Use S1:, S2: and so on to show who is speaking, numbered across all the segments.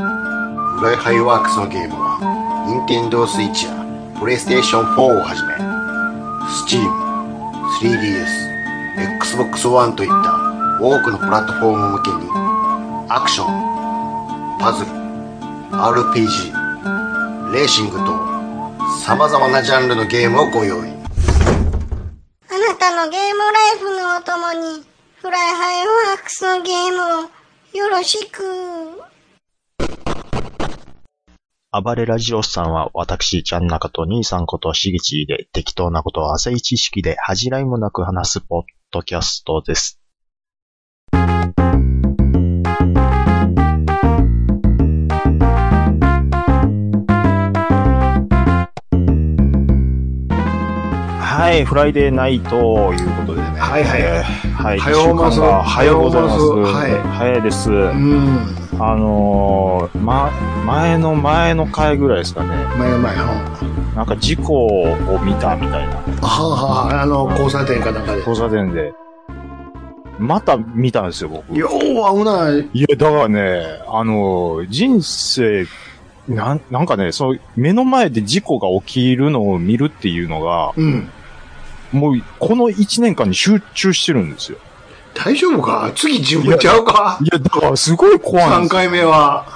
S1: ライハイワークスのゲームは、任天堂 Switch や PlayStation 4をはじめ、Steam、3DS、Xbox One といった多くのプラットフォーム向けに、アクション、パズル、RPG、レーシングと、様々なジャンルのゲームをご用意。
S2: あなたのゲームライフのお供に、フライハイワークスのゲームをよろしく。
S3: 暴れラジオスさんは私、ちゃんなかと兄さんことしぎちで適当なことを浅い知識で恥じらいもなく話すポッドキャストです。はい、フライデーナイトということでね。
S1: はいはいはい
S3: はい。
S1: 早うます
S3: 一週間が早うございます。
S1: 早うますはい
S3: 早いです。
S1: うん、
S3: あのー、ま、前の前の回ぐらいですかね。
S1: 前前は
S3: なんか事故を見たみたいな。
S1: あはあはあ、あの、交差点かなんかで。
S3: 交差点で。また見たんですよ、僕。い
S1: よう、合うな。
S3: や、だからね、あの、人生、なん、なんかね、そう、目の前で事故が起きるのを見るっていうのが、
S1: うん。
S3: もう、この1年間に集中してるんですよ。
S1: 大丈夫か次自分ちゃうか
S3: いや、だからすごい怖いん
S1: ?3
S3: ですよ。
S1: 回目は。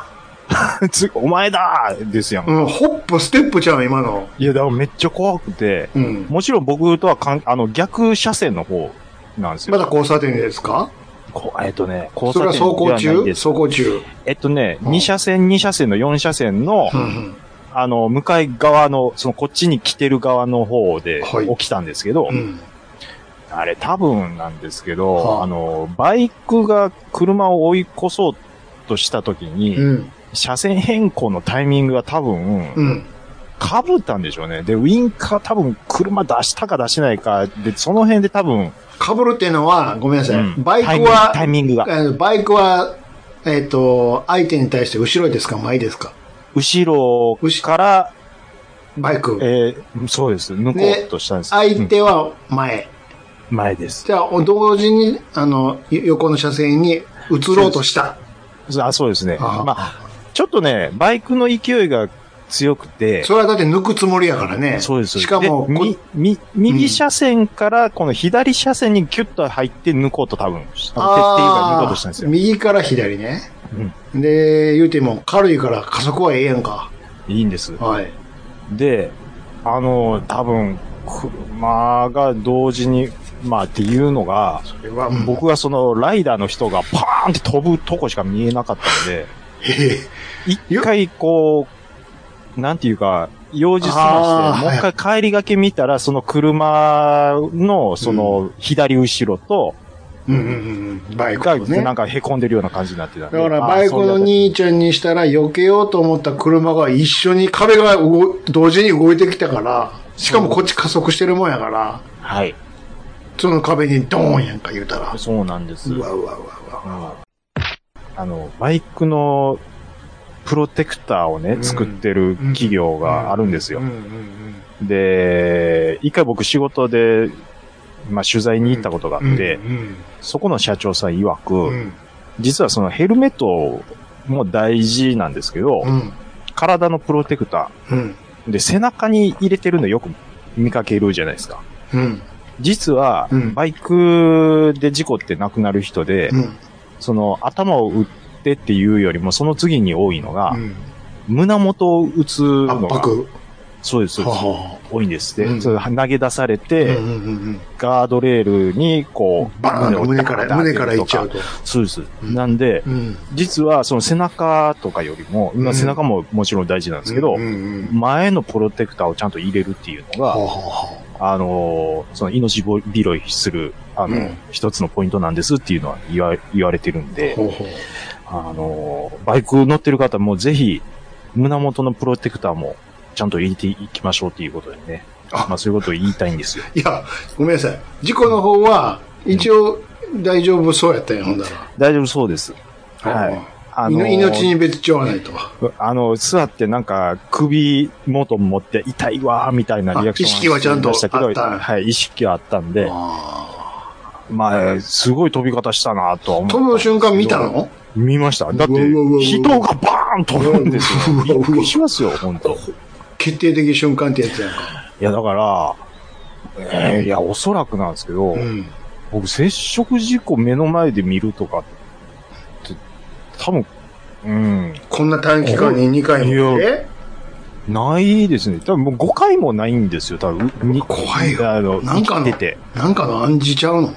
S3: つお前だーですやん。
S1: うん、ホップ、ステップちゃう、今の。
S3: いや、だからめっちゃ怖くて、
S1: うん。
S3: もちろん僕とはかん、あの、逆車線の方なんですよ。
S1: まだ交差点ですか
S3: こえっとね、交
S1: それは
S3: 差点
S1: 走
S3: では
S1: 行
S3: ない
S1: 中
S3: です
S1: 走行中。
S3: えっとね、
S1: うん
S3: 2車線、2車線の4車線の、
S1: うんうん
S3: あの、向かい側の、そのこっちに来てる側の方で
S1: はい
S3: 起きたんですけど、
S1: うん。
S3: あれ多分なんですけど、
S1: はあ
S3: あの、バイクが車を追い越そうとした時に、
S1: うん。
S3: 車線変更のタイミングが多分、
S1: うん。
S3: かぶったんでしょうね。で、ウインカー多分車出したか出してないか、で、その辺で多分、
S1: かぶるっていうのは、ごめんなさ
S3: う
S1: い。
S3: ん
S1: バイク
S3: タ
S1: は
S3: イ、ミングタイミングが、
S1: えーバイクは、えっと、相手に対して後ろですか前ですか
S3: 後ろから、
S1: バイク。
S3: えーそうです。抜こうとしたんです。
S1: 相手は前。
S3: うん前です。
S1: じゃあ、お同時に、あの、よ横の車線に移ろうとした。
S3: あ、そうですね。
S1: あ
S3: まあ、ちょっとね、バイクの勢いが強くて、
S1: それはだって抜くつもりやからね。
S3: そうです。
S1: しかも、
S3: で
S1: こ
S3: みみ右車線から、この左車線にキュッと入って抜こうと多分、しあのてっていうか抜こうとしたんですよ。
S1: 右から左ね。で、言うても軽いから加速はええやんか。
S3: いいんです。
S1: はい。
S3: で、あの、多分、車が同時に、まあっていうのが、
S1: それはもう、
S3: 僕がそのライダーの人がパーンって飛ぶとこしか見えなかったん で、
S1: へえ
S3: 一回こう、なんていうか、用事済ま
S1: あー
S3: して、もう一回帰りがけ見たら、その車の、その、左後ろと、
S1: うんうんうん。バイク
S3: が、
S1: をね。
S3: なんか凹んでるような感じになってたんで。
S1: だから
S3: あー
S1: バイク
S3: そう
S1: の
S3: いうやつ
S1: 兄ちゃんにしたら避けようと思った車が一緒に壁が動同時に動いてきたから、しかもこっち加速してるもんやから、
S3: はい。
S1: その壁にドーンやんか言うたら。
S3: そうなんです。
S1: うわうわうわうわ。
S3: うんあの、バイクの、プロテクターをね、
S1: ん
S3: 作ってる企業があるんですよ
S1: うん。うん
S3: で、一回僕仕事で、まあ、取材に行ったことがあ
S1: うん。
S3: って、
S1: うん
S3: そこの社長さん曰く、
S1: うん。
S3: 実はそのヘルメットも大事なんですけど、
S1: うん。
S3: 体のプロテクタ
S1: うん。
S3: ー。で、背中に入れてるのよく見かけるじゃないですか。
S1: うん。
S3: 実は
S1: う、ん
S3: バイクで事故って亡くなる人で、
S1: うん。
S3: その頭を打ってっていうよりも、その次に多いのが、
S1: うん
S3: 胸元を打つの
S1: 圧
S3: が、
S1: 迫。
S3: そうです、そうです
S1: は
S3: 多いんですって、
S1: うん
S3: それ投げ出され
S1: あうん
S3: て、
S1: うんうんうん
S3: ガードレールに、こう、
S1: バーンと胸か
S3: をダ
S1: ら、
S3: ーン
S1: 胸からいっちゃ
S3: と
S1: うと。
S3: か。そうです。
S1: ん
S3: なんで、
S1: うん。
S3: 実はその背中とかよりも、ま
S1: う
S3: あ
S1: ん
S3: 背中ももちろん大事なんですけど、
S1: うんうん
S3: 前のプロテクターをちゃんと入れるっていうの
S1: はあ
S3: が、
S1: は
S3: あのーその命拾いする、あの、
S1: うん
S3: 一つのポイントなんですっていうのは言わ言われてるん
S1: あ
S3: で、
S1: ほうほう
S3: あのーバイク乗ってる方もぜひ、胸元のプロテクターもちゃんと入れていきましょうっていうことでね。
S1: あ
S3: まあそういうことを言いたいんですよ。
S1: いや、ごめんなさい。事故の方は、一応大丈夫そうやったんや、ほんだら。
S3: 大丈夫そうです。はい。あのー
S1: い命に別状はないと。
S3: あの、座ってなんか首元持って痛いわーみたいなリアクション
S1: あ意識はちゃんと
S3: でしたけど
S1: あった
S3: はい、意識はあったんで、
S1: あ
S3: まあ、すごい飛び方したなとは思った
S1: 飛ぶ瞬間見たの
S3: 見ました。だって
S1: うわうわうわう、わ
S3: 人がバーン飛ぶんです
S1: うわうわうわ
S3: よ。びっくりしますよ、本当
S1: 決定的瞬間ってやつやんか。
S3: いや、だから、えーいや、おそらくなんですけど、
S1: うん。
S3: 僕、接触事故目の前で見るとかって、多分、うん、
S1: こんな短期間に2回も。
S3: いや
S1: え
S3: ないですね。多分もう5回もないんですよ、多分。に
S1: 怖いよ
S3: あの、
S1: なんか
S3: 生
S1: の
S3: きてて。
S1: なんかの暗示ちゃうの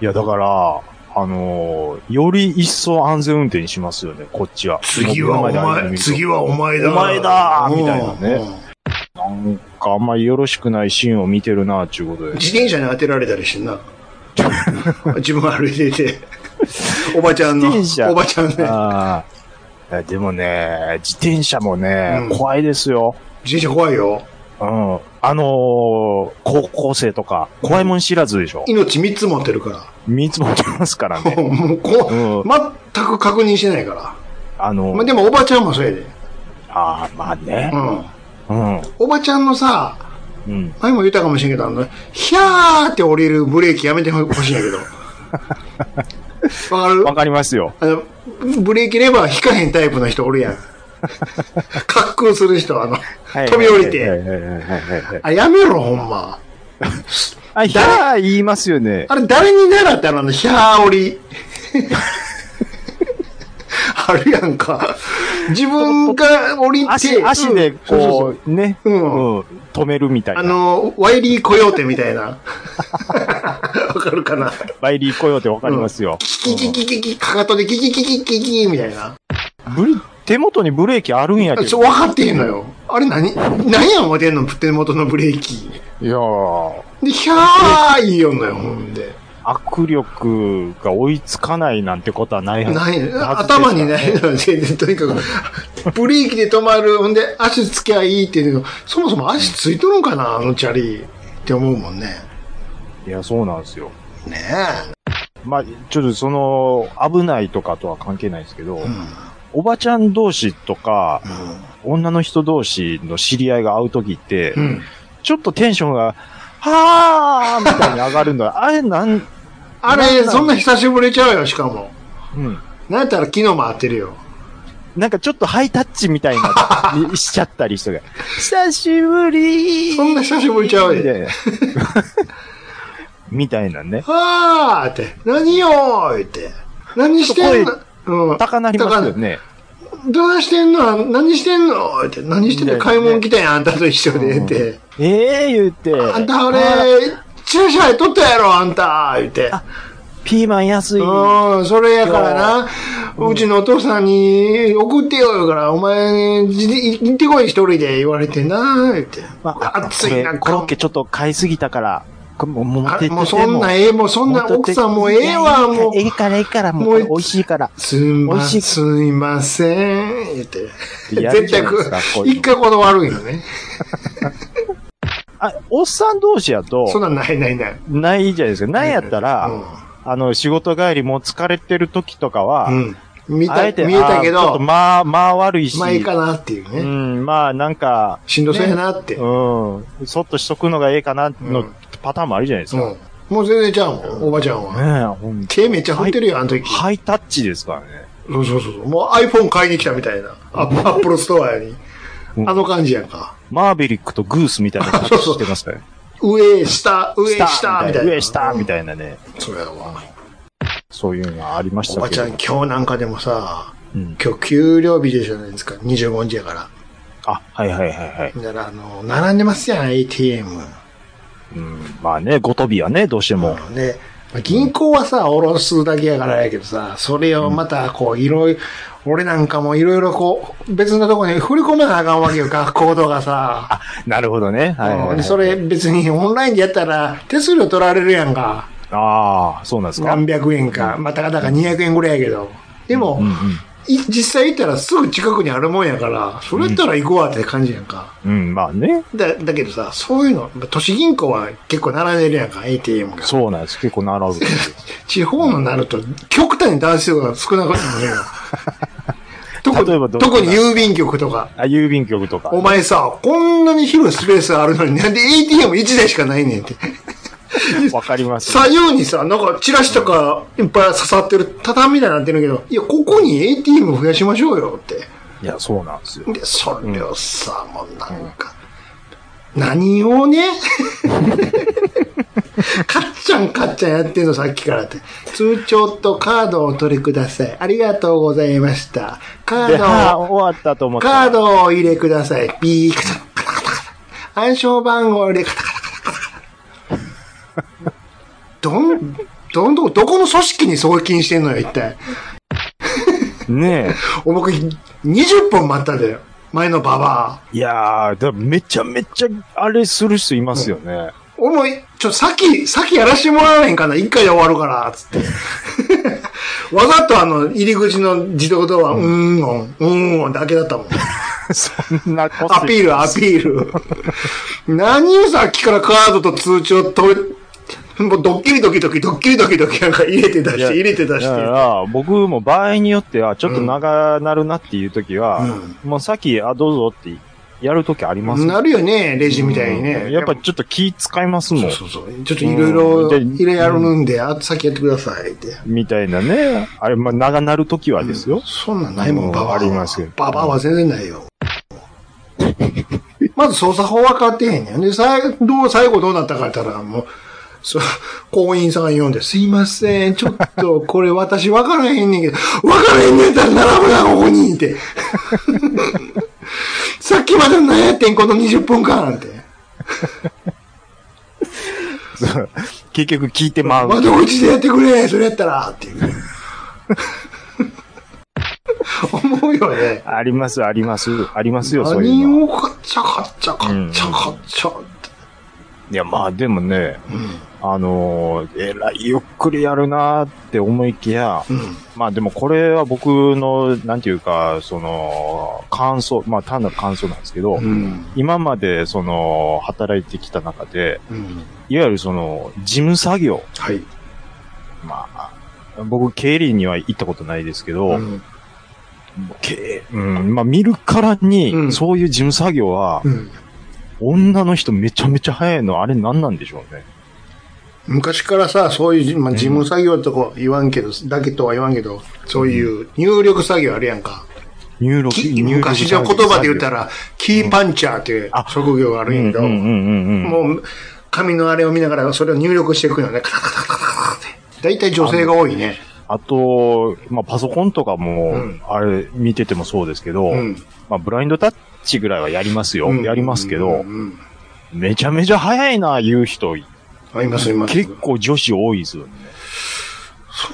S3: いや、だから、あのーより一層安全運転しますよね、こっちは。
S1: 次はお
S3: 目の前でああい
S1: 前、
S3: うの見ると
S1: 次はお前だ。
S3: お前だみたいなね
S1: うん。
S3: なんかあんまりよろしくないシーンを見てるな、ちゅうことで。
S1: 自転車に当てられたりしてんな。 自分歩いていて。おばちゃんの、
S3: 自転車
S1: おばちゃんね。
S3: ああいやでもね、自転車もね、
S1: うん
S3: 怖いですよ。
S1: 自転車怖いよ。
S3: うん。あのー高校生とか、怖いもん知らずでしょ。
S1: 命3つ持ってるか
S3: 見つもってますから
S1: ら。
S3: ね。
S1: もうこう、
S3: うん
S1: 全く確認してないから。
S3: あのー
S1: まあ、でもおばちゃんもそうやで。
S3: ああ、まあね
S1: う。ん。
S3: うん。
S1: おばちゃんのさ、
S3: うん。
S1: 前も言ったかもしれんけど、あの、ひゃーって降りるブレーキやめてほしいんや けど。わかる
S3: わかりますよ。
S1: あの、ブレーキレバー引かへんタイプの人おる やん。滑空する人、あの、飛び降り
S3: はい
S1: て。
S3: はいはいはいはいはい。
S1: あ、やめろ、ほんま。
S3: あ、ひゃー言いますよね。
S1: あれ、誰に習ったのあの、ひゃーおり。あるやんか。自分が降りて。
S3: 足、足で、
S1: うんそうそうそう
S3: こう、ね、う
S1: うん
S3: ん、止めるみたい
S1: あ
S3: な。
S1: の、ワイリーコヨーテみたいな。わかるかな
S3: バイリーコヨーテわかりますよ。
S1: キキキキキ、かかとでキキキキキキみたいな。
S3: ブレ手元にブレーキあるんやけ
S1: そ
S3: ど
S1: う、。分かってへんのよ。あれ何、何や思てんの手元のブレーキ。
S3: いやー、
S1: で、ひゃーいいよんのよ、ほんで。
S3: 握力が追いつかないなんてことはないはず
S1: ない、
S3: はずですから
S1: 頭にないので、 とにかく、ブレーキで止まる、ほんで、足つきゃいいっていうのそもそも足ついとるんかな、あのチャリって思うもんね。
S3: いや、そうなんですよ。
S1: ね
S3: まあ、ちょっとその、危ないとかとは関係ないですけど、
S1: え。うん。
S3: おばちゃん同士とか、女の人同士の知り合いが会うときって、
S1: うん。うん。
S3: ちょっとテンションが、はーみたいに上がるんだ。 あれなん、
S1: あ
S3: なん
S1: れ、
S3: なん
S1: そんな久しぶりちゃうよ、しかも。
S3: うん。
S1: なんやったら昨日も会ってるよ。
S3: なんかちょっとハイタッチみたいな、にしちゃったり して、久しぶりー
S1: そんな久しぶりちゃう
S3: み
S1: で。
S3: たいな。 みたいなね。
S1: はーって、何よーいって。何してんのうん。
S3: 高なりますよね。
S1: どうしてんの何してんのって、何してんの買い物来たやん、あんたと一緒で、って。
S3: ええ言うて。
S1: あんた俺、駐車で取ったやろ、あんた、言って。
S3: ピーマン安い。
S1: うん、それやからな、うちのお父さんに送ってよ、言うから、お前、じ行ってこい、一人で、言われてな、言って。
S3: まあ
S1: 暑いな
S3: これコロッケちょっと買いすぎたから、これもう、もう持っ
S1: あ
S3: てって
S1: もうそんな、ええ、もうそんな、奥さんもうええわ、もう
S3: え。えからええから、も
S1: も
S3: う
S1: う
S3: 美味しいから。
S1: すん
S3: 美
S1: ま、
S3: 味しい
S1: すいません、言って。
S3: やる
S1: 絶
S3: じ
S1: 対
S3: ゃないですかこ
S1: こ
S3: う
S1: う、
S3: いうの
S1: 一回この悪いよね。
S3: あ、おっさん同士や
S1: そん
S3: と、
S1: なんないないない。
S3: ないじゃないですか。なんやったら、あの、仕事帰りもう疲れてる時とかは、
S1: うん。うん。見
S3: あ
S1: た、
S3: えて、
S1: 見えたけ
S3: あーちょっと
S1: ど、
S3: まあ、まあ悪いし。
S1: まあいいかなっていう
S3: う
S1: ね。
S3: ん、まあなんか、
S1: しんどそうやなって。
S3: うん、そっとしとくのがええかな、
S1: う
S3: の
S1: ん
S3: パターンもあるじゃないです
S1: う
S3: か。
S1: ん。もう全然ちゃうもん、おばちゃんは。
S3: ねえ、ほんと
S1: 手めっちゃ振ってるよ、あの時。
S3: ハイタッチですからね。
S1: そうそうそう。もう iPhone 買いに来たみたいな。アップアップルストアに
S3: う。ん
S1: あの感じやんか。
S3: マーベリックとグースみたいなタッチしてますからね。
S1: 上、下、上、下、みたいな。
S3: 上、下、みたいなね。
S1: そうやわ。
S3: そういうのがありまし
S1: お
S3: た
S1: ば
S3: け
S1: ちゃん、
S3: ど。
S1: 今日なんかでもさ、
S3: うん、
S1: 今日給料日じゃないですか。25日やから。
S3: あ、はいはいはいはい。
S1: だから、あの、並んでますやん、ATM。
S3: うん、まあね、ごとびはね、どうしても。
S1: で、まあ銀行はさ、おろすだけやからやけどさ、それをまた、こう、いろいろ、俺なんかもいろいろこう、別のとこに振り込まなあかんわけよ、学校とかさ。
S3: あ、なるほどね。 はいはい、は
S1: うん
S3: い。
S1: でそれ。別にオンラインでやったら、手数料取られるやんか。
S3: ああ、そうなんですか。
S1: 何百円か。まあ、たかだか200円ぐらいやけど。でも、
S3: うん
S1: い実際行ったらすぐ近くにあるもんやから、それやったら行くわって感じやんか。
S3: うん。うん、まあね。
S1: だ、だけどさ、そういうの、都市銀行は結構並んでるやんか、ATM が。
S3: そうなんです。結構並ぶんですよ。
S1: 地方のになると、極端に男性が少なくなる のよ。特
S3: 例えば
S1: に
S3: どういうこと
S1: 特に郵便局とか。
S3: あ、郵便局とか。
S1: お前さ、こんなに広いスペースあるのになんで ATM1 台しかないねんって。
S3: わかります。
S1: 左右にさ、なんかチラシとかいっぱい刺さってる畳みたいになってるけど、いや、ここに ATM 増やしましょうよって。
S3: いや、そうなんですよ。
S1: で、それをさ、もうなんか、何をね、かっちゃんかっちゃんやってんのさっきからって。通帳とカードをお取りください。ありがとうございました。カ
S3: で、あ
S1: ー
S3: あ、
S1: ドを、
S3: 終わったと思った。
S1: カードをお入れください。ビーカタカタカタカタ。暗証番号を入れカタカタカタカタカタ。どん、どんど、どこの組織に送金してんのよ、一体。
S3: ね
S1: お僕、20分待ったで、前のババア。
S3: え。いやー、だからめちゃめちゃ、あれする人いますよね。
S1: 俺も、ちょ、先、先やらしてもらわへんかな。一回で終わるから、つって。 わざとあの、入り口の自動ドア、うーん、うん、うーん、だけだったもん。
S3: そんなこ
S1: アピール、アピール。何をさっきからカードと通帳取れ、もうドッキリドキドキ、ドッキリドキドキなんか入れて出して、入れて出
S3: だ
S1: し
S3: か
S1: て。
S3: ら、僕も場合によっては、ちょっと長なるなっていう時は、もうさっき、あ、どうぞって、やる時あります
S1: なるよね、レジみたいにね。
S3: やっぱちょっと気使いますも
S1: そ
S3: ん
S1: う。そうそう。ちょっといろいろ
S3: うん
S1: 入れやるんで、あと先やってくださいって。
S3: みたいなね。あれ、まあ、長なる時はですよ。
S1: そんなんないも、
S3: うんん
S1: ババアは。
S3: ありますよ
S1: ババアは全然ないよ。 まず捜査法は変わってへんねん。で、最後、どう最後どうなったかって言ったら、もう、そう、行員さんが読んで、すいません、ちょっと、 これ私分からへんねんけど、分からへんねんったら並ぶな、ここにって。 さっきまで何やってん、この20分間って。
S3: 結局聞いてまう。
S1: 窓口でやってくれ、それやったら、っていう。 思うよね。
S3: あります、あります、ありますよ、そういうのは。
S1: 何をカッチャカッチャカッチャカッチャって。
S3: いや、まあでもね、あのー、えらい、ゆっくりやるなーって思いきや、
S1: うん。
S3: まあでもこれは僕の、なんていうか、その、感想、まあ単なる感想なんですけど、
S1: うん。
S3: 今まで、その、働いてきた中で、
S1: うん。
S3: いわゆるその、事務作業、
S1: はい。
S3: まあ、僕、経理には行ったことないですけど、
S1: うん
S3: 経うん、まあ見るからに、
S1: うん
S3: そういう事務作業は、
S1: うん。
S3: 女の人めちゃめちゃ早いの、あれ何なんでしょうね。
S1: 昔からさ、そういう、まあ、事務作業とか言わんけど、だけとは言わんけど、そういう入力作業あるやんか。
S3: 入力、
S1: き
S3: 入力
S1: 昔じゃ言葉で言った
S3: ら、
S1: ら、キーパンチャーっていう
S3: あ
S1: 職業があ
S3: う
S1: るんや
S3: ん
S1: け
S3: うん
S1: ど、
S3: うんうんうん。
S1: もう、紙のあれを見ながらそれを入力していくよね。カタカタカタカタって。大体女性が多いね。
S3: あと、まあ、パソコンとかも、
S1: うん
S3: あれ、見ててもそうですけど、
S1: うん
S3: まあ、ブラインドタッチぐらいはやりますよ。
S1: うん
S3: やりますけど、
S1: うんうん
S3: めちゃめちゃ早いな、言う人、
S1: あ、います、います。
S3: 結構女子多いですよね。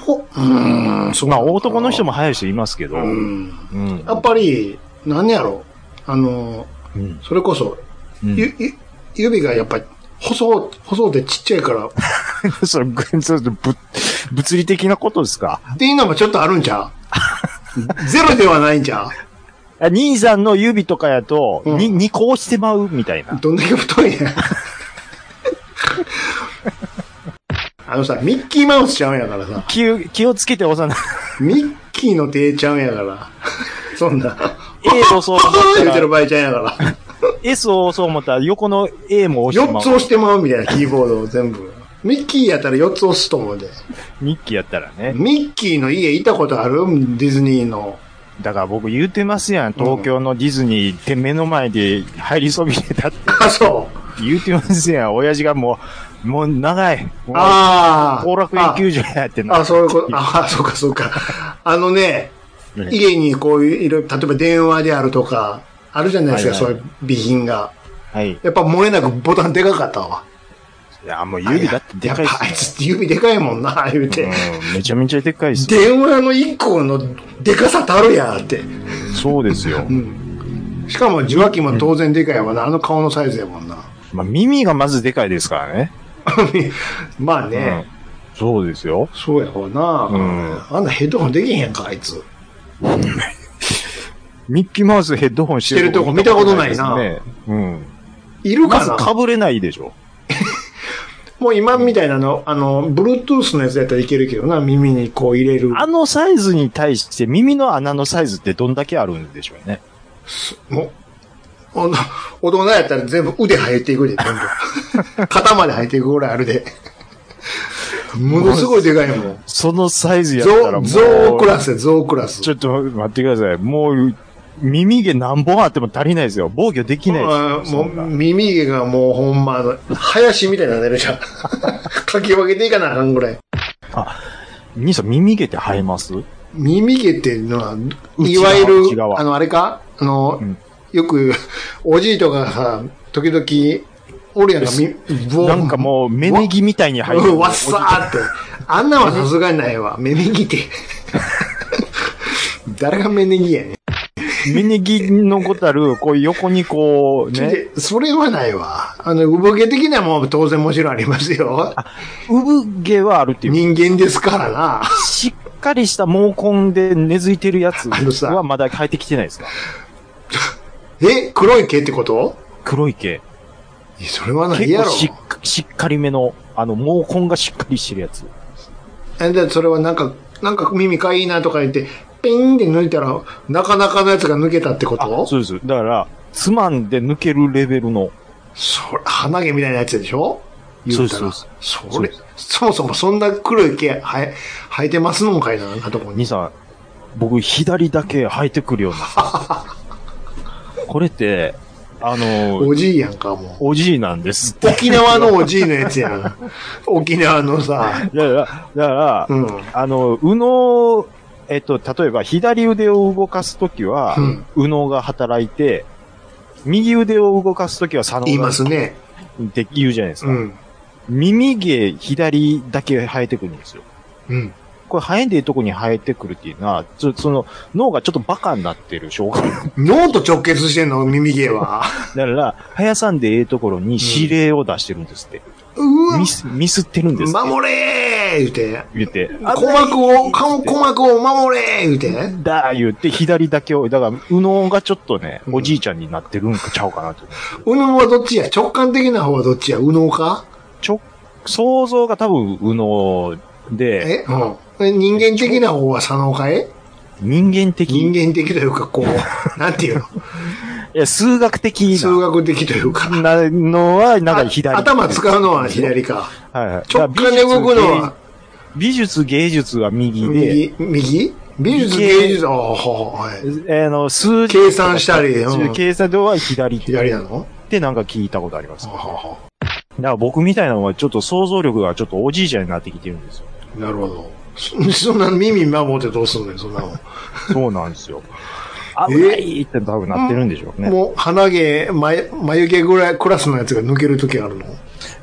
S1: そう。うーん、そう
S3: ま
S1: な
S3: あ、
S1: のかな
S3: 男の人も早い人いますけど、
S1: う
S3: うん。
S1: ん。
S3: うん
S1: やっぱり、何やろう。あの、それこそ、
S3: うん
S1: ゆ、ゆ、指がやっぱり、細、細でちっちゃい から、っ
S3: それ、ぐ それぶ物理的なことですか
S1: ていうのもちょっとあるんちゃうゼロではないんちゃ
S3: あ兄さんの指とかやと、
S1: うん
S3: に、二個してまうみたいうな。
S1: どんだけ太いねん。 あのさ、ミッキーマウスちゃうんやからさ、
S3: 気を、気をつけて幼 い。
S1: ミッキーの手ちゃうんやから、そん な、
S3: A をそう思っ
S1: 言う
S3: た
S1: て る
S3: ら、
S1: 場合ちゃうんやから、
S3: S をそう思ったら、横の A も押して
S1: 4
S3: まう
S1: つ。押してまうみたいなキーボードを全部。ミッキーやったら4つ押すと思うで。
S3: ミッキーやったらね。
S1: ミッキーの家行ったことあるディズニー の。
S3: だから僕言うてますやん。東京のディズニーって目の前で入りそびれたって
S1: あ、そう。
S3: 言うてますやん。親父がもう、もう長い。もう
S1: ああ。
S3: 後楽園球場やって
S1: あ、
S3: な。
S1: そういうこと。ああ、そうか、そうか。あのね、
S3: ね
S1: 家にこういう、いろいろ例えば電話であるとか、あるじゃないですか、
S3: はいは
S1: そうい
S3: い
S1: う備品が。
S3: はい。い
S1: やっぱ漏れなくボタンでかかったわ。
S3: や、もう指だってでかい
S1: や
S3: っ
S1: っぱあい
S3: す
S1: つって指でかいもんな、言うて。
S3: ね。うん、めちゃめちゃでかいっす。
S1: 電話の一個のでかさたるやって。
S3: そうですよ。
S1: しかも受話器も当然でかいわな、あの顔のサイズやもんな。
S3: まあ、耳がまずでかいですからね。
S1: まあ
S3: う
S1: ね、
S3: ん。そうですよ。
S1: そうやわな、
S3: うん
S1: あんなヘッドホンできへんやんか、あいつ。
S3: ミッキーマウスヘッドホンしてる
S1: してるとこ見たことないな
S3: ですねうん。
S1: いる
S3: ま
S1: か
S3: ず
S1: な、
S3: 被れないでしょ。
S1: もう今みたいなの、あの、Bluetooth のやつやったらいけるけどな、耳にこう入れる。
S3: あのサイズに対して耳の穴のサイズってどんだけあるんでしょうね。
S1: もう、あの、 大人やったら全部腕生えていくで、全部。肩まで生えていくぐらいあるで。ものすごいでかいもん。
S3: そのサイズやった
S1: ゾ
S3: らも
S1: ウ、
S3: う。
S1: ゾウクラスや、ゾウクラス。
S3: ちょっと待ってください。もう、耳毛何本あっても足りないですよ。防御できない
S1: あ
S3: ですよ。
S1: も
S3: そんな
S1: う耳毛がもうほんま、あの林みたいになってるじゃ ん。かき分けていかなあかんぐらい。
S3: 兄さん、耳毛って生えます
S1: 耳毛っていうのは、い
S3: 内
S1: わ
S3: 側
S1: ゆ
S3: 内
S1: る、
S3: 側
S1: あの、あれかあの、
S3: うん
S1: よく、おじいとかさ、時々、おるやんか、みぼ
S3: なんかもう、芽ネギみたいに生えて
S1: うん
S3: る。
S1: わっさーって。あんなんはさすがにないわ。目ネギって。 誰が目ネギやねん。
S3: 芽ネギのごたる、こう横にこう、ね。
S1: でそれはないわ。あの、産毛的なもん当然もちろんありますよ。
S3: 産毛はあるっていう。
S1: 人間ですからな。
S3: しっかりした毛根で根付いてるやつ
S1: あのさ
S3: はまだ生えてきてないですか
S1: え黒い毛ってこと
S3: 黒い毛。
S1: いやそれはない
S3: 結
S1: や
S3: 構
S1: ろ。
S3: しっかしっかりめの、あの、毛根がしっかりしてるやつ。
S1: えでそれはなんか、なんか耳かいいなとか言って、ピーンって抜いたら、なかなかのやつが抜けたってこ
S3: あ、
S1: と
S3: そうです。だから、つまんで抜けるレベルの。
S1: それ、鼻毛みたいなやつでしょ
S3: そ
S1: 言
S3: う
S1: っ
S3: で
S1: た
S3: す
S1: ら。
S3: そう
S1: それ、そもそもそんな黒い毛生え、生えてますのんかいな、あんなとこに。
S3: 兄さん、僕、左だけ生えてくるようにな った。これって、あの、
S1: おじいやんか、もう。
S3: おじいなんですって。
S1: 沖縄のおじいのやつやん。 沖縄のさ、
S3: だから、だから、
S1: うん。
S3: あの、右脳、えっと、例えば、左腕を動かすときは、
S1: うん
S3: 右脳が働いて、右腕を動かすときは左
S1: 言い
S3: 脳が
S1: ますね。
S3: って言うじゃないですか。
S1: うん。
S3: 耳毛、左だけ生えてくるんですよ。
S1: うん。
S3: これ生えんでいいとこに生えてくるっていうのは、ちょその、脳がちょっとバカになってる証拠。
S1: 脳と直結してんの、耳毛は。
S3: だから、生やさんでええところに指令を出してるんですって。
S1: うわ
S3: ミス、ミスってるんですって。
S1: 守れー言うて。
S3: 言って。
S1: 鼓膜を、か鼓膜を守れー言うて。
S3: だー言って、左だけを、だから、右脳がちょっとね
S1: う、ん
S3: おじいちゃんになってるんかちゃうかなと。
S1: 右脳はどっちや直感的な方はどっちや右脳か
S3: ちょ、想像が多分右脳で、
S1: えうん。え人間的な方は左脳かい
S3: 人間的、
S1: 人間的というか、こ う、なんていうの
S3: いや数学的
S1: 数学的というか。
S3: なのは、なんか左。
S1: あ頭使うのは左か。
S3: はいはい。
S1: 直感で動くのは
S3: 美術、芸術は右で、
S1: 右、右美術、
S3: 右系
S1: 芸術、ああ、はい。
S3: えーの、数字
S1: 計算したりうん
S3: 計算では左手っ
S1: 左なの
S3: てなんか聞いたことあります。
S1: は
S3: だ
S1: あ
S3: か
S1: は
S3: ら僕みたいなのはちょっと想像力がちょっとおじいちゃんになってきてる んですよ。
S1: あなるほど。そそんな耳守ってどうすんのよ、そんなの。
S3: そうなんですよ。危ないって多分なってるんでしょうね。
S1: もう鼻毛、眉眉毛ぐらいクラスのやつが抜けるときあるの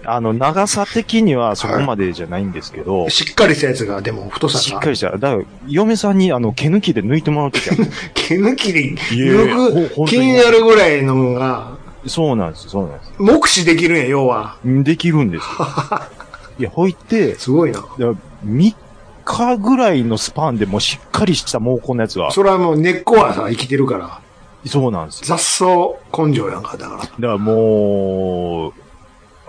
S3: あの、長さ的にはそこまでじゃないんですけど、
S1: しっかりしたやつが、でも太さ
S3: しっ
S1: が
S3: か。りした。だから、嫁さんにあの、毛抜きで抜いてもらうときは、
S1: 毛抜きで
S3: やいや
S1: 抜く、
S3: ほんとに
S1: 気になるぐらいのが、
S3: そうなんですよ、そうなんです
S1: 目視できるんや、要は。
S3: よ。できるんです よ。いや、ほいて、
S1: すごいな。
S3: だから3日ぐらいのスパンでもうしっかりした毛根のやつは、
S1: それはもう根っこはさ、生きてるから。
S3: そうなんです
S1: 雑
S3: よ
S1: 草根性やんか、だから。
S3: だからもう、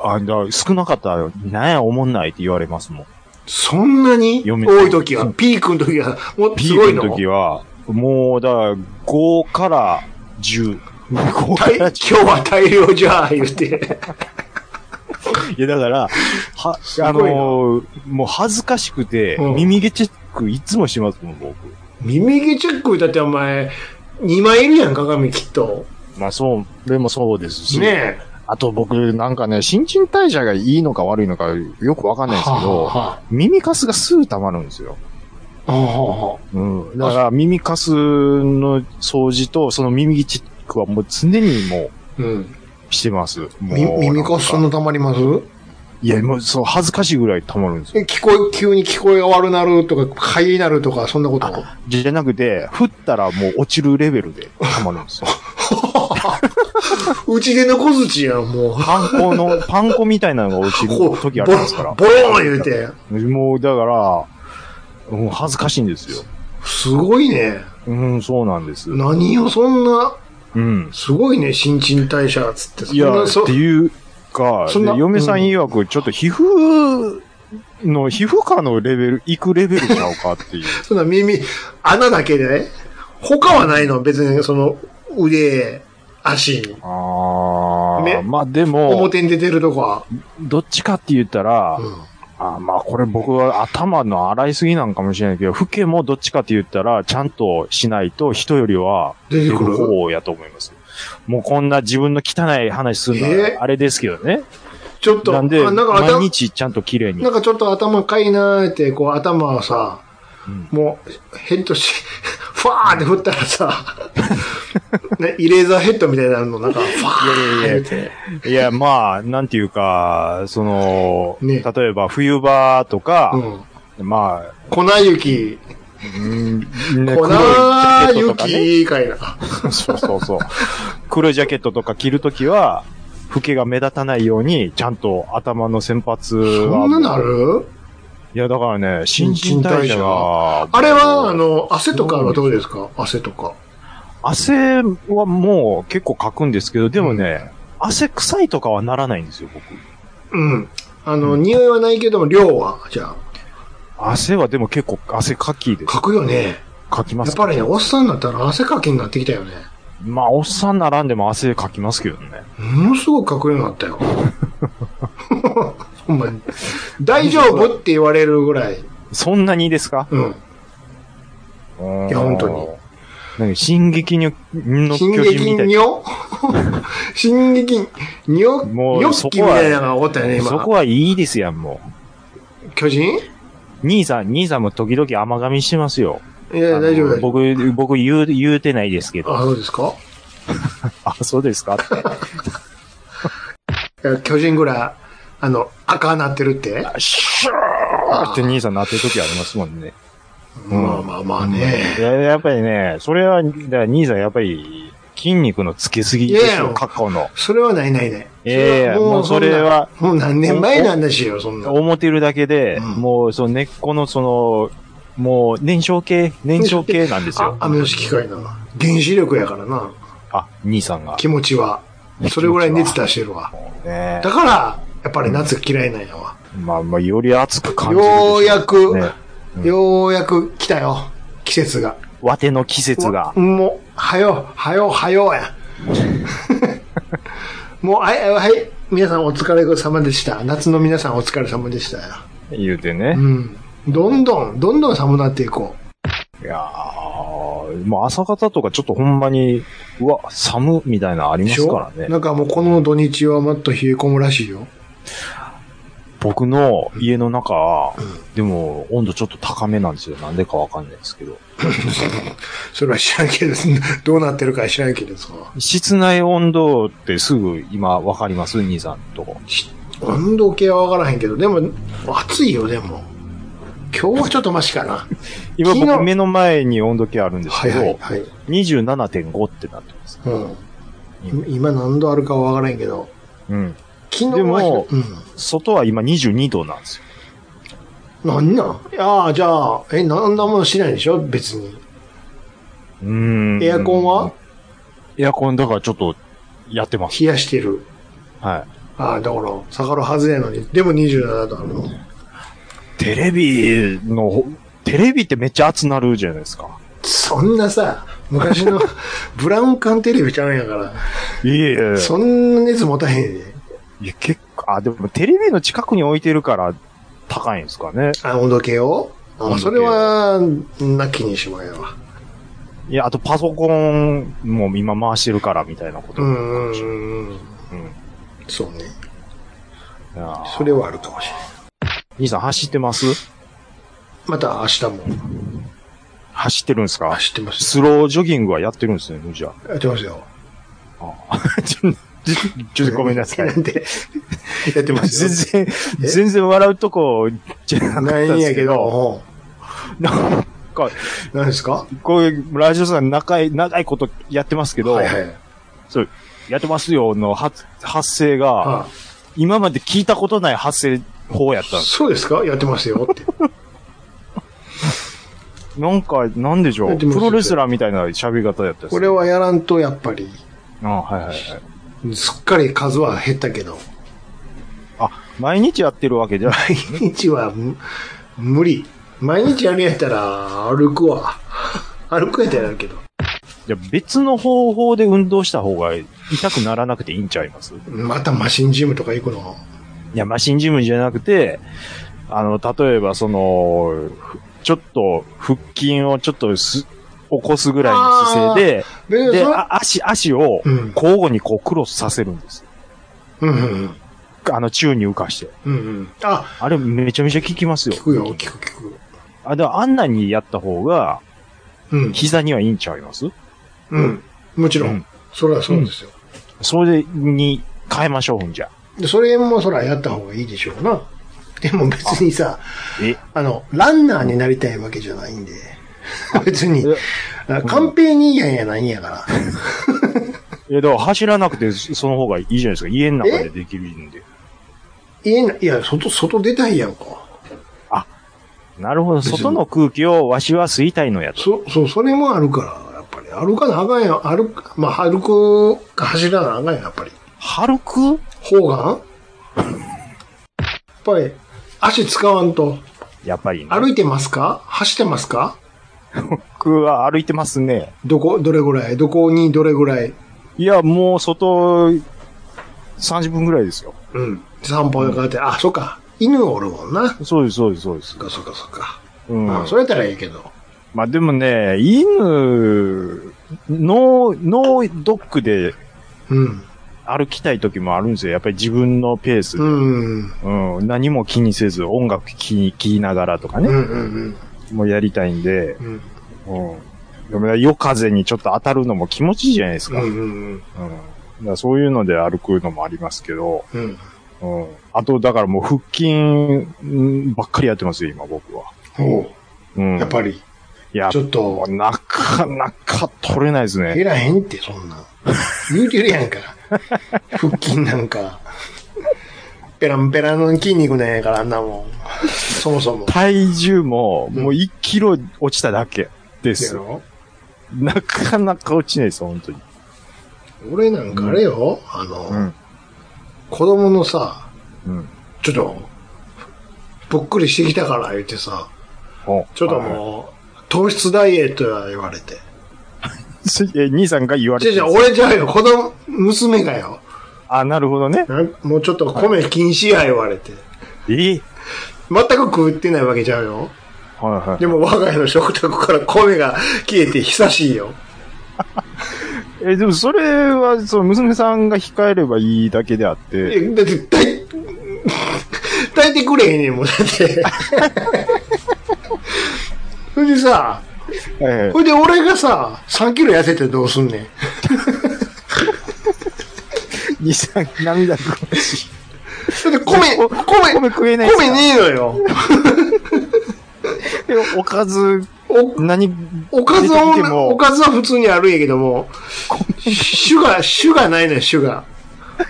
S3: あだから少なかったら、なんや、おもんないって言われますもん。
S1: そんなに
S3: 読め
S1: 多いとき
S3: う
S1: は、
S3: ん
S1: ピークのときは、もう
S3: ピ
S1: すごい
S3: ー
S1: の
S3: ク。の時は、もう、だから、5から10。5
S1: はい、
S3: から
S1: 今
S3: 10。
S1: 日は大量じゃあ、言って。
S3: いや、だから、は、あ
S1: ごいな
S3: のーもう恥ずかしくて、
S1: うん
S3: 耳毛チェックいつもしますもん、僕。
S1: 耳毛チェックだってお前、2枚いるやん、鏡きっと。
S3: まあ、そう、でもそうですし。
S1: ねえ。
S3: あと僕、なんかね、新陳代謝がいいのか悪いのかよくわかんないですけど、
S1: は
S3: 耳かすがすぐ溜まるんですよ。
S1: あはあは
S3: うん。だから、耳かすの掃除と、その耳チェックはもう常にも
S1: あうん。
S3: うしてます。もう
S1: み耳かすそん
S3: なんか
S1: な溜まります
S3: いや、もう、そう、恥ずかしいぐらい溜まるんですよ。
S1: え聞こえ、急に聞こえが悪なるとか、痒になるとか、そんなこと。
S3: じゃなくて、振ったらもう落ちるレベルで溜まるんですよ。
S1: うちでの小槌やん、もう。
S3: パン粉の、パン粉みたいなのが落ちる
S1: こう、
S3: 時ありますから。
S1: ボローン言うて。
S3: もう、だから、うん恥ずかしいんですよ。
S1: すごいね。
S3: うん、そうなんです。
S1: 何をそんな、
S3: うん。
S1: すごいね、新陳代謝っつって。
S3: いや、
S1: そんなそ
S3: っていうか、
S1: そんな
S3: で嫁さん曰く、ちょっと皮膚の、皮膚科のレベル、行くレベルちゃう かっていう。
S1: そんな耳、穴だけで他はないの別に、その、腕、足に。
S3: あ
S1: ね
S3: あ、まあでも、
S1: 表に出てるとこは。
S3: どっちかって言ったら、
S1: うん。
S3: あまあこれ僕は頭の洗いすぎなんかもしれないけど、フケもどっちかって言ったら、ちゃんとしないと人よりは
S1: 出てくる
S3: 方やと思います。もうこんな自分の汚い話するの
S1: え
S3: はあれですけどね。
S1: ちょっと、
S3: なんで、
S1: あなんか頭
S3: 毎日ちゃんと綺麗に
S1: な。んかちょっと頭かいなーって、こう頭をさ、
S3: うん
S1: もうヘッドし、 ファーって振ったらさ、 ね、イレーザーヘッドみたいになるの、 なんか、ファーって言って。
S3: いや、まあ、なんていうか、その、
S1: ね
S3: 例えば冬場と
S1: う
S3: か、
S1: ん。
S3: まあ、
S1: 粉雪、
S3: うん、ね
S1: 粉
S3: 黒いジャケットとかね。
S1: 雪かいな。
S3: そうそうそう。黒いジャケットとか着るときは、フケが目立たないように、ちゃんと頭の先発は。
S1: そんななる
S3: いや、だからね、新陳代謝が。
S1: あれは、あ、の、汗とかはどうですか汗とか。
S3: 汗はもう結構かくんですけど、でもね、汗臭いとかはならないんですよ、僕。
S1: うん。あの、匂いはないけども、量は、じゃ
S3: 汗はでも結構汗かきで
S1: あ、
S3: す。
S1: かくよね。
S3: かきま
S1: や
S3: す
S1: っぱりね、おっさんになったら汗かきになってきたよね。
S3: まあ、おっさんならんでも汗かきますけどね。
S1: ものすごくかっこよくなったよ。ほんまに。大丈夫って言われるぐらい。
S3: そんなにですか
S1: うん。
S3: い
S1: いや本当に。
S3: 何進撃のの
S1: 進
S3: 巨
S1: 撃
S3: 人みたい
S1: に
S3: な。
S1: ょ進撃にょ
S3: もう
S1: ニョッキみたいなのがおったよね、
S3: そ
S1: 今
S3: こ。はいいですやん、も
S1: 巨人
S3: う。兄さん、兄さんも時々甘噛みしてますよ。
S1: いや、
S3: あの
S1: 大丈夫だよ。
S3: 僕、僕言う、言うてないですけど。
S1: あ、そうですか
S3: あ、そうですかって。
S1: いや巨人ぐらい、あの、赤なってるって。
S3: シューって兄さんなってる時ありますもんね。うん
S1: まあまあまあね
S3: い。や、やっぱりね、それは、だから兄さんやっぱり、筋肉のつけすぎ
S1: い
S3: です
S1: やい
S3: よ、
S1: や
S3: 過去の。
S1: それはないないない。
S3: ええもうそれは、
S1: もう何年前なんだしよ、そんな。
S3: 思ってるだけで、
S1: うん
S3: もう、その根っこの、その、もう、燃焼系、燃焼系なんです
S1: あ
S3: よ、。
S1: 雨の式かいな。原子力やからな、
S3: あ、兄さんが。
S1: 気持ちは。それぐらい熱出してるわ。
S3: ね
S1: だから、やっぱり夏嫌いなんやわ。
S3: まあまあ、より熱く感じるでしょ
S1: ようやく、
S3: ねうん
S1: ようやく来たよ。季節が。
S3: わての季節が。
S1: もう、はよ、はよ、はよ や。もう、はい、はい。皆さんお疲れ様でした。夏の皆さんお疲れ様でしたよ。
S3: 言うて
S1: う
S3: ね。
S1: ん。どんどん、どんどん寒なっていこ
S3: いやー、もう朝方とかちょっとほんまに、うわ、寒みたいなのあ
S1: う。
S3: り
S1: で
S3: ま
S1: し
S3: す
S1: ょ
S3: からね。
S1: なんかもうこの土日はもっと冷え込むらしい よ。
S3: 僕の家の中は、でも温度ちょっと高めなんですよ。なんでかわかんないですけど。
S1: それは知らんけど、どうなってるか知らんけどさ。
S3: 室内温度ってすぐ今わかります兄さんとこ。
S1: 温度計はわからへんけど、でも、暑いよ、でも。今日はちょっとマシかな。
S3: 今
S1: 昨
S3: 僕
S1: 日
S3: 目の前に温度計あるんです
S1: は
S3: け
S1: い
S3: ど、
S1: はいはい。
S3: 27.5ってなってます。
S1: うん。今何度あるかはわからへんけど、
S3: うん。
S1: 昨日は
S3: でも
S1: うん。
S3: 外は今22度なんですよ。
S1: なんなんいやあじゃあ、え、なんなもんしないでしょ別に。
S3: うーん。
S1: エアコンは
S3: エアコンだからちょっとやってます。
S1: 冷やしてる。
S3: は
S1: ああ、だから、下がるはずやのに。でも27度あるの。
S3: い。テレビのほ、テレビってめっちゃ熱なるじゃないですか。
S1: そんなさ、昔 のブラウン管テレビちゃうんやから、
S3: いやいやいや
S1: そんな熱持たへんね
S3: いや結構、あ、でもテレビの近くに置いてるから高いんですかね。
S1: あ、温度計をあ
S3: 温度計
S1: それは、なきにしもあやわ。
S3: いや、あとパソコンも今回してるからみたいなこと。
S1: う。んうんうん。
S3: うん。い
S1: そうね。
S3: やー
S1: それはあるかもしれない。
S3: 兄さん走ってます
S1: また明日も
S3: 走ってるんですか
S1: 走ってます
S3: スロージョギングはやってるんですね、じゃ
S1: よ。やってますよ。
S3: あ。 ちょ、ちょちょっとごめんなさい。
S1: なんで、やってます
S3: 全
S1: よ。
S3: 然、
S1: え
S3: 全然笑うとこじゃなかった
S1: ない
S3: ん
S1: ん
S3: で
S1: や
S3: すけ
S1: け
S3: ど、
S1: ど、
S3: なんか、
S1: うん何ですか
S3: こういう、ラジオさん長い、長いことやってますけど、
S1: はいはい。
S3: そう、やってますよの発発声が、
S1: あ
S3: 今まで聞いたことない発声法やったんです。
S1: そうですかやってますよって。
S3: なんか、なんでしょ
S1: や
S3: う、
S1: って
S3: プ
S1: ますよ
S3: ロレスラーみたいな喋り方やったです。
S1: これはやらんと、やっぱり、
S3: あはいはいはい。
S1: すっかり数は減ったけど、
S3: あ、毎日やってるわけじゃない。
S1: 毎日はむ無理。毎日やるんやったら、歩くわ。歩くやったらやるけど。
S3: じゃあ別の方法で運動した方が痛くならなくていいんちゃいます
S1: またマシンジムとか行くの
S3: いや、マシンジムじゃなくて、あの、例えばその、ふちょっと腹筋をちょっとす、起こすぐらいの姿勢
S1: 別
S3: で、
S1: に
S3: で、
S1: それ
S3: あ足、足を
S1: うん
S3: 交互にこうクロスさせるんです。
S1: うんうん
S3: あの、宙に浮かして。
S1: うん。うんうん。あ、
S3: あれめちゃめちゃ効きますよ
S1: 聞。くよ、聞く聞く。
S3: あ、でもあんなにやった方が、
S1: うん。
S3: 膝にはいいんちゃいます
S1: うん。もちろ
S3: うんん。
S1: それはそうですよ。
S3: それに変えましょう、ほんじゃ。
S1: で、それもそらやった方がいいでしょうな。 でも別にさ、
S3: え
S1: あの、ランナーになりたいわけじゃないんで。別に
S3: え。
S1: あ完璧にいいやんやないんやから。
S3: え、だから走らなくて、その方がいいじゃないですか。家の中でできるんで。
S1: 家の、いや、外、外出たいやんか。
S3: なるほど。
S1: 別に
S3: 外の空気をわしは吸いたいのやと。
S1: そ、そう、それもあるから、やっぱり。歩かなあかんやん。歩く、まあ、歩くか走らなあかんやん、やっぱり。
S3: 歩く
S1: 方眼やっぱり、足使わんと。
S3: やっぱりね。
S1: 歩いてますか走ってますか
S3: 僕は歩いてますね。
S1: どこ、どれぐらいどこにどれぐらい
S3: いや、もう外、30分ぐらいですよ。
S1: うん。散歩があって、あ、そっか。犬おるもんな。
S3: そうです、そうです、そうです
S1: そっ。かそっかそっか。
S3: う。
S1: うんん。それやったらいいけど。
S3: まあでもね、犬、ノー、ノードックで
S1: うん。
S3: 歩きたい時もあるんですよ。やっぱり自分のペースで。
S1: うん。
S3: うん。何も気にせず、音楽聴き聴きながらとか
S1: うんう
S3: ね、
S1: んうん
S3: もうやりたいんで、
S1: うん。
S3: うん。でもね夜風にちょっと当たるのも気持ちいいじゃないです
S1: うん
S3: か。
S1: う
S3: うん。
S1: ん
S3: だからそういうので歩くのもありますけど、
S1: うんうん。
S3: うん。あと、だからもう腹筋うんばっかりやってますよ、今僕は。
S1: ほう。
S3: うん。
S1: やっぱり、
S3: いや
S1: ち、ょっと、
S3: なかなか取れないですね
S1: 減。らへんって、そんなん。言うてるやん か。腹筋なんか。ペランペランの筋肉なんやから、あんな もん。そもそも。
S3: 体重も、
S1: うん
S3: もう1キロ落ちただけです
S1: や。ろ
S3: なかなか落ちないです、本当に。
S1: 俺なんかあれよ、あの、
S3: うん。
S1: 子供のさ、
S3: うん。
S1: ちょっと、ぽっくりしてきたから言ってさ、ちょっともう、糖質ダイエットや言われて。
S3: う。 え、兄さんが言われ
S1: じゃ
S3: て
S1: じゃ
S3: る。
S1: 俺じゃうよ、子供、娘がよ。
S3: あ、なるほどね。
S1: なんもうちょっと米禁止や言われて。
S3: え
S1: 全く食ってないわけじゃうよ。
S3: はいはい。
S1: でも我が家の食卓から米が消えて久しいよ。
S3: え、でもそれは、その娘さんが控えればいいだけであって、
S1: えだって、たい、 炊いてくれへんねんもん、だって。 それでさ、
S3: ええ
S1: それで俺がさ、3キロ痩せてどうすんねん。
S3: 兄さん 涙ぐましい。
S1: それで米、米、
S3: 米食えないですか
S1: 米ねえのよ。
S3: えおかず、
S1: お、
S3: 何、
S1: おかず
S3: 出てきて
S1: は、
S3: も
S1: おかずは普通にあるんやけども、シュガー、シュガーないのよ、シュガー。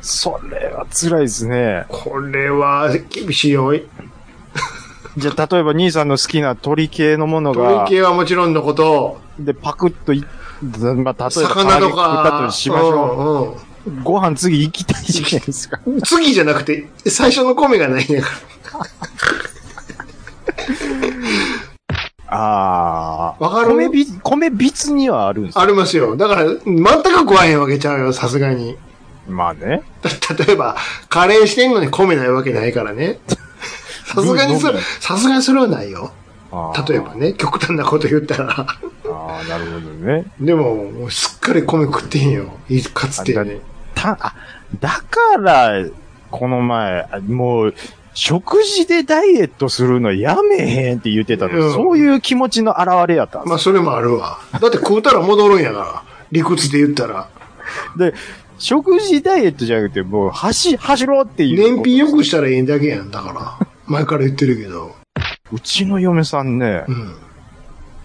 S3: それは辛いですね。
S1: これは厳しいよ。
S3: じゃあ、例えば兄さんの好きな鳥系のものが、
S1: 鳥系はもちろんのこと、
S3: で、パクッとい、まあ、例え
S1: 魚
S3: ば、
S1: と
S3: 唐揚げ食った
S1: か
S3: と、しましょ
S1: うんうん
S3: う。ご飯次行きたいじゃないで すか。
S1: 次じゃなくて、最初の米がないねんか
S3: ああ。
S1: わかる
S3: 米び、米びつにはあるんです
S1: ら。ありますよ。だから、全く食わへんわけちゃうよ、さすがに。
S3: まあね。
S1: た例えば、カレーしてんのに米ないわけないからね。さすがにそれ
S3: うん、
S1: さすがにそれはないよ。
S3: あー
S1: 例えば。ね、極端なこと言ったら。
S3: ああ、なるほどね。
S1: でも、もうすっかり米食ってへんよ。いかつて
S3: あだ
S1: ね。
S3: た、あ、だから、この前、あもう、食事でダイエットするのやめへんって言ってたの、
S1: うん
S3: そういう気持ちの表れやったんです
S1: まあ、それもあるわ。だって食うたら戻るんやから。理屈で言ったら。
S3: で、食事ダイエットじゃなくて、もう、走、走ろうっていう。
S1: 燃費良くしたらいいだけやん。だから。前から言ってるけど。
S3: うちの嫁さんね、
S1: うん。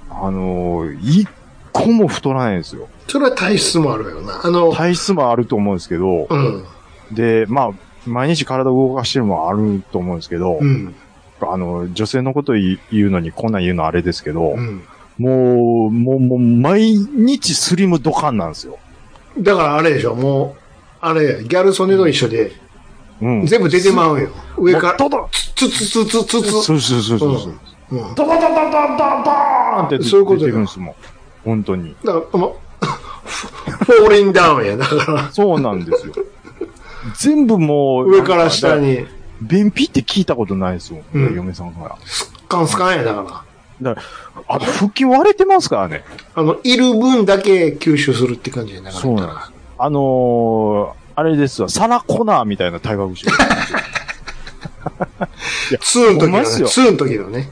S3: あのー一個も太らないんですよ。
S1: それは体質もあるよな。あの、
S3: 体質もあると思うんですけど、
S1: うん。
S3: で、まあ、毎日体を動かしてるのもあると思うんですけど、
S1: うん。
S3: あの、女性のこと言うのに、こんなん言うのあれですけど、
S1: うん。
S3: もう、もう、もう、毎日スリムドカンなんですよ。
S1: だからあれでしょ、もう、あれ、ギャル曽根と一緒で、
S3: うん。
S1: 全部出てまうんよ。上から、
S3: もうドド
S1: つつつつつつつ。
S3: そうそうそうそう。
S1: うんうん。
S3: ドドドドドドーンって出て
S1: そういうことよ
S3: 出てくるんですもん。本当に。
S1: だから、も う、フォーリンダウンや。だから、
S3: そうなんですよ。全部もう、
S1: 上から下に。
S3: 便秘って聞いたことないですもん。
S1: うん
S3: 嫁さんから。
S1: スカンスカンや、だから。
S3: だから、あと腹筋割れてますからね。
S1: あの、いる分だけ吸収するって感じでなかった
S3: そうなんです。あのー、あれですわ、サラコナーみたいな体格してる。
S1: ツーの時
S3: ほんま
S1: の
S3: っす
S1: ね。
S3: よ
S1: ツーの時のね。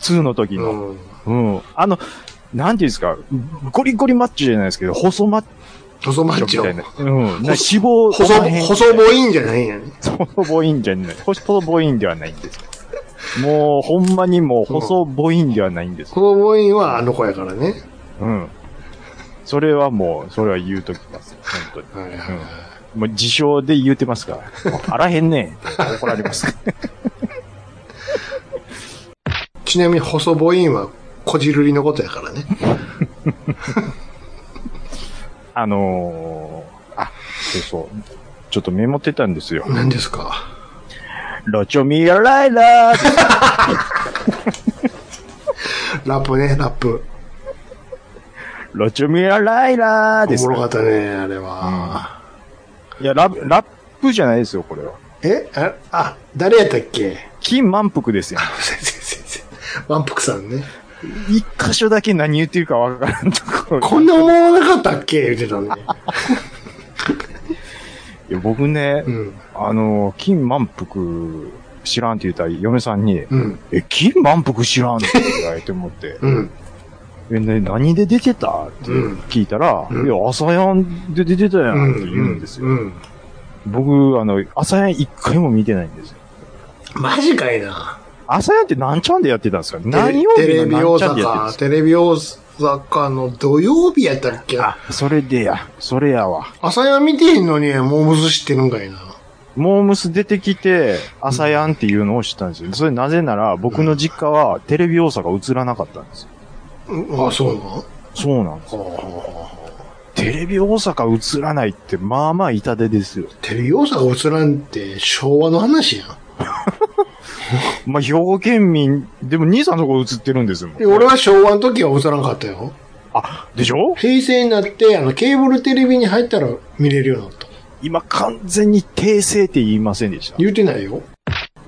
S3: 2の時
S1: う
S3: の。
S1: ん。
S3: うん。あの、なんていうんですか、ゴリゴリマッチョじゃないですけど、細マッチ
S1: 細マッ
S3: ョ
S1: チ
S3: みたい
S1: ョ
S3: な。。うん。なんか脂肪
S1: 細
S3: この辺みたい、な
S1: 細ボインじゃないんやね。
S3: 細ボインじゃない。細ボインではないんです。もう、ほんまにもう、細ボインではないんです。
S1: 細ボインはあの子やからね。
S3: うん。それはもう、それは言うときます。本当
S1: はいはい
S3: に。
S1: は
S3: うん。もう、自称で言うてますから。もうあらへんねん。怒られます。
S1: いちなみに細ボインは、こじるりのことやからね。
S3: あのー、あ、そうそう。ちょっとメモってたんですよ。
S1: 何ですか
S3: ロチョミラライラーって
S1: ラップね、ラップ。
S3: ロチョミラライラーで
S1: お
S3: す
S1: も。ろかったね、あれは。
S3: いや、ラ、ラップじゃないですよ、これは。
S1: えあ、あ誰やったっけ
S3: 金満腹ですよ。
S1: 先生先生。万福さんね。
S3: 一箇所だけ何言ってるかわからんところ。
S1: こんなおもろなかったっけ言ってたね。
S3: いや僕ね、
S1: うん。
S3: あの、金満腹知らんって言ったら嫁さんに、
S1: うん。
S3: え、金満腹知らんって言われて思って、
S1: うん。
S3: え、ね、何で出てたって聞いたら、
S1: うん
S3: いや、朝やんで出てたや
S1: うんん
S3: って言うんですよ。
S1: うん。
S3: 僕、あの、朝やん一回も見てないんですよ。
S1: マジかいな。
S3: 朝やんって何ちゃんでやってたんですか
S1: 何
S3: 何曜
S1: テ
S3: 日
S1: レビ
S3: の
S1: 大
S3: 何ちゃんでやってたんで
S1: 阪、
S3: すか
S1: テレビ大阪の土曜日やったっけな
S3: あ、それでや、それやわ。
S1: 朝や見てへんのに、モームス知ってるんかいな。
S3: モームス出てきて、朝やんっていうのを知ったんですよ。それなぜなら、僕の実家はテレビ大阪映らなかったんですよ。
S1: うんあ、そうなの
S3: そうなんです。テレビ大阪映らないって、まあまあ痛手ですよ。
S1: テレビ大阪映らんって昭和の話やん。
S3: まあ、兵庫県民、でも兄さんのとこ映ってるんですもん
S1: で。俺は昭和の時は映らんかったよ。
S3: あ、でしょ
S1: 平成になって、あの、ケーブルテレビに入ったら見れるようになった。
S3: 今完全に訂正って言いませんでした。
S1: 言うてないよ。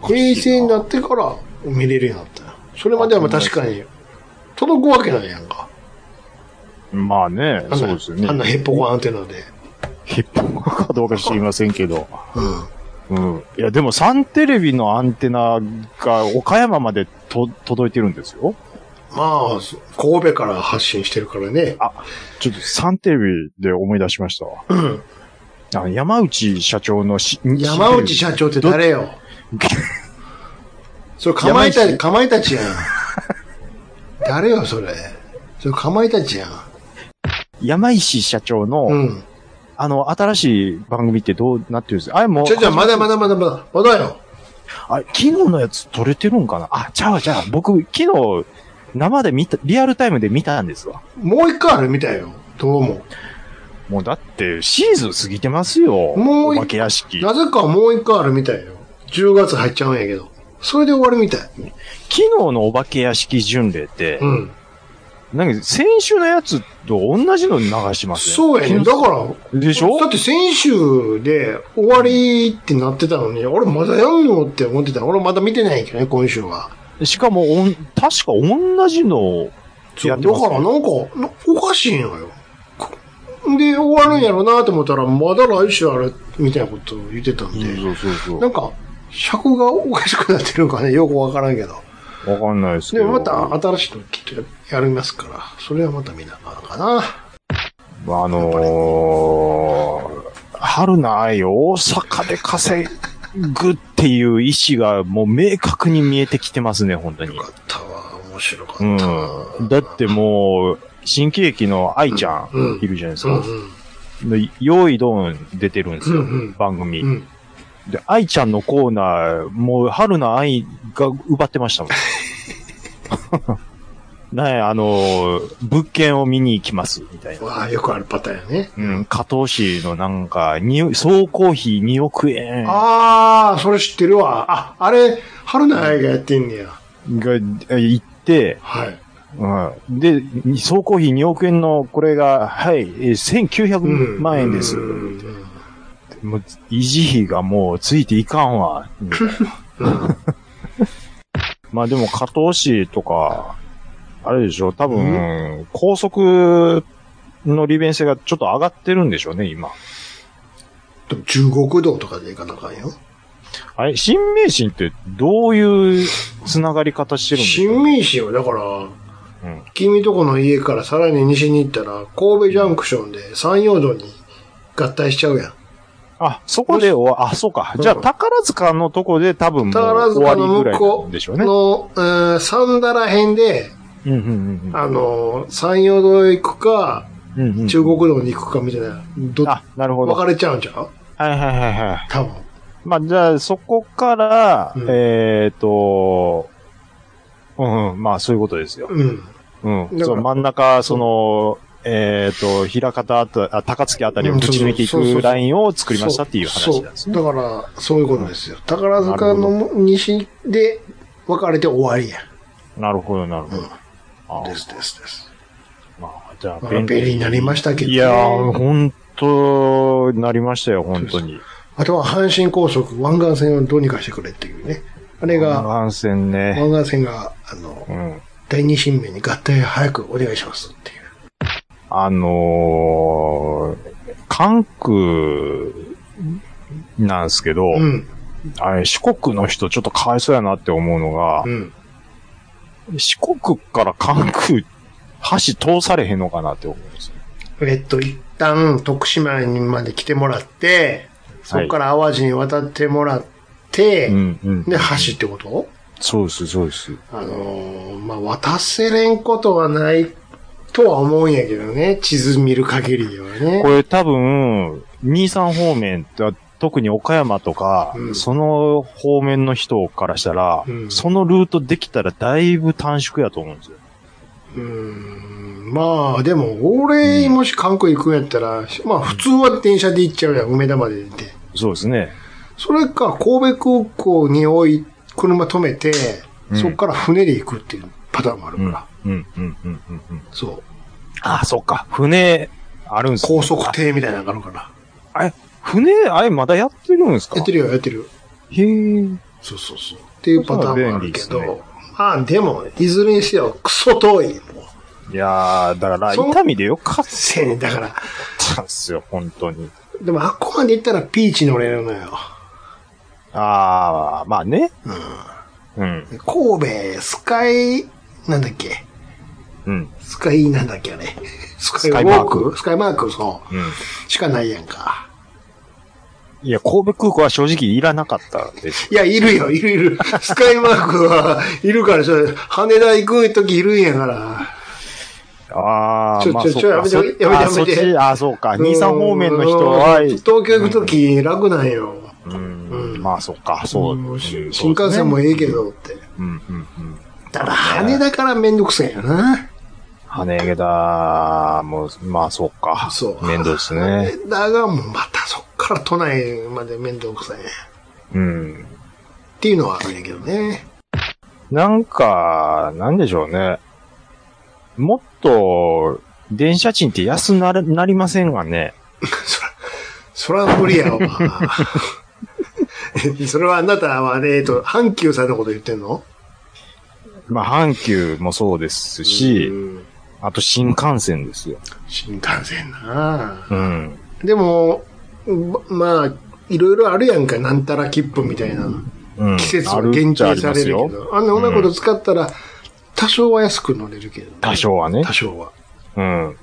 S1: 平成になってから見れるようになったよ。それまではまあ確かに、届くわけないやんか。
S3: まあね、
S1: あん
S3: そう
S1: な、
S3: ですよね
S1: あん。なヘッポコアンテナで。
S3: ヒップホップかどうか知りませんけど。
S1: うん。
S3: うん。いや、でもサンテレビのアンテナが岡山までと届いてるんですよ。
S1: まあ、そ神戸から発信してるからね。
S3: ちょっとサンテレビで思い出しましたわ。
S1: うん。
S3: あの山内社長のし、
S1: 山内社長って誰よそれ、かまいた
S3: 山
S1: ち、
S3: 内
S1: かまいたちやん。誰よ、それ。それ、かまいたちやん。
S3: 山石社長の、
S1: うん。
S3: あの、新しい番組ってどうなってるんですかあれもう、
S1: ちょ、ちょ、まだまだまだまだ、まだよ。
S3: あれ、昨日のやつ撮れてるんかなあ、ちゃうちゃう。僕、昨日、生で見た、リアルタイムで見たんですわ。
S1: もう一回あるみたいよ。どうも。
S3: もうだって、シーズン過ぎてますよ。
S1: もう
S3: お
S1: い
S3: 化け屋敷。
S1: なぜかもう一回あるみたいよ。10月入っちゃうんやけど。それで終わるみたい。
S3: 昨日のお化け屋敷巡礼って、
S1: うん。
S3: なんか先週のやつと同じの流しますね。
S1: そうやね。だから、
S3: ら。でしょ
S1: だって先週で終わりってなってたのに、俺まだやんのって思ってた。俺まだ見てないけどね、今週は。
S3: しかもおん、確か同じの
S1: そうだ
S3: やっ
S1: か
S3: てますね、
S1: らなんか、なおかしいのよ。こで、終わるんやろなと思ったら、まだ来週あれ、みたいなことを言ってたんで、
S3: そうそうそう
S1: なんか、尺がおかしくなってるのかね、よくわからんけど。
S3: わかんないですけ
S1: で
S3: ど。
S1: もまた新しいのきっとややりますから、それはまた見なあかんかな。
S3: あのー、春菜愛を大阪で稼ぐっていう意思がもう明確に見えてきてますね、本当に
S1: よ。かったわ、面白かった
S3: う。ん。だってもう、新喜劇の愛ちゃ
S1: うん
S3: ん、いるじゃないです
S1: うん
S3: か。の用意ドン出てるんです
S1: う
S3: よ
S1: んうん、
S3: 番
S1: うん。う
S3: 組。
S1: ん。
S3: で、愛ちゃんのコーナー、もう春菜愛が奪ってましたも ん。ねあのー、物件を見に行きます、みたいな。
S1: わあ、よくあるパターンやね。
S3: うん、加藤市のなんか、に、総工費2億円が、
S1: ああ、それ知ってるわ。あ、あれ、春菜愛がやってんねや。
S3: え行って、
S1: はい。
S3: うん、で、総工費2億円のこれが、はい、えー1900万円です。
S1: うんうんうん
S3: もう、維持費がもうついていかんわ。まあでも、加藤市とか、あれでしょ、多分、高速の利便性がちょっと上がってるんでしょうね、今。
S1: でも中国道とかで行かなあかんよ。
S3: あれ、新名神ってどういうつながり方してるんですか
S1: 新民市はだから、
S3: うん
S1: 君とこの家からさらに西に行ったら、神戸ジャンクションで山陽道に合体しちゃうやん。
S3: あ、そこで終わ、あ、そうか。じゃあ、
S1: うん
S3: 宝塚のとこで多分もう
S1: 宝
S3: 終
S1: 塚
S3: わ
S1: の
S3: りぐ
S1: 向
S3: らい
S1: こ
S3: な
S1: うん
S3: でしょうね。
S1: の、えーサンダラ辺で、
S3: うんうんうん
S1: あの、山陽道へ行くか、
S3: うんうんうん。
S1: 中国道に行くかみたいな、ど、
S3: あ、なるほど。
S1: 分か
S3: はい
S1: れちゃうんちゃう
S3: はいはいはい。
S1: 多分。
S3: まあ、じゃあ、そこから、
S1: うん
S3: えっ、と、うんうん、まあ、そういうことですよ。
S1: うん。
S3: う
S1: だか。
S3: ん
S1: ら
S3: そう、真ん中、その、えっ、と、平方あた、あ、高槻あたりをぶち抜いてい
S1: うんそうそうそうそ
S3: く
S1: う
S3: ラインを作りましたっていう話なんですね。
S1: そうだから、そういうことですよ。宝塚の西で分かれて終わりや。
S3: なるほど、なるほ
S1: うん
S3: ど。あ
S1: ですですです。
S3: まあ、じゃあ、
S1: まあ便利になりましたけどね
S3: いやー、本当なりましたよ、本当に。
S1: あとは阪神高速、湾岸線をどうにかしてくれっていうね。あれが、
S3: 湾岸線ね。
S1: 湾岸線が、あの
S3: う、ん。
S1: 第二新名に合体早くお願いしますっていう。
S3: あのー、関空なんですけど、
S1: うん。
S3: あれ、四国の人ちょっとかわいそうやなって思うのが
S1: う、ん。
S3: 四国から関空、橋通されへんのかなって思うんですよ。
S1: えっと、一旦、徳島にまで来てもらって、そこから淡路に渡ってもらって、
S3: うんうん。
S1: で、橋ってこと
S3: そうです、そうです。
S1: あのーまあ、渡せれんことはないとは思うんやけどね。地図見る限りではね
S3: こ。れ多分、兄さん方面って、特に岡山とか、
S1: うん
S3: その方面の人からしたら、
S1: うん
S3: そのルートできたらだいぶ短縮やと思うんですよ。
S1: うーん。まあ、でも、俺、もし韓国行くんやったら、まあ、普通は電車で行っちゃうやん。梅田まで行って。
S3: そうですね。
S1: それか、神戸空港におい、車止めて、
S3: うん
S1: そこから船で行くっていうパターンもある
S3: う
S1: か
S3: ん。
S1: ら。
S3: うん、うん、うん、うんうん。
S1: そう。
S3: あ、そっか。船、あるんすね
S1: 高速艇みたいなのがあるから。
S3: あれ、船、あれまだやってるんですか
S1: やってるよ、やってるよ。
S3: へー
S1: そうそうそう。っていうパターンもあるけ
S3: そう
S1: ど。
S3: は便利で
S1: まあ、でも、いずれにせよ、クソ遠い。もう
S3: いやー、だから、
S1: そう
S3: 痛みでよかっ
S1: せやねんだから。
S3: たんすよ、本当に。
S1: でも、あっこまで行ったらピーチ乗れるのよ。
S3: あー、まあね。うん。
S1: 神戸、スカイ、なんだっけ
S3: うん。
S1: スカイ、なんだっけあれ。スカイウ
S3: カイ
S1: ォ
S3: マ
S1: ー
S3: ー
S1: ク
S3: ク
S1: スカイマーク、そ
S3: うん。
S1: う。しかないやんか。
S3: いや、神戸空港は正直いらなかったです。
S1: いや、いるよ、いるいる。スカイマークは、いるから、ちょ羽田行く時いるんやから。
S3: ああ、
S1: ちょ
S3: まあ
S1: ちょ
S3: そう
S1: ちょや
S3: か
S1: めて
S3: そ
S1: やめてやめて
S3: あそっち、あそうか。兄さん方面の人は、
S1: うん東京行く時楽なんよ。
S3: うん
S1: うん
S3: まあそうか、そう。
S1: も
S3: う
S1: うんし新幹線もええけ。どって。
S3: うん、うん、うん。
S1: だから、羽田からめんどくせえよな。
S3: 羽毛だ、もう、まあそうか。
S1: そう
S3: 面倒ですね。
S1: 羽田がもうまたそっから都内までめんどくさい。
S3: うん。
S1: っていうのはあるんやけどね。
S3: なんか、なんでしょうね。もっと、電車賃って安なるなりませんがね。
S1: そら、そら無理やわ。 それはあなたは、ね、えっと、阪急さんのこと言ってんの
S3: まあ、阪急もそうです
S1: う
S3: し、
S1: ん
S3: あと新幹線ですよ。
S1: 新幹線な
S3: うん。
S1: でも、ままあ、いろいろあるやんか、なんたら切符みたいな。
S3: うん
S1: 季節を限定されるけ
S3: あっちゃありますよ
S1: ど。あんなうまいこと使ったら、多少は安く乗れるけど、ね。
S3: 多少はね
S1: 多。少は。
S3: うん。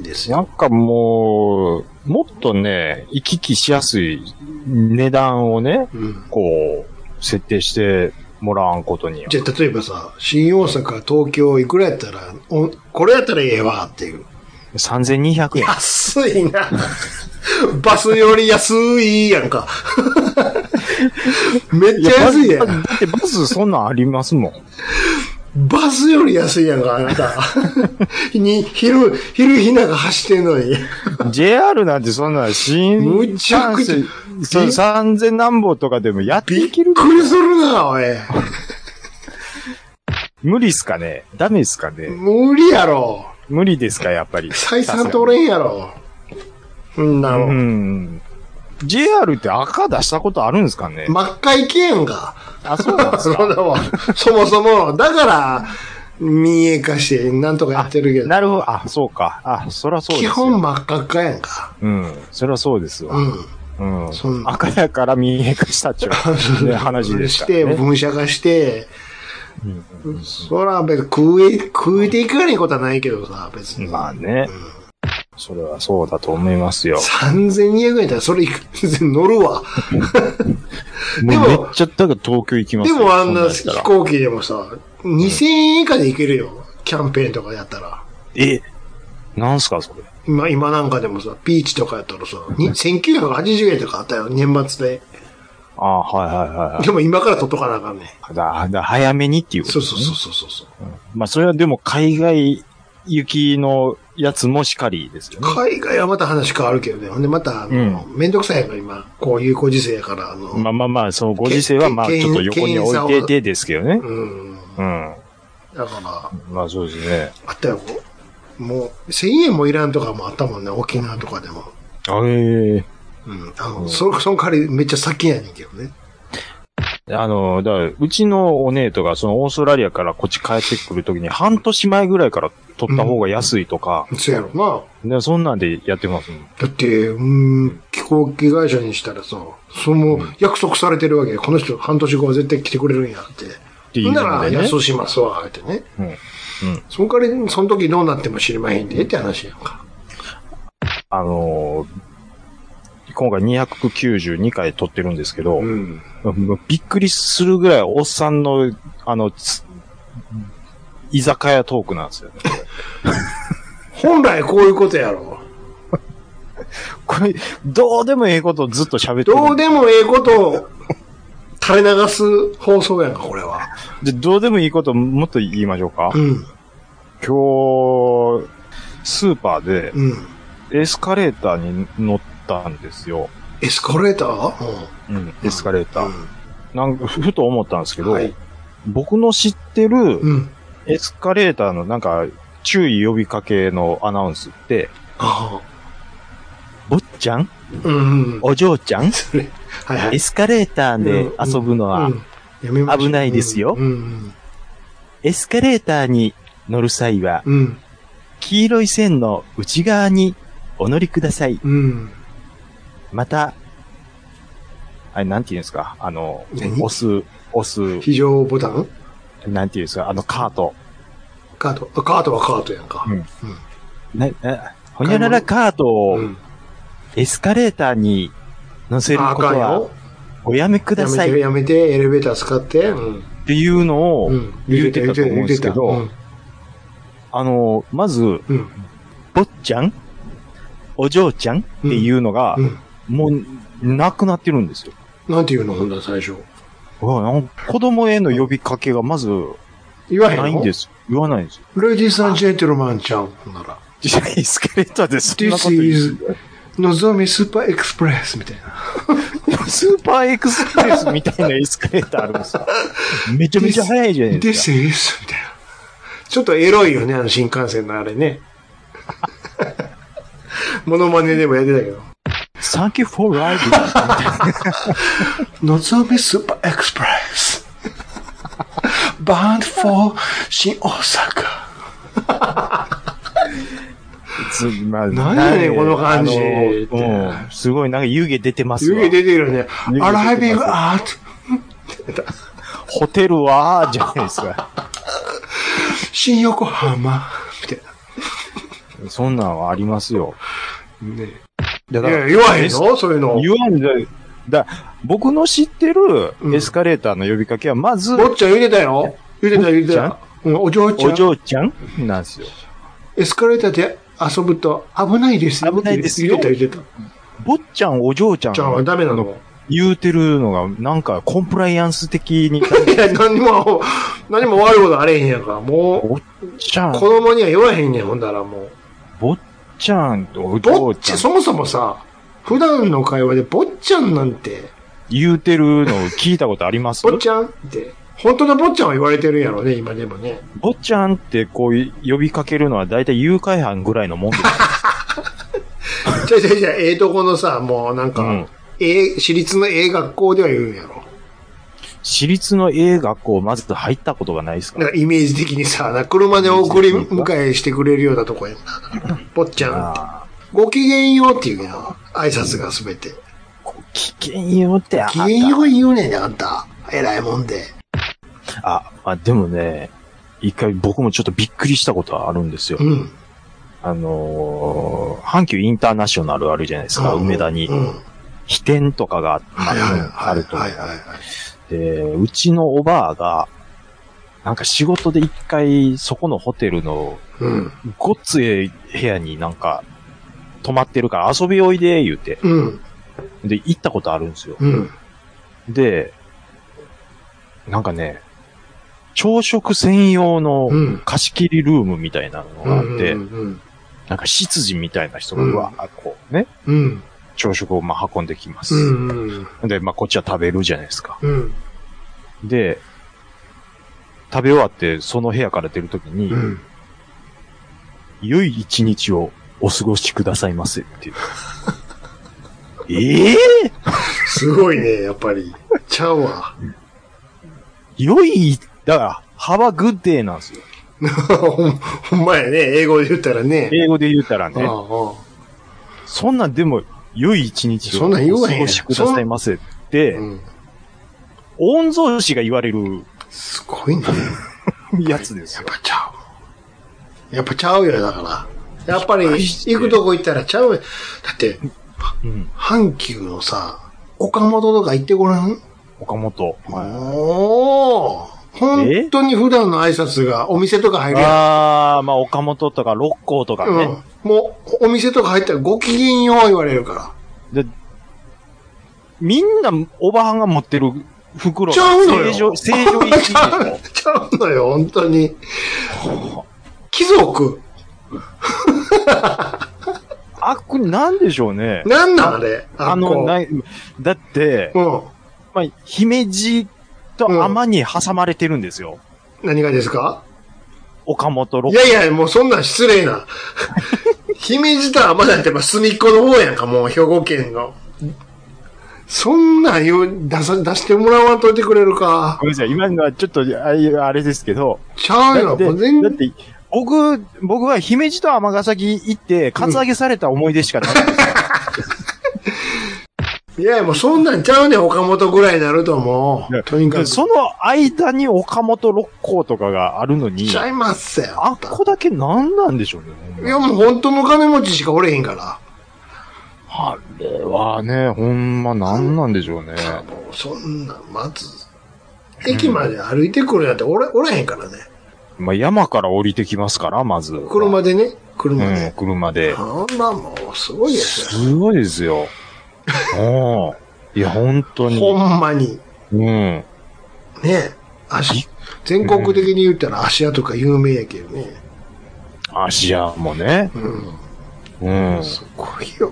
S1: です
S3: なん
S1: よ。
S3: かもう、もっとね、行き来しやすい値段をね、
S1: うん。
S3: こう、設定してもらわんことには。
S1: じゃあ、例えばさ、新大阪、東京、いくらやったら、おこれやったらええわっていう。
S3: 3200円。
S1: 安いな。バスより安いやん か。めっちゃ安いや
S3: バス
S1: ん。
S3: だってバスそんなんありますもん。
S1: バスより安いやんか、あなた。に、昼、昼ひなが走ってんのに。
S3: JR なんてそんな新
S1: むちゃくちゃ
S3: 幹線そう3000何本とかでもやって
S1: びっ
S3: い
S1: く
S3: ける。
S1: りするな、おい。
S3: 無理っすかねダメっすかね
S1: 無理やろ。
S3: 無理ですかやっぱり。
S1: 採算取れんやろ。うんな
S3: う
S1: の。
S3: ん。 JR って赤出したことあるんですかね、
S1: 真っ赤いけんが。
S3: あ、そうなんです
S1: そ
S3: か
S1: んなもんそもそも、だから、民営化して、なんとかやってるけど、
S3: なるほど。あ、そうか。あ、そらそうで
S1: 基
S3: すよ。
S1: 本真っ赤っかやんか。
S3: うん。そりゃそうですわ
S1: う。ん。
S3: うん。
S1: そんな
S3: 赤やから民営化したっちゅう、ね、話で す
S1: し
S3: から、
S1: て、
S3: ね。
S1: 分社化して、
S3: うんうん
S1: そら別に食え、食えていかないことはないけどさ、別
S3: うん
S1: に。
S3: まあね。それはそうだと思います よ。
S1: 3200円だったらそれ全然乗るわ。
S3: もう
S1: で
S3: めっ
S1: も
S3: ちゃ、だから東京行きます
S1: で
S3: よ
S1: もあんな
S3: そやった
S1: 飛
S3: ら
S1: 行機でもさ、2000円以下で行けるよ。キャンペーンとかやったら。
S3: え、なんすかそれ。
S1: 今、今なんかでもさ、ピーチとかやったらさ、に1980円とかあったよ、年末で。
S3: あはいはいはいはい
S1: でも今から取っとかなあかんね。
S3: だだ早めにっていうこと、
S1: そう
S3: ね。
S1: そうそうそうそう。
S3: まあそれはでも海外行きのやつもしかりですよね。
S1: 海外はまた話変わるけどね。ほんでまた、あの、めんどくさいやんか、今。こういうご時世やから、あの、
S3: まあまあまあ、そのご時世はまあ
S1: け
S3: ちょっと横に置いててですけどね。
S1: うん。
S3: うん。
S1: だから、
S3: まあそうですね。
S1: あったよ。もう、1000円もいらんとかもあったもんね、沖縄とかでも。
S3: あえ
S1: うん。あの、そ、その代わりめっちゃ先やねんけどね。
S3: えあの、だから、うちのお姉とか、そのオーストラリアからこっち帰ってくるときに、半年前ぐらいから取った方が安いとか、
S1: そうやろな。
S3: ねそんなんでやってますもん。
S1: だって、うん、飛行機会社にしたらさ、その、約束されてるわけよこの人半年後は絶対来てくれるんやって。
S3: ていうのでね
S1: ほんなら、安うしますわ、ってね。
S3: うん。うん。
S1: その代わり、その時どうなっても知りまへんで、って話やんか。
S3: あのー今回292回撮ってるんですけど、
S1: ん。
S3: もうびっくりするぐらいおっさんの、あの、つ居酒屋トークなんですよ、ね。
S1: 本来こういうことやろ。
S3: これ、どうでもええことずっと喋ってる。
S1: どうでもええことを垂れ流す放送やんか、これは。
S3: でどうでもいいこともっと言いましょうか。
S1: うん。
S3: 今日、スーパーで
S1: うん。
S3: エスカレーターに乗ったんですよ。
S1: エスカレーターうん。
S3: うん、エスカレーター。
S1: う
S3: なんか、ふふと思ったんですけ
S1: ん。
S3: ど、
S1: はい。
S3: 僕の知ってる
S1: うん。
S3: エスカレーターのなんか、注意呼びかけのアナウンスって、
S1: ああ。
S3: 坊ちゃん
S1: うんうん。
S3: お嬢ちゃん
S1: それはいはい。
S3: エスカレーターで遊ぶのは、
S1: は
S3: 危ないですよ
S1: うん。
S3: エスカレーターに乗る際は、
S1: うん。
S3: 黄色い線の内側にお乗りください。
S1: うんうん。
S3: また、あれ、なんて言うんですかあの、
S1: 何
S3: 押す、押す、
S1: 非常ボタン
S3: なんて言うんですかあの、カート。
S1: カート。あカートはカートやんか。
S3: うんな、な、ほにゃららカート
S1: う
S3: を
S1: ん。
S3: エスカレーターに乗せる
S1: ああ
S3: こと
S1: かん
S3: は
S1: よ。
S3: おやめくだ
S1: や
S3: さ
S1: め、
S3: いって
S1: やめて、エレベーター使って。うん。
S3: ていうのを
S1: うん
S3: 言ってたと思うんですけ
S1: 言
S3: ど
S1: うて、
S3: あの、まず、
S1: たうん。
S3: 坊ちゃんお嬢ちゃんっていうのが
S1: う、ん。
S3: もう、なくなってるんですよ。
S1: なんて言うのほんだ、最初。
S3: うわなんか子供への呼びかけがまず、
S1: 言わへんの
S3: ないんです。言わないんですよ。
S1: レディーさん、ジェントルマンちゃん。ほんなら。
S3: 実際エスカレーターでそんなこと
S1: This
S3: 言う
S1: is のぞみスーパーエクスプレスみたいな。
S3: スーパーエクスプレスみたいなエスカレーターあるんですよ。めちゃめちゃ速いじゃないですか。
S1: This is みたいな。ちょっとエロいよね、あの新幹線のあれね。 モノマネでもやってたけど。
S3: Thank you for riding.
S1: のぞみスーパーエクスプレ ス。バーンド for 新大阪。
S3: つまあ
S1: 何やねんこの感じ
S3: あのうんすごいなんか湯気出てます
S1: 湯
S3: わ
S1: 気。出てるよね。
S3: 湯気出て
S1: ア
S3: ます
S1: ライビングアート。
S3: ホテルは、じゃないですか。
S1: 新横浜。みたい
S3: そんなんはありますよ。
S1: な。ね、
S3: だ
S1: いや、言わへんのそういうの。
S3: 言わんじゃだ僕の知ってるエスカレーターの呼びかけは、まず、
S1: 坊っちゃん言うてたよ。言うてた、言うて
S3: 坊
S1: た。うんお嬢ちゃ
S3: お
S1: ん。
S3: 嬢ちゃんなんですよ。
S1: エスカレーターで遊ぶと危ないですよ。
S3: 危ないですよ
S1: 言ってた、言ってた。
S3: 坊ちゃん、お嬢ちゃん
S1: じゃあ、ダメなの。
S3: 言うてるのが、なんかコンプライアンス的に、
S1: いや、何も、何も悪いことあれへんやんか。も
S3: 坊ちゃ
S1: う、
S3: ん
S1: 子、供には言わへんねん、ほんだらもう。
S3: 坊ちゃんとお
S1: ぼ
S3: 嬢
S1: っ
S3: ちゃ
S1: ち、
S3: ん
S1: そもそもさ、普段の会話でぼっちゃんなんて、
S3: 言うてるのを聞いたことあります
S1: ぼっちゃんって、本当のぼっちゃんは言われてるんやろね、今でもね。
S3: 坊ちゃんってこう呼びかけるのは大体誘 拐犯ぐらいのもんです。
S1: じゃじゃじゃええとこのさ、もうなんか、
S3: うん
S1: ええ、私立のええ学校では言うんやろ。
S3: 私立のええ学校、まず入ったことがないですか
S1: なん
S3: ら。
S1: かイメージ的にさ、な車で送り迎えしてくれるようなとこやんな。坊っちゃん、
S3: ああ
S1: ごきげんようっていうの。挨拶がすべて。
S3: 危険よってあん
S1: 機
S3: た
S1: 嫌よう言うねんね、あんた。偉いもんで。
S3: あ、あ、でもね、一回僕もちょっとびっくりしたことはあるんですよ。
S1: うん。
S3: あのー阪急インターナショナルあるじゃないですか、
S1: うん
S3: 梅田に
S1: う。ん。
S3: 飛天とかが、ま
S1: は
S3: あ
S1: いはいはい。
S3: あると思
S1: は
S3: う
S1: いはいはい。
S3: で、うちのおばあが、なんか仕事で一回そこのホテルの
S1: うん。
S3: ごっつええ部屋になんか泊まってるから遊びおいで、言うて。
S1: うん。
S3: で、行ったことあるんですよ。
S1: うん。
S3: で、なんかね、朝食専用の
S1: うん。
S3: 貸し切りルームみたいなのがあって、
S1: うん。
S3: なんか執事みたいな人が、
S1: うん
S3: うわーこうね、
S1: うん。
S3: 朝食をまあ運んできます。
S1: うん。うん。
S3: で、まあこっちは食べるじゃないですか。
S1: うん。
S3: で、食べ終わってその部屋から出るときに、
S1: うん。
S3: 良い一日をお過ごしくださいま せっていう。ええ
S1: すごいね、やっぱり。ちゃうわ。
S3: 良い、だから、幅グッデーなんですよ。
S1: ほんほんまやね、英語で言ったらね。
S3: 英語で言うたら
S1: ああ
S3: ね。
S1: ああ
S3: そんなんでも、良い一日を
S1: そん
S3: お
S1: なん
S3: 過
S1: 言わへん
S3: ごしくださいませって
S1: う、ん。
S3: 御曹司が言われる
S1: すごいね。
S3: やつです
S1: やっ
S3: よ。
S1: ぱちゃう。やっぱちゃうよ、だから。やっぱり、
S3: びっくりして
S1: 行くとこ行ったらちゃうよ。だって、
S3: うん。
S1: 阪急のさ、岡本とか行ってごらん
S3: 岡本。
S1: おー本当に普段の挨拶が、お店とか入るやん
S3: あー、まあ岡本とか六甲とかね。
S1: うん。もう、お店とか入ったらご機嫌よう言われるか
S3: でみんな、おばはんが持ってる袋が
S1: ちゃうのよ
S3: 正常、正常一 日
S1: ら。ちゃうのよ、本当に。貴族。
S3: あ、これなんでしょうね。
S1: なんなんあれ
S3: あ
S1: こ
S3: の、
S1: う
S3: ない、だって、
S1: うん。
S3: まあ、姫路と天に挟まれてるんですよ。
S1: 何がですか
S3: 岡本六
S1: いやいや、もうそんなん失礼な。 姫路と天なんてまあ隅っこの方やんか、もう兵庫県の。そんなん言う、出さ、出してもらわんといてくれるか
S3: ご。めんなさい、今のはちょっと、ああれですけど、
S1: ちゃう
S3: だ
S1: よ、
S3: って、
S1: もう全
S3: だっ
S1: 然。
S3: て僕、僕は姫路と天ヶ崎行って、カツアゲされた思い出しかない。
S1: いやいや、もうそんなんちゃうねん、岡本ぐらいになると思。
S3: いう や
S1: とにかく。
S3: その間に岡本六甲とかがあるのに
S1: ち、ゃいますよ。
S3: あっこだけ何なんでしょうね。ほん
S1: い
S3: ま
S1: や、もう本当の金持ちしかおれへんから。
S3: あれはね、ほんま何なんでしょう
S1: も
S3: ね。
S1: うそんなん、まず、駅まで歩いてくるなんておらおらへんからね。
S3: まあ、山から降りてきますから、まず。
S1: 車でね、車
S3: うん
S1: で。、
S3: 車で。
S1: ほんまもう、すごいですよ。
S3: すごいですよ。 おいや、本当に。
S1: ほんまに。
S3: うん。
S1: ね
S3: び
S1: 足、全国的に言ったら芦屋とか有名やけどね。
S3: 芦屋もね。
S1: うん。
S3: うん。
S1: すごいよ。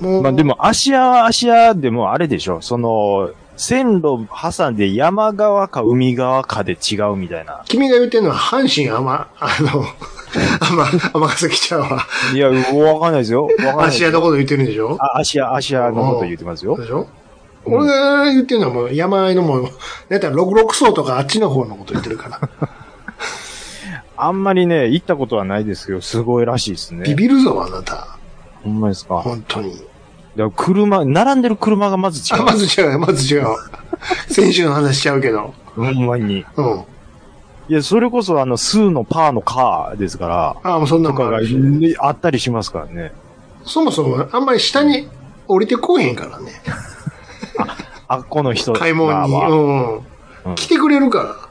S1: も
S3: まあで、も、芦屋は芦屋でもあれでしょ。その、線路挟んで山側か海側かで違うみたいな。
S1: 君が言ってるのは阪神天、あの、 天、天ヶ崎ちゃんはい
S3: や、わかんないですよ。わかんない。
S1: 芦屋のこと言ってるんでしょ
S3: あ、芦屋、芦屋のこと言ってますよ
S1: で。しょ、
S3: うん
S1: 俺が言ってるのはもう山あいのもう、だいたい66層とかあっちの方のこと言ってる から。
S3: あんまりね、行ったことはないですけど、すごいらしいですね。
S1: ビビるぞ、あなた。
S3: ほんまですか。だか
S1: 本当に。
S3: ら車、並んでる車がまず違
S1: あ、
S3: う。
S1: まず違うよ、まず違 う。先週の話しちゃうけど。
S3: ほんまに。
S1: うん。
S3: いや、それこそあの、数のパーのカーですから。
S1: あもうそんな
S3: と
S1: んも
S3: か
S1: あ
S3: が
S1: るし
S3: ねあったりしますからね。
S1: そもそも、あんまり下に降りてこえへんからね。
S3: あ、この人。
S1: 買い物に。
S3: まあま
S1: う
S3: うん
S1: ん。来てくれるか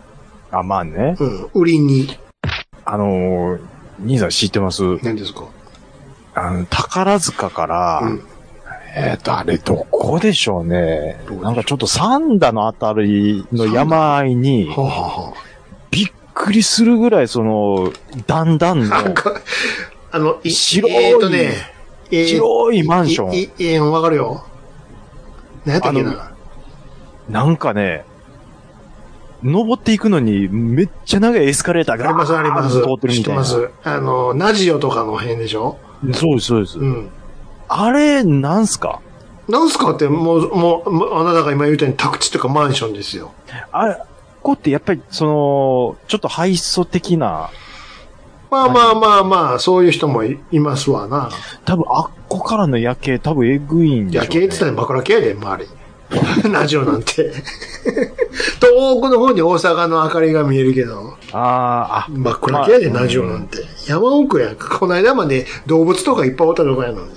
S3: ああ、まあね。
S1: ら。うん。売りに。
S3: あのー、兄さん知ってます
S1: 何ですか
S3: あの、宝塚から、
S1: うん。
S3: えっ、と、あれ、どこでしょうね
S1: どうでしょ。う
S3: なんかちょっと三田のあたりの山あいに
S1: は、あ、は
S3: びっくりするぐらい、その、だんだん
S1: あ、はあ。なん
S3: の
S1: か、あの、い
S3: 白い
S1: えーとね、えー
S3: 広いマンション。
S1: いいえー、わかるよ。何やったっけな。
S3: なんかね、登っていくのに、めっちゃ長いエスカレーター
S1: あ
S3: が
S1: ります、あります。
S3: 通ってる
S1: 知って
S3: みたいな。
S1: ま
S3: そう
S1: す。あの、ナジオとかの辺でしょ
S3: です、そうです。
S1: うん。
S3: あれ、なんすか
S1: なんすかって、もう、もうもう、あなたが今言うたように宅地とかマンションですよ。
S3: あ、ここってやっぱり、その、ちょっと敗訴的な、
S1: まあまあまあまあ、そういう人もいいますわな。
S3: 多分あっこからの夜景、多分えぐいんでしょ
S1: 夜
S3: う、ね。
S1: 景って言ったら枕系やで、周り。 ラジオなんて。 遠くの方に大阪の明かりが見えるけど、
S3: あーあ、
S1: 真っ暗系やで、
S3: まあ
S1: ラジオなんて。山奥やんか。この間まで動物とかいっぱいおったとかやのに。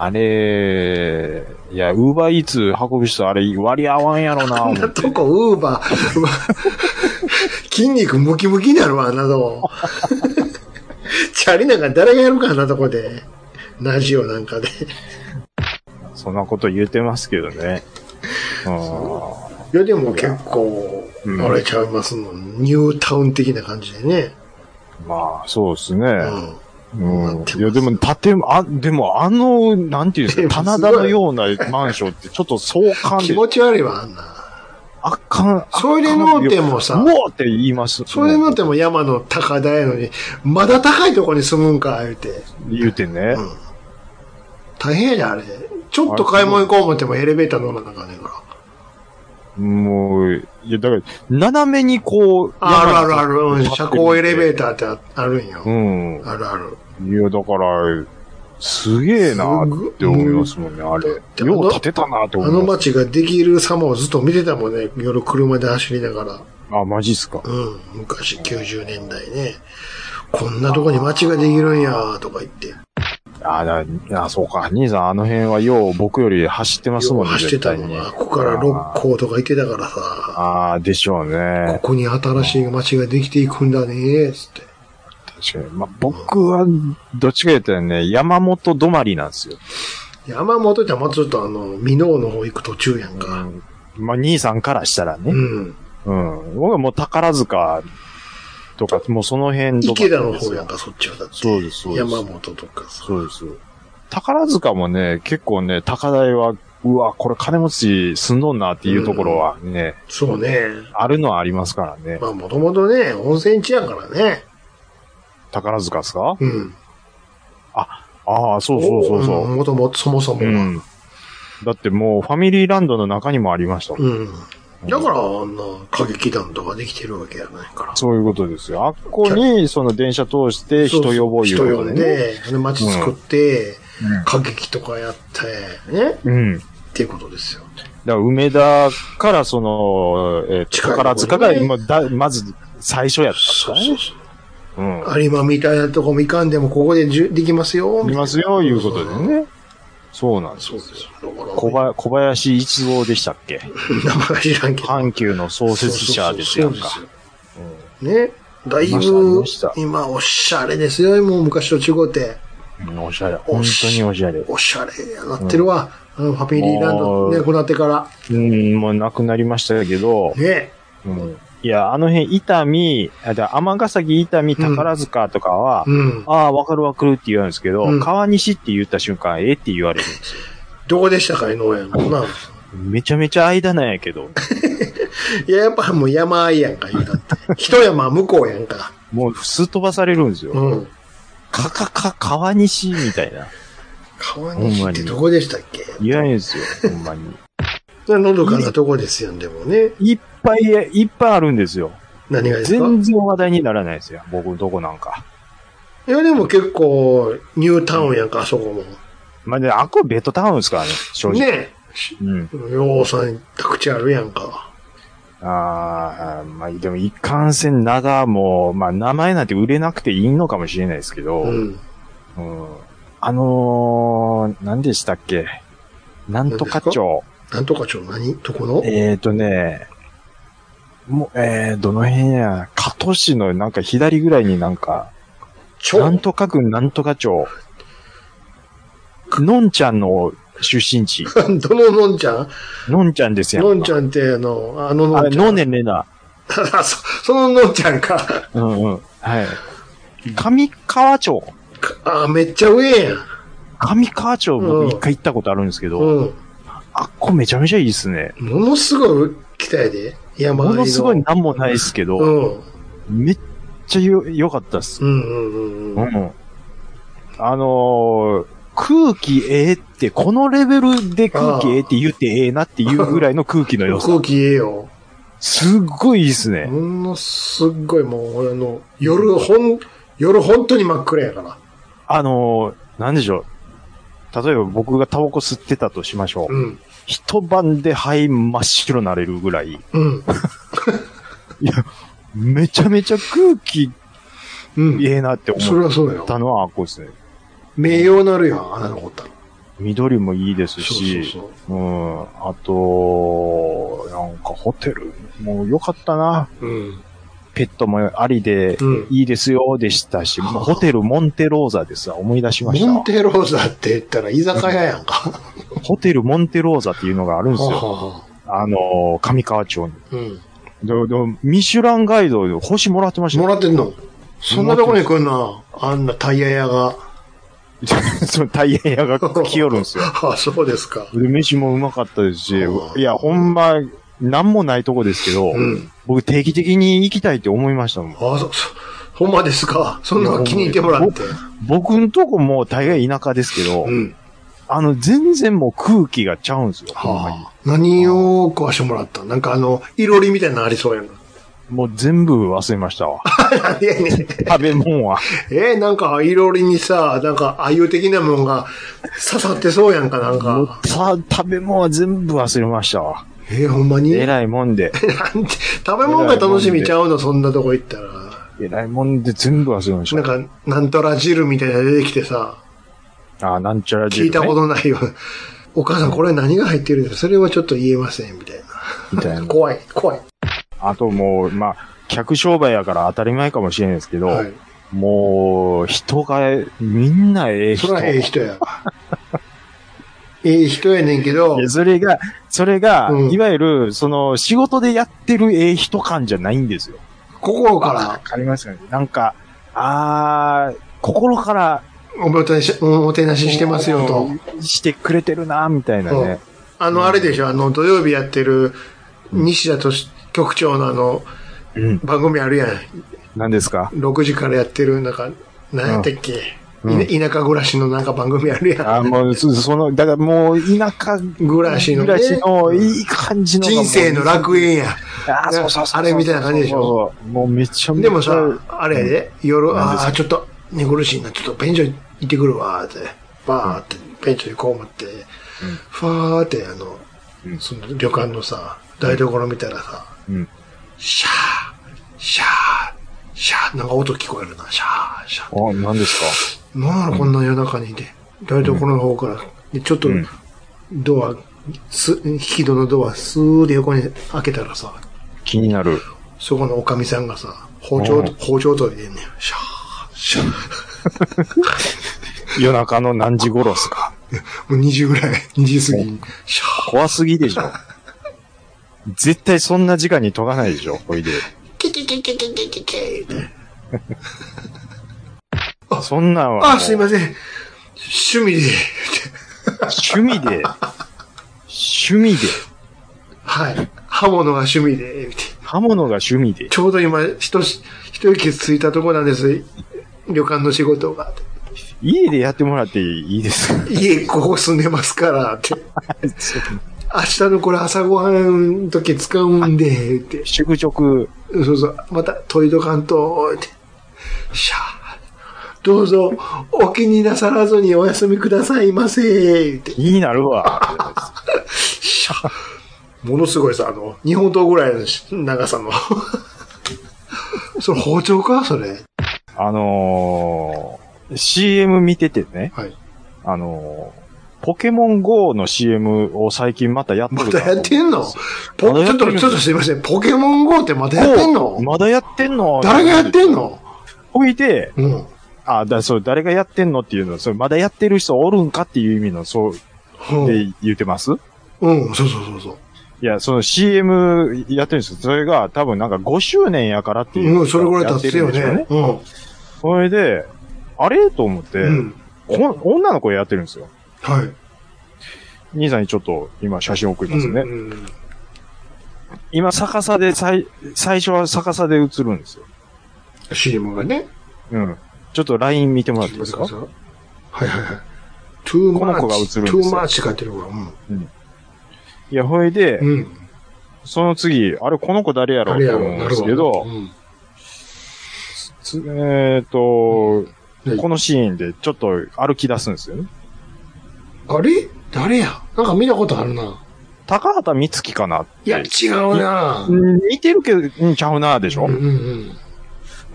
S3: あれ、いや、ウーバーイーツ運ぶ人、あれ割り合わんやろな、
S1: あ
S3: 思
S1: ん
S3: って
S1: なとこ、ウーバー、うわ筋肉ムキムキになるわ、あんなとこ。チャリなんか誰がやるか、あんなとこで。ラジオなんかで。
S3: そんなこと言うてますけど ね。うん
S1: いや、でも結構、
S3: うん
S1: あれちゃいますもん。ニュータウン的な感じでね。
S3: まあ、そうですね。
S1: うん。
S3: うん。いや、でも、建物、あ、でも、あの、なんていうんですか、棚田のようなマンションって、ちょっと壮観
S1: 気
S3: で、
S1: 持ち悪いわ、あんな。
S3: あかん、
S1: それでのうてもさ
S3: うおーって言います。
S1: それでのっても山の高台やのに、まだ高いとこに住むんか、言うて。
S3: 言うてね。
S1: うん大変やで、あれ。ちょっと買い物行こう思ってもエレベーター乗らなあかんねんから。
S3: もう、いや、だから、斜めにこう、
S1: あるあるある。
S3: 山
S1: う
S3: に
S1: ん
S3: 立っ
S1: 車
S3: てるんで
S1: 高エレベーターってああるんよ。
S3: うん。
S1: あるある。
S3: いや、だから、すげえなって思いますもんね、あれ。
S1: うん
S3: よう建てたなって
S1: あ
S3: 思
S1: の
S3: います。
S1: 街ができる様をずっと見てたもんね。夜車で走りながら。
S3: あ、マジっすか。
S1: うん。昔90年代ね。こんなとこに街ができるんや、とか言って。
S3: あ、だあ、そうか。兄さん、あの辺はよう僕より走ってますもんね。
S1: 走ってたもん
S3: 絶
S1: な。
S3: 対に
S1: ここから六甲とか行ってたからさ。
S3: ああ、でしょうね
S1: こ。こに新しい街ができていくんだね、つって。
S3: 確かに。まあ、僕は、どっちか言ったらね、山本止まりなんですよ。
S1: 山本ってまずっとあの、美濃の方行く途中やん
S3: う
S1: か。
S3: んまあ、兄さんからしたら
S1: う
S3: ね。
S1: ん。
S3: うん。僕はもう宝塚とか、もうその辺とか。
S1: 池田の方やん。か、そっちはだって。
S3: そうですそうです
S1: 山本とかさ。
S3: そうです。宝塚もね、結構ね、高台は、うわ、これ金持ち住んどんなっていうところはね、
S1: そうね。
S3: あるのはありますからね。
S1: まあ、もともとね、温泉地やからね。
S3: 宝塚ですか
S1: うん。
S3: ああ、そうそうそうそう。
S1: もともと、そもそも
S3: う
S1: は。
S3: ん。だってもうファミリーランドの中にもありましたもん。
S1: うん。だから、あんな歌劇団とかできてるわけやないから。
S3: そういうことですよ。あっこに、その電車通して人呼ぼうい
S1: 人
S3: うこ
S1: 呼
S3: と
S1: ん
S3: でね。
S1: で、で街作って、歌劇とかやって、ね。
S3: うん。だか
S1: っていうことですよ。
S3: ら梅田からその、えーと
S1: 近いところ
S3: 宝
S1: ね
S3: 塚が今だ、まず最初やったんです
S1: そ
S3: か
S1: う
S3: ら
S1: そ
S3: ね
S1: う。そう。
S3: うん。
S1: 有馬みたいなとこも行かんでも、ここでじゅできますよ。
S3: いますよ、いうことで。ね。そうなんです
S1: そう
S3: よ。
S1: ですよ。だから、
S3: 小林小林一郎でしたっけ
S1: 名前が知らんけど。
S3: 阪急の創設者ですやん
S1: そ
S3: か
S1: う。そうそうね。だい
S3: あり
S1: ぶ
S3: ましたありました、
S1: 今、おしゃれですよ。もう昔と違って。
S3: うんおしゃれ。本当におしゃれ。
S1: おしゃれやなってるわ。あのファミリーランド
S3: もう
S1: ね、くなってから。
S3: うん、もうなくなりましたけど、
S1: ね。
S3: うん、いや、あの辺、伊丹、あだから尼崎、伊丹、宝塚とかは、
S1: うん。
S3: ああ、わかるわかるって言うんですけど、
S1: うん
S3: 川西って言った瞬間、ええって言われるんですよ。
S1: どこでしたか、井上もな。
S3: めちゃめちゃ間なんやけど、
S1: いや、やっぱもう山あいやんか、言うたって。一山向こうやんか。
S3: もうすっ飛ばされるんですよ。
S1: うん。
S3: かかか、川西みたいな。
S1: 川
S3: ほん
S1: 西
S3: ま
S1: っ
S3: に
S1: てどこでしたっけ
S3: 言わないんですよ、ほんまに。
S1: のどかなとこですよ、でもね。
S3: いっぱい、いっぱいあるんですよ。
S1: 何がですか
S3: 全然話題にならないですよ。僕のとこなんか。
S1: いや、でも結構、ニュータウンやんか、あそこも。
S3: まあ、ね、あっこはベッドタウンですからね、正直。
S1: ね
S3: うん。
S1: え。ようさん、宅地あるやんか。
S3: ああ、まあ、でも、いかんせん、長も、まあ、名前なんて売れなくていいのかもしれないですけど、
S1: うん。
S3: うんあのー、何でしたっけなんとか町。
S1: なんとか町何とこの
S3: えっ、ー、とね、もう、えー、どの辺や、加藤市のなんか左ぐらいになんか、
S1: 町
S3: なんとか郡なんとか町。のんちゃんの出 身地。
S1: どののんちゃん
S3: のんちゃんですよ。
S1: のんちゃんって、あの、あののん
S3: あれ、
S1: ちゃん。
S3: のねねな。
S1: あそそののんちゃんか。
S3: うんうん。はい。上川町。
S1: あ、めっちゃ上やん。
S3: 上川町
S1: う
S3: 僕
S1: ん
S3: 一回行ったことあるんですけど、
S1: うん。
S3: あっこめちゃめちゃいいですね。
S1: ものすごい北やで。山あい
S3: ものすごいなんもないですけ
S1: う
S3: ど、
S1: ん。
S3: めっちゃよ、良かったっす
S1: う。んうんうん
S3: う
S1: うん。
S3: ん。あのー、空気ええって、このレベルで空気ええって言ってええなっていうぐらいの空気の良さ。
S1: 空気ええよ。
S3: すっごいいいっすね。
S1: ものすっごいもう、あの、夜ほん、夜本当に真っ暗やから。
S3: あのー、なんでしょう。例えば僕がタバコ吸ってたとしましょう。
S1: うん。
S3: 一晩で灰真っ白になれるぐらい、
S1: うん。
S3: めちゃめちゃ空気
S1: うん。
S3: ええなって
S1: それ
S3: 思っ
S1: はそうよ。
S3: たのは、こうですね。
S1: 名誉なるやん、あなのことは。
S3: 緑もいいです
S1: そう
S3: し、
S1: そううそう。
S3: ん。あと、なんかホテルも良かったな。
S1: うん。
S3: ペットもありで、
S1: うん。
S3: いいですよ、でした し、もうホテルモンテローザですわ、思い出しまし
S1: モン
S3: た。
S1: テローザって言ったら居酒屋やん か。
S3: ホテルモンテローザっていうのがあるんですよ。
S1: は
S3: あのー、上川町に。
S1: あうん。
S3: ででもミシュランガイドで星もらってました
S1: も
S3: よ。
S1: らってんのそんなとこに来んな。あんなタイヤ屋 が。
S3: そのタイヤ屋が来よるん ですよ。
S1: あ、そうですか。
S3: で、飯もうまかったですし、
S1: うん
S3: いや、ほんま、なんもないとこですけど、
S1: うん。
S3: 僕定期的に行きたいって思いましたもん。
S1: あ、そ、そ、ほんまですか。そんなの気に入ってもらって。
S3: 僕んとこも大概田舎ですけど、
S1: うん。
S3: あの、全然もう空気がちゃうんですよ、ほんまに。
S1: はあ、何を食わしてもらったなんかあの、いろりみたいなのありそうやな。
S3: もう全部忘れました わ。
S1: いやね
S3: 食べ物は。
S1: えなんかいろりにさ、なんかあゆ的なもんが刺さってそうやんか、なん
S3: もう
S1: か。
S3: た食べ物は全部忘れましたわ。
S1: えほんまに
S3: え
S1: なんて
S3: らいもんで、
S1: 食べ物が楽しみちゃうの、そんなとこ行ったら。
S3: えらいもんで全部忘れまし
S1: な
S3: た
S1: ん。か、なんとら汁みたいなの出てきてさ、
S3: あーなんちゃら汁、
S1: 聞
S3: ね。
S1: いたことないよ。お母さんこれ何が入ってるんですかそれはちょっと言えません、みたい
S3: みたいな
S1: な。。怖い、怖い。
S3: あともう、まあ、客商売やから当たり前かもしれないですけど、
S1: はい。
S3: もう、人が、みんなええ人。
S1: そらええ人や。ええ人やねんけど
S3: いや、それが、それが、
S1: うん
S3: いわゆる、その、仕事でやってるええ人感じゃないんですよ。
S1: 心か
S3: わ
S1: ら
S3: かりますかねなんか、あー、心から、
S1: おもてなし、おもてなししてますよと。
S3: してくれてるな、みたいなね。
S1: あの、あれでしょ、あの、土曜日やってる、西田敏局長のあの、
S3: うん。
S1: 番組あるやん。
S3: 何ですか
S1: 6時からやってる、なんか、なんやったっけ、
S3: うん
S1: い田舎暮らしのなんか番組あるやん。
S3: あーもう、そその、だからもう、田舎
S1: 暮らしのね
S3: 暮らしのいい感じのがもう。
S1: 人生の楽園や。
S3: あーそうそうそう
S1: あれみたいな感じでしょ
S3: そうそうそうもうめちゃめち
S1: で
S3: ゃ。
S1: もさ、あれやで、夜、
S3: 何です
S1: あ
S3: か
S1: あ、ちょっと寝苦しいな、ちょっと便所行ってくるわ、って、バーって、便所行こう思って、ふわーって、あの
S3: う、ん
S1: その旅館のさ、台所見たらさ、
S3: うん。
S1: シャー、シャー、シャー、なんか音聞こえるな、シャー、シャー。
S3: あ、何です
S1: なんやろ、こんな夜中にいて。台所の方から、でちょっと
S3: うん、
S1: ドア、す、引き戸のドア、スーで横に開けたらさ、
S3: か気になる。
S1: そこのおかみさんがさ、包丁、
S3: うん
S1: 包丁研いでんねん。シャー、シャー。
S3: 夜中の何時頃っすか
S1: もう2時ぐらい、2時過 ぎに。シャー、
S3: 怖すぎでしょ。絶対そんな時間に研がないでしょ、ほいで。
S2: キキキキキキキキ。
S3: そんなんは。
S1: あ、すいません。趣味で、
S3: せん。趣味で。趣味で。
S1: はい。刃物が趣味で、みたいな
S3: 刃物が趣味で。
S1: ちょうど今、一し、一息ついたとこなんです。旅館の仕事が。
S3: 家でやってもらっていいですか
S1: 家、ここ住んでますから、って。明日のこれ朝ごはんの時使うんで、って。
S3: 宿直。
S1: そうそう。また、トイドカンと、って。シャー。どうぞ、お気になさらずにお休みくださいませ、って。
S3: 気になるわ。
S1: シャものすごいさ、あの、日本刀ぐらいの長さの。それ包丁かそれ。
S3: あのー、CM 見ててね。
S1: はい。
S3: あのー、ポケモン GO の CM を最近またやってる
S1: ま
S3: な
S1: たやってんの
S3: ま
S1: ポ
S3: だ
S1: ち
S3: や
S1: ょ
S3: っ
S1: って
S3: る
S1: と、
S3: んです
S1: ちょっとすいません。ポケモン GO ってまたやってんの
S3: まだやってんの
S1: 誰がやってんの
S3: ほいで、
S1: うん。
S3: あ、だ、そう、誰がやってんのっていうの、それまだやってる人おるんかっていう意味の、そう、
S1: うん
S3: で言ってます、
S1: うん、そうそうそうそう。
S3: いや、その CM やってるんですよ。それが多分なんか5周年やからっていう。
S1: うん、それぐらい経つよ
S3: やってるんで
S1: ね
S3: し。
S1: うん。
S3: ょうねそれで、あれと思って、
S1: うん。
S3: こ女の子やってるんですよ。
S1: はい。
S3: 兄さんにちょっと今写真送りますね。
S1: うんうん
S3: 今逆さで、最、最初は逆さで映るんですよ。
S1: CM がね。
S3: うん。ちょっと LINE 見てもらっていいですか
S1: そうそうはいはいはい。トゥー
S3: こ
S1: マ
S3: の子が
S1: ー
S3: 映るん
S1: チ、
S3: です
S1: ト
S3: よ
S1: ゥーマーチ書いてるから、うん。
S3: いや、ほいで、
S1: うん。
S3: その次、あれ、この子誰やろ
S1: あ
S3: う
S1: れ
S3: と
S1: や
S3: 思う
S1: ろ、
S3: ん
S1: な
S3: で
S1: る
S3: す
S1: ほ
S3: け
S1: ど。
S3: ど
S1: う、ん
S3: つえっ、と、
S1: はい
S3: このシーンでちょっと歩き出すんですよね。
S1: あれ誰やなんか見たことあるな。
S3: 高畑美月かなっ
S1: い
S3: て
S1: や、違うな
S3: うん似てるけど、うんちゃうな、でしょ、
S1: うん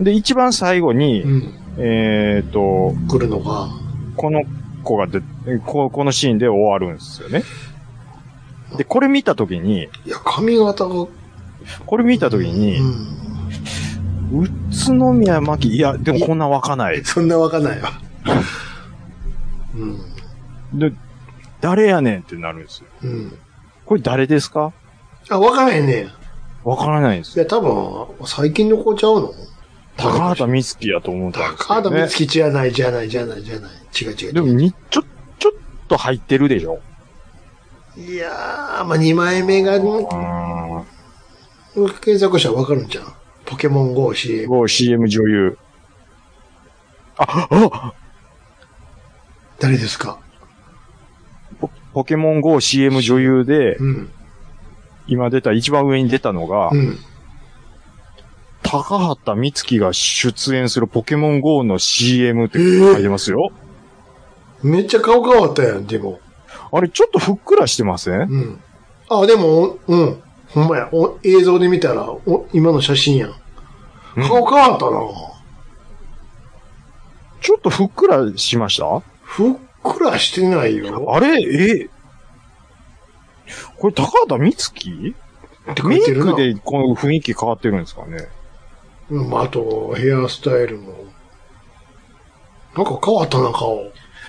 S1: うん
S3: で、一番最後に、
S1: うん。うん。
S3: えっ、と、
S1: 来るのが。
S3: この子がでこ、このシーンで終わるんですよね。で、これ見たときに、
S1: いや、髪型が。
S3: これ見たとき
S1: う
S3: に、
S1: ん。
S3: 宇都宮真紀、いや、でもこんな湧かない。
S1: そんなわかんないわ。うん。
S3: で、誰やねんってなるんですよ。
S1: うん。
S3: これ誰ですか
S1: あ、わからへんねん。
S3: わからないんです
S1: い
S3: よ。
S1: や、多分、最近の子ちゃうの
S3: 高畑美月やと思ったんです
S1: 高
S3: よ、ね。
S1: 畑充希じゃない、じゃない、じゃない、じゃない。違う違う違う。
S3: でもに、ちょ、ちょっと入ってるでしょ。
S1: いやー、まあ、2枚目が、
S3: うん。
S1: 検索したらわかるんじゃん。ポケモン GO し、
S3: もう CM 女優。あ、あ
S1: 誰ですか
S3: ポポケモン GO CM 女優で、
S1: うん。
S3: 今出た、一番上に出たのが、
S1: うん。
S3: 高畑美月が出演するポケモン GO の CM って書いてますよ。
S1: めっちゃ顔変わったやん、でも。
S3: あれ、ちょっとふっくらしてません
S1: うん。あ、でも、うん。ほんまや。お映像で見たら、お今の写真やん。
S3: うん
S1: 顔変わったな、
S3: ちょっとふっくらしました
S1: ふっくらしてないよ。
S3: あれ、えこれ高畑美月
S1: って書
S3: メ
S1: い
S3: イ
S1: てるな
S3: ク。でこの雰囲気変わってるんですかね
S1: うん、まああと、ヘアスタイルも。なんか変わったな、顔。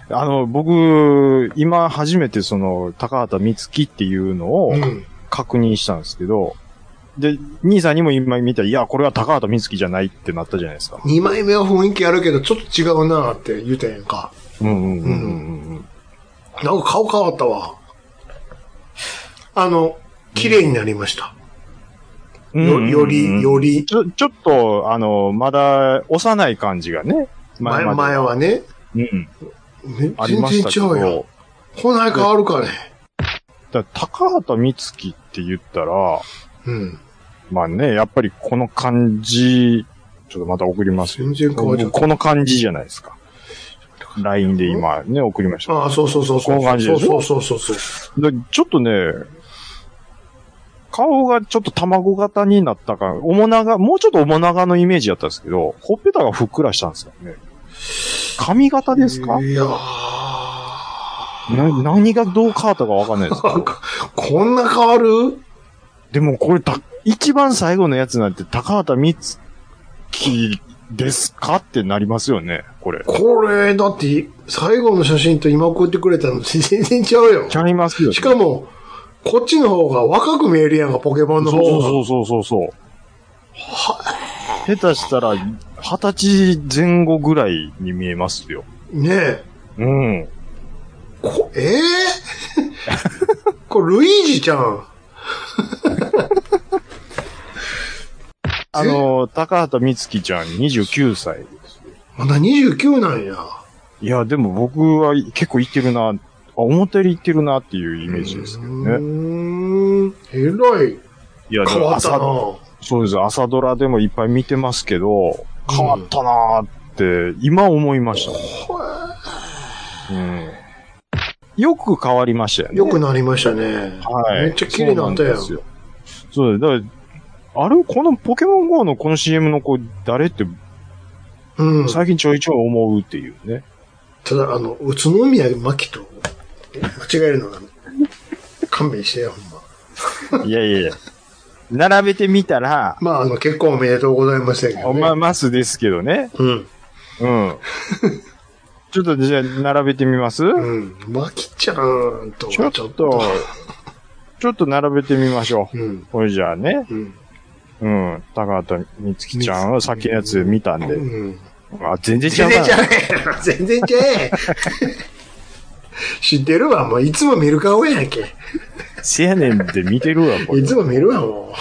S3: あの、僕、今初めてその、高畑美月っていうのを
S1: うん。
S3: 確認したんですけど、で、兄さんにも今見たら、いや、これは高畑美月じゃないってなったじゃないですか。
S1: 2枚目は雰囲気あるけど、ちょっと違うなって言うたやんか。
S3: うんうんうんうんうん。
S1: なんか顔変わったわ。あの、綺麗になりました。よより、より、
S3: ちょ、ちょっと、あの、まだ、幼い感じがね。
S1: 前
S3: まで
S1: 前。はね、
S3: うん。
S1: ね
S3: あり
S1: 全
S3: まし
S1: 然
S3: たけ
S1: 違うよ
S3: ど。。
S1: こない変わるかね。
S3: だから高畑美月って言ったら、
S1: うん。
S3: まあね、やっぱりこの感じ、ちょっとまた送りますよ。
S1: 全然変わっちゃった。
S3: この感じじゃないですか。LINE で今ね、送りました。
S1: ああ、そうそうそうそう。
S3: こんな感じでしょ
S1: そうそうそうそう。
S3: でちょっとね、顔がちょっと卵型になったか、おもなが、もうちょっとおもながのイメージだったんですけど、ほっぺたがふっくらしたんですよね。髪型ですか
S1: いやー
S3: な、何がどう変わったかわかんないですけ
S1: なん
S3: ど。
S1: かこんな変わる
S3: でもこれた、一番最後のやつなんて高畑美月ですかってなりますよね、これ。
S1: これ、だって、最後の写真と今送ってくれたの全然ちゃうよ
S3: ち。ゃいますよ、ね。
S1: しかも、こっちの方が若く見えるやんか、ポケモンの
S3: そ
S1: 方
S3: う
S1: が。
S3: そうそうそうそう。下手したら、二十歳前後ぐらいに見えますよ。
S1: ねえ。
S3: うん。
S1: こ、ええこれ、ルイージ ちゃん。
S3: あの、高畑美月ちゃん29歳です。
S1: まだ29なんや。
S3: いや、でも僕は結構いってるな、あ、思ったよりいってるなっていうイメージですけど
S1: うー
S3: ね。
S1: ん。えらい
S3: いや、で
S1: 変
S3: も
S1: わったな
S3: 朝。そうです。朝ドラでもいっぱい見てますけど、
S1: うん
S3: 変わったなーって、今思いました、ね。うん。よく変わりましたよね。
S1: よくなりましたね。
S3: はい。
S1: めっちゃ綺麗になったやん。
S3: そうなんですよそうだ、だから、あれこのポケモン GO のこの CM の子、誰って、
S1: うん。
S3: 最近ちょいちょい思うっていう ね。
S1: ただ、あの、宇都宮真紀と間違えるのが勘弁してよ、ほんま。
S3: いやいやいや。並べてみたら、
S1: まあ、あの、結婚おめでとうございましたけど、ね。
S3: まあ、マスですけどね。
S1: うん。
S3: うん。ちょっとじゃあ、並べてみます、
S1: うん。真紀ちゃんと
S3: ちょ
S1: は
S3: っと、ちょっと並べてみましょう。
S1: うん。
S3: これじゃあね、
S1: うん。
S3: うん、高畑美月ちゃんはさっきのやつ見たんで、
S1: うん。
S3: あ、全然
S1: 全
S3: 違
S1: 然
S3: う
S1: ちゃ
S3: な。
S1: うやん。全然ちゃうやん。 知ってるわ、もう。いつも見る顔やんけ。
S3: せやねんで見てるわ、これ
S1: い。つも見るわ、も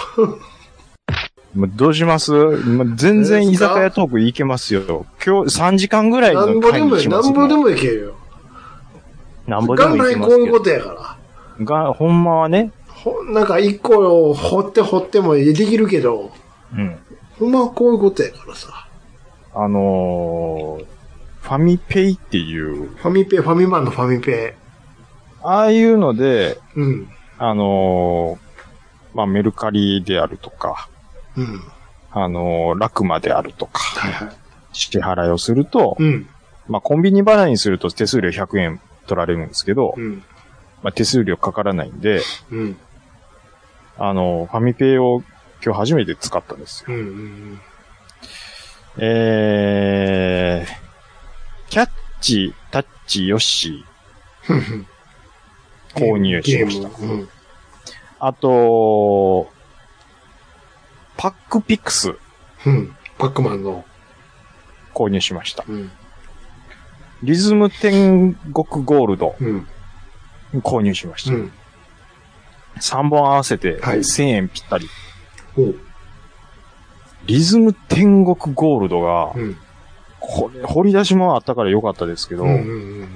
S3: もうどうしますもう全然居酒屋トークいけますよ。今日3時間ぐら
S1: う。
S3: い
S1: な
S3: の
S1: んぼで
S3: 会
S1: も
S3: に
S1: いい、
S3: し
S1: な
S3: ます
S1: ん
S3: も
S1: ぼ
S3: ん
S1: でもいけるよ。
S3: なんぼで
S1: 元
S3: もいけ
S1: 来
S3: ま
S1: こう
S3: す
S1: い
S3: け
S1: うこ
S3: ど。
S1: とやから。
S3: が、ほんまはね、
S1: ほなんか一個を掘って掘ってもできるけど、
S3: うん。
S1: ほんまはこういうことやからさ。
S3: あのー、ファミペイっていう、
S1: ファミペ、ファミマンのファミペ。
S3: ああいうので、
S1: うん。
S3: あのー、まあ、メルカリであるとか、
S1: うん。
S3: あのー、ラクマであるとか、
S1: はいはい。
S3: 支払いをすると、
S1: うん。
S3: まあ、コンビニ払いにすると手数料100円取られるんですけど
S1: う、ん。
S3: まあ、手数料かからないんで、
S1: うん。
S3: あの、ファミペイを今日初めて使ったんですよ。
S1: うん。うん。
S3: えー、キャッチ、タッチ、ヨッシ
S1: うん
S3: ー購入しました。
S1: ゲームうん。
S3: あと、パックピクス
S1: うん。パックマンの。
S3: 購入しました。
S1: うん。
S3: リズム天国ゴールド
S1: うん。
S3: 購入しまし
S1: う
S3: た。
S1: ん。
S3: 3本合わせて
S1: はい
S3: 1000円ぴったり。
S1: おう。
S3: リズム天国ゴールドが、
S1: うん。
S3: これ、掘り出しもあったから良かったですけど、
S1: うん。うんうん。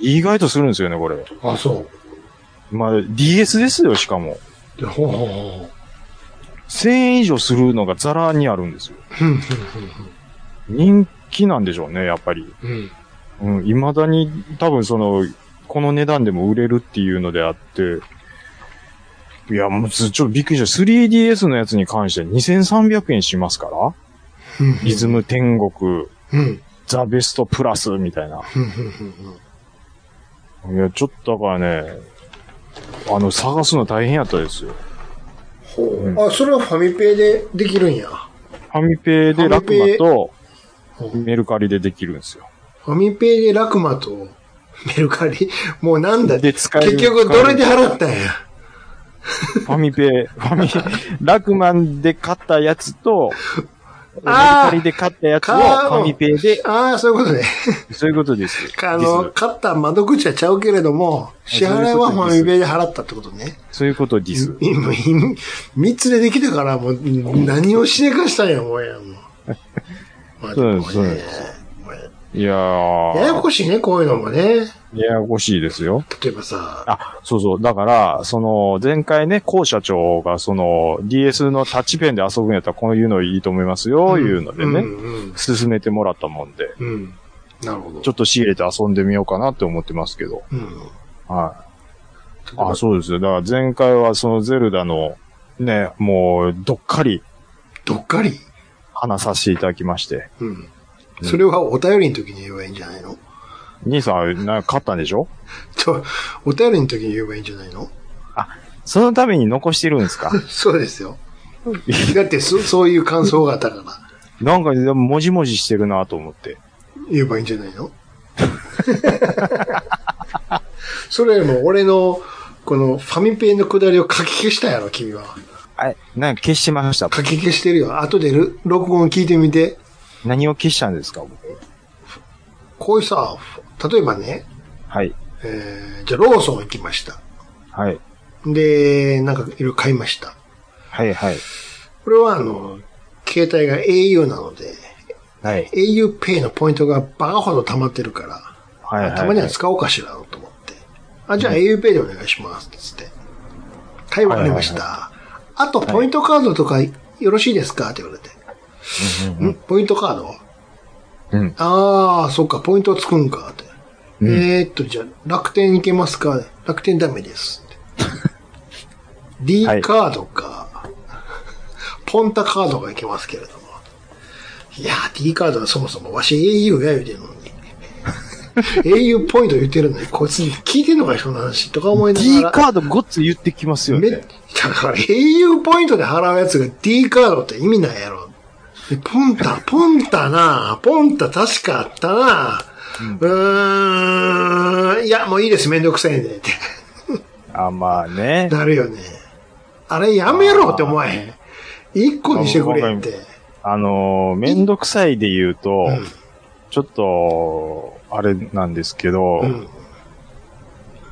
S3: 意外とするんですよね、これ。
S1: あ、そう。
S3: まあ、DS ですよ、しかも。
S1: でほうほうほう。
S3: 1000円以上するのがザラにあるんですよ。
S1: うん。
S3: 人気なんでしょうね、やっぱり。
S1: うん。うん。
S3: うん、未だに多分その、この値段でも売れるっていうのであって、いや、もうずちょっとびっくりした。3DS のやつに関して2300円しますから、
S1: うん
S3: リズ。ム天国、
S1: うん。うん。
S3: ザベストプラスみたいな。
S1: うん。うん
S3: いや、ちょっとだからね、あの、探すの大変やったですよ。
S1: ほう。あ、それはファミペイでできるんや。
S3: ファミペイでラクマと
S1: ファミペイ
S3: メルカリでできるんですよ。
S1: ファミペイでラクマとメルカリ、もうなんだ
S3: で使える
S1: 結局どれで払ったんや。
S3: ファミペイ、ファミ、ラクマンで買ったやつと、メル
S1: あー
S3: カリで買ったやつをフ
S1: か
S3: ァミペイで、
S1: ああ、そういうことね。
S3: そういうことです。
S1: あ
S3: で
S1: の、買った窓口はちゃうけれども、支払いはファミペイで払ったってことね。
S3: すそういうことです。
S1: 今、今三つでできたから、もう何をしでかしたんや、もうや、もう。まあ
S3: そうです
S1: もね
S3: そうでいや
S1: やや
S3: ー、
S1: こしいね、こういうのもね。
S3: ややこしいですよ。
S1: 例えばさ、
S3: あ、そうそう。だから、その、前回ね、高社長が、その、DS のタッチペンで遊ぶんやったら、こういうのいいと思いますよ、いうので
S1: うんう
S3: ね、
S1: ん
S3: 勧めてもらったもんで、
S1: うん。うん。なるほど。
S3: ちょっと仕入れて遊んでみようかなって思ってますけど。
S1: うん。
S3: はい。あ、そうですよ。だから前回はそのゼルダの、ね、もう、どっかり
S1: どっかり。
S3: 話させていただきまして。
S1: うん。それはお便りの時に言えばいいんじゃないの
S3: 兄さん、な、勝ったんでしょ
S1: と、お便りの時に言えばいいんじゃないの
S3: そのために残してるんです か
S1: そうですよ。だってそ、そういう感想があったから、
S3: なんか、でも、もじもじしてるなと思って。
S1: 言えばいいんじゃないの それよりも、俺の、この、ファミペイのくだりを書き消したやろ、君は。
S3: あなんか消してました。
S1: 書き消してるよ。後でる録音聞いてみて。
S3: 何を消したんですか僕
S1: こういうさ、例えばね、
S3: はい。
S1: えー、じゃあローソン行きました。
S3: はい。
S1: で、なんかいろいろ買いました。
S3: はい、はい。
S1: これはあの、携帯が au なので、
S3: はい。
S1: auPay のポイントがバカほど溜まってるから、
S3: はい、はい。
S1: たまには使おうかしらと思って。あ、じゃあ auPay でお願いします。つって。はい、わかりました。あと、ポイントカードとかよろしいですかって言われて。
S3: うんうん
S1: んポイントカード
S3: うん。
S1: ああ、そっか、ポイントつくんかって。
S3: うん
S1: えーっと、じゃあ、楽天行けますか楽天ダメです。D
S3: はい
S1: カードか、ポンタカードがいけますけれども。いやー、D カードはそもそもわし au や言うてるのに。au ポイント言ってるのに、こいつ聞いてんのかよ、その話とか思いな
S3: D
S1: がら。
S3: カードごっつ言ってきますよ
S1: め
S3: ね
S1: だ。から au ポイントで払うやつが D カードって意味ないやろ。でポンタ、ポンタなポンタ確かあったなうーん、いや、もういいです、めんどくさいんで、って。
S3: あ、まあね。
S1: なるよね。あれやめろって思わへん。一個にしてくれって。
S3: あのー、めんどくさいで言うと、
S1: うん
S3: ちょっと、あれなんですけど、
S1: うん。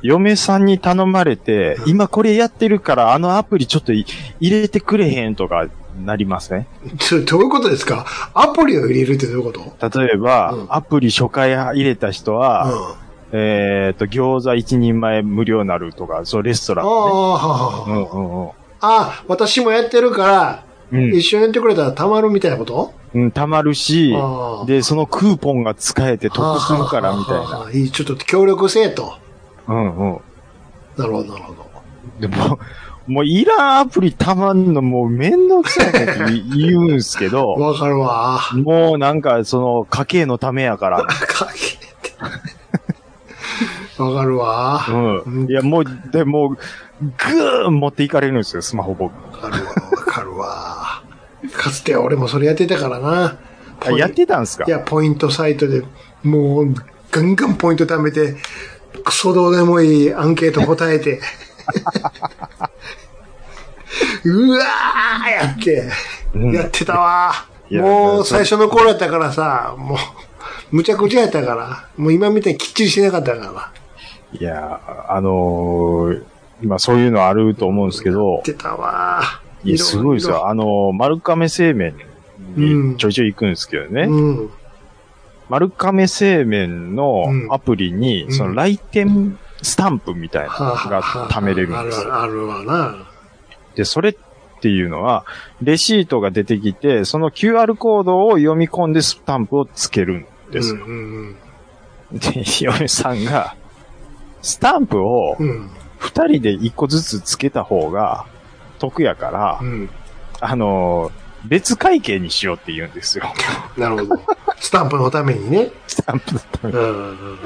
S3: 嫁さんに頼まれて、
S1: うん
S3: 今これやってるからあのアプリちょっとい入れてくれへんとかなりません
S1: ちょどういうことですかアプリを入れるってどういうこと
S3: 例えば、
S1: うん
S3: アプリ初回入れた人は、
S1: う
S3: えっ、と、餃子一人前無料なるとか、そう、レストラ
S1: ああ、
S3: ンね。
S1: は
S3: う
S1: は
S3: んうんうん。
S1: あ、私もやってるから、
S3: うん
S1: 一緒にやってくれたらたまるみたいなこと
S3: うん、溜まるし
S1: あー、
S3: で、そのクーポンが使えて得するから、みたい
S1: は
S3: な。
S1: は。いいちょっと協力せえと。
S3: うんうん。
S1: なるほど、なるほど。
S3: でも、もういらんアプリたまんのもうめんどくさいねって言言うん すけど、
S1: わかるわ。
S3: もうなんかその家計のためやから。
S1: かけて。わかるわ。
S3: うん。いやもう、でもう、ぐーん持っていかれるんですよ、スマホ僕。
S1: わかるわ、わかるわ。かつては俺もそれやってたからな。
S3: あやってたんすか
S1: いや、ポイントサイトで、もう、ガンガンポイント貯めて、クソどうでもいいアンケート答えて。 うわーやって、
S3: うん
S1: やってたわ
S3: いや
S1: もう
S3: そう
S1: 最初の頃やったからさ、もう、むちゃくちゃやったから、もう今みたいにきっちりしてなかったから。
S3: いや、あのー、今そういうのあると思うんですけ
S1: や
S3: ど
S1: っ、てたわ
S3: いや、すごいですよ。。あのー、丸亀製麺
S1: うん
S3: にちょいちょい行くんですけどね。
S1: うん。
S3: 丸亀製麺のアプリに、
S1: うん
S3: その来店スタンプみたいなのが貯めれるんですよ。
S1: あるわな。
S3: で、それっていうのは、レシートが出てきて、その QR コードを読み込んでスタンプをつけるんです
S1: う
S3: よ。
S1: んうん
S3: で、嫁さんが、スタンプを
S1: うん。うん。
S3: 二人で一個ずつつけた方が得やから
S1: う、ん。
S3: あのー、別会計にしようって言うんですよ。
S1: なるほど。スタンプのためにね。
S3: スタンプのために
S1: うんうんうん。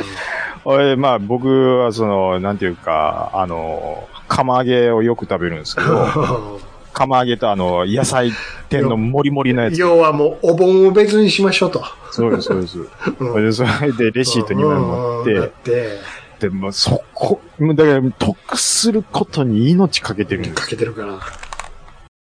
S3: 俺、まあ僕はその、なんていうか、あの、釜揚げをよく食べるんですけど、釜揚げとあの、野菜店のもりもりのやつ。
S1: 要はもう、お盆を別にしましょうと。
S3: そうです、そうです。
S1: うん
S3: それで、それでレシート2枚持
S1: うんうんうんだ
S3: っ
S1: って、
S3: て、で、もうそこ、もうだから、得することに命かけてるんです。
S1: かけてるから。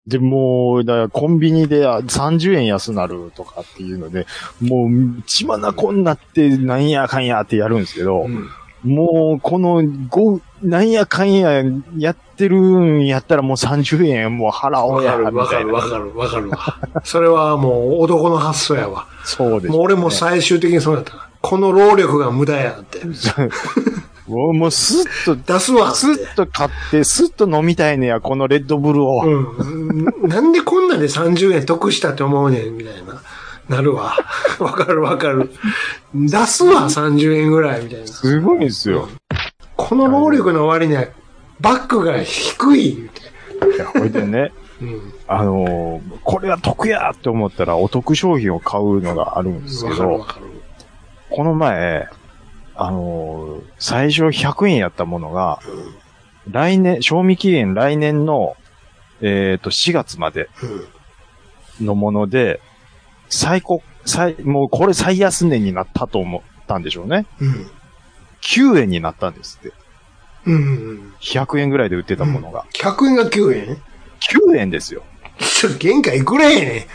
S3: で、もう、だからコンビニであ30円安なるとかっていうので、もう、血まなこになって、なんやかんやってやるんですけど、
S1: うん
S3: もう、この、ご、なんやかんや、やってるんやったらもう30円もう払お
S1: わか
S3: うや、み
S1: るわか
S3: たい
S1: る
S3: な。
S1: わかるわかるわ。それはもう、男の発想やわ。
S3: そうです、
S1: もう俺も最終的にそうだったから。この労力が無駄やって。
S3: もう、もうスッと、
S1: 出すわって。
S3: スッと買って、スッと飲みたいねや、このレッドブルを。
S1: うん。なんでこんなんで30円得したって思うねん、みたいな。なるわ。わかるわかる。出すわ、30円ぐらい、みたいな。
S3: すごいんですよ。
S1: この労力の割には、バックが低い、言うて
S3: いや、ほいでね、
S1: うん。
S3: あのーこれは得やって思ったらお得商品を買うのがあるんですけ
S1: わかるわ
S3: ど、
S1: かる。
S3: この前、あのー最初100円やったものが、来年、賞味期限来年の、えっ、と、4月まで
S1: うん。
S3: のもので、最高、最、もうこれ最安値になったと思ったんでしょうね。
S1: うん。
S3: 9円になったんですって。
S1: うんうん。
S3: 100円ぐらいで売ってたものが。
S1: 100円が9円
S3: 9円ですよ。
S1: ちょ、限界いくれへんね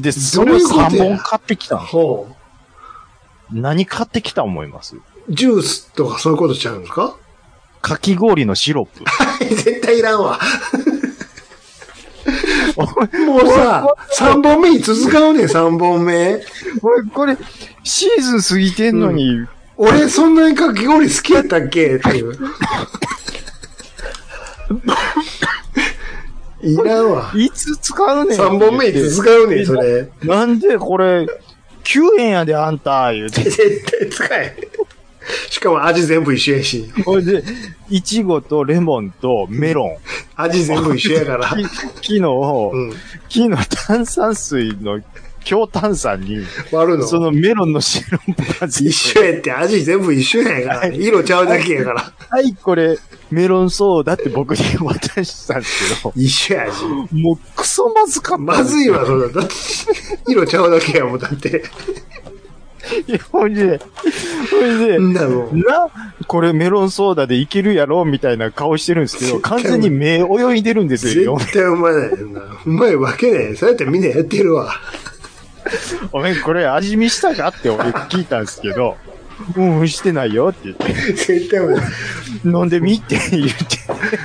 S3: で、それを
S1: どういうことや
S3: 3本買ってきた
S1: ん。
S3: の。
S1: ほう。
S3: 何買ってきた思います
S1: ジュースとかそういうことちゃうんですか
S3: かき氷のシロップ。
S1: 絶対いらん わ。もうさ、3本目に続かうねん、3本目。
S3: これ、これ、シーズン過ぎてんのに、
S1: 俺、そんなにかき氷好きやったっけって いう。いらんわ。
S3: いつ使うねん。
S1: 3本目いつ使うねん、それ。
S3: なんでこれ、9円やであんた、言 うて。
S1: 絶対使えへん。しかも味全部一緒やし。
S3: ほいで、いちごとレモンとメロン。
S1: 味全部一緒やから。
S3: き昨日、
S1: うん。
S3: 木の炭酸水の強炭酸に、
S1: 割るの。
S3: そのメロンのシロップがつい
S1: 一
S3: て、
S1: 緒やって味全部一緒やから、色ちゃうだけやから。
S3: はい、これ、メロンソーダって僕に渡したんですけど、
S1: 一緒やし。
S3: もうクソまずかったんですよ。
S1: まずいわ、それ。だって、色ちゃうだけやもん、だって。
S3: いやほいで、ほいで、
S1: んなもん。
S3: な、これメロンソーダでいけるやろみたいな顔してるんですけど、
S1: 絶対
S3: 完全に目泳いでるんですよ。
S1: 絶対うまいないよな。うまいわけない。そうやってみんなやってるわ。
S3: おめん、これ味見したかって俺聞いたんですけど、うん、してないよって言って、
S1: 絶対うまい。
S3: 飲んでみって言って、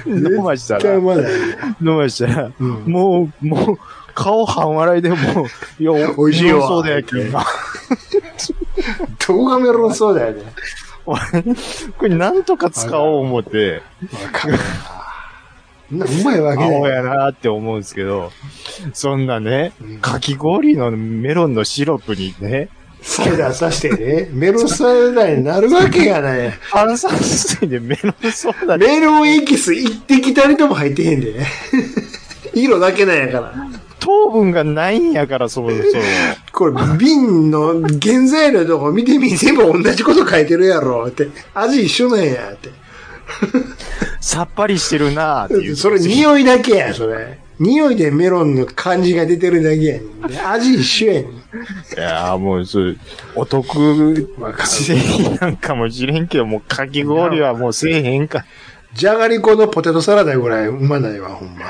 S3: 飲ました
S1: 絶対
S3: ら、
S1: う
S3: 飲
S1: まない。
S3: ましたら、
S1: うん
S3: もう、もう、顔半笑いでもう、いや、
S1: 美味しいわ
S3: メロンソーダやけんな。
S1: 動画メロンそうだよね。
S3: これなんとか使おう思って、
S1: わかるわ。そんなうまいわけ
S3: 青
S1: ね。
S3: やなって思うんですけど、そんなね、かき氷のメロンのシロップにね、
S1: サイダーさしてね、メロンサイダーになるわけがない。
S3: 炭酸水でメロンソーダで、
S1: メロンエキス一滴たりとも入ってへんでね。 色だけなんやから。
S3: 糖分がないんやから、そうそう。
S1: これ、瓶の原材料のとこ見てみ、全部同じこと書いてるやろ、って。味一緒なんや、って。
S3: さっぱりしてるなっていう。
S1: それ匂いだけや、それ。匂いでメロンの感じが出てるだけやねんで。味一緒やねん。
S3: いやーもう、そう、お得、
S1: わかる
S3: 製品なんかもしれんけど、もうかき氷はもうせえへんか。
S1: じゃがりこのポテトサラダぐらいうまないわ、ほんま。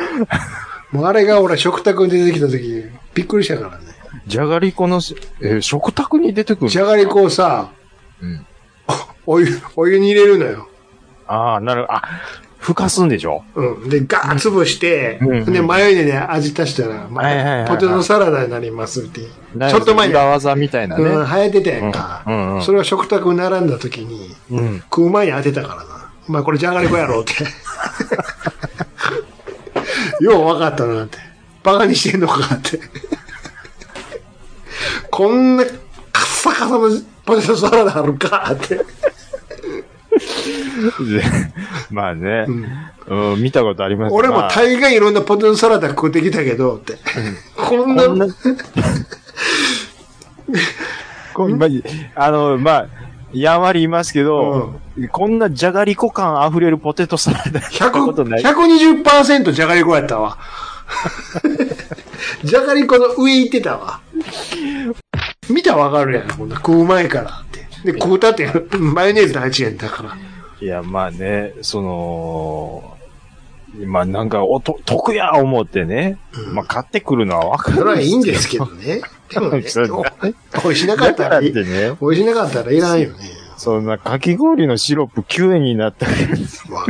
S1: もうあれが俺食卓に出てきた時、びっくりしたからね。
S3: じゃがりこの、えー食卓に出てくる
S1: じゃがりこをさ、
S3: うん
S1: お湯、お湯に入れるのよ。
S3: ああ、なる、あ、ふかすんでしょ
S1: うん。で、ガーッ潰して、
S3: うんうん
S1: で、マヨネーズで味足したら、ま
S3: はいはいはいは
S1: た
S3: い
S1: ポテトサラダになりますって。ち
S3: なん
S1: ょっと前に、
S3: 裏技みたいな
S1: うん、流
S3: ね。
S1: 行ってたやんか。
S3: うんうん
S1: それを食卓に並んだ時に、
S3: うん。
S1: 食う前に当てたからな。お前これじゃがりこやろうって。よう分かったなって。バカにしてんのかって。こんなカッサカサのポテトサラダあるかって。
S3: でまあね、うん、見たことあります
S1: 俺
S3: ま
S1: も
S3: あ
S1: 大概いろんなポテトサラダ食ってきたけどって。こんな、
S3: こんなこんまああの、まあ、やんわり言いますけど、こんなじゃがりこ感あふれるポテトサラ ダ見たことない。
S1: 100 120%じゃがりこやったわ。 じゃがりこの上行ってたわ。見たらわかるやん、こんな食う前からって。で、食うたって、マヨネーズの味やんだから。
S3: いや、まあね、その、まあなんか、おと、得や思ってね、まあ買ってくるのはわか
S1: それ
S3: る
S1: はいいん
S3: す
S1: ですけどね。でもね、
S3: それ
S1: お美味しなか
S3: だ
S1: っ
S3: か
S1: た
S3: ら
S1: ら
S3: って
S1: いい、美
S3: ね、
S1: 味しなかったらいらんよね。
S3: そんなかき氷のシロップ9円になったから
S1: わ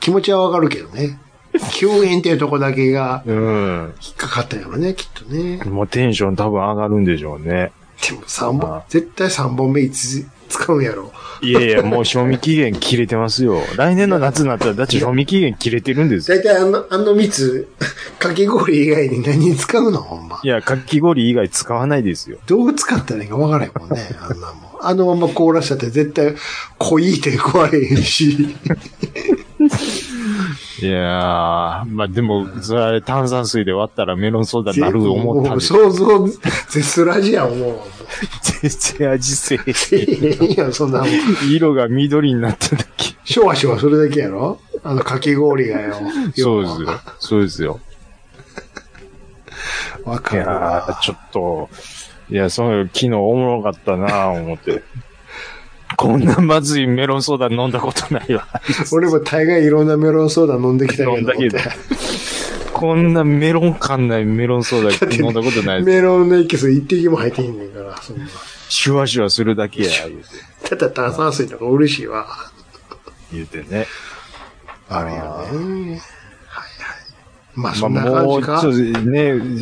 S1: 気持ちはわかるけどね。9円っていうとこだけが
S3: うん。
S1: 引っかかったんやろね、きっとね。
S3: もうテンション多分上がるんでしょうね。
S1: でも三
S3: ま
S1: 本
S3: あ、
S1: 絶対3本目いつ使うんやろ。
S3: いやいや、もう賞味期限切れてますよ。 来年の夏になったら、だって賞味期限切れてるんですよ。
S1: 大体あの、あの蜜、 かき氷以外に何に使うのほんま
S3: い。や、かき氷以外使わないですよ。
S1: どう使ったらいいかわからへんもんね、あんなもん。あのまま凍らしちゃって絶対濃いって食われへんし。
S3: いやー、まあでも、それ炭酸水で割ったらメロンソーダになる思ったん
S1: もう
S3: です
S1: 想像、絶すらじやん、もう。
S3: 全然味せえ
S1: いいやん、そんなもん。
S3: 色が緑になっただけ。
S1: シュワシュワそれだけやろあのかき氷がよ。
S3: そうですよ。そうですよ。
S1: わ
S3: い
S1: か
S3: や
S1: るわ
S3: ー、。ちょっと、いや、その、昨日おもろかったなー思って。こんなまずいメロンソーダ飲んだことない わ。
S1: 俺も大概いろんなメロンソーダ飲んできたけど。
S3: 飲んだけど こんなメロン感ないメロンソーダ飲んだことない。
S1: メロンのエキス一滴も入ってへんねんから、そんな。
S3: シュワシュワするだけや、言う
S1: た
S3: て。
S1: だ炭酸水とか嬉しいわ。
S3: 言うてね。
S1: あるよね。はいはい。まあ、
S3: ま
S1: そ
S3: あ、
S1: んな感
S3: も
S1: じ
S3: う、
S1: か。
S3: そうです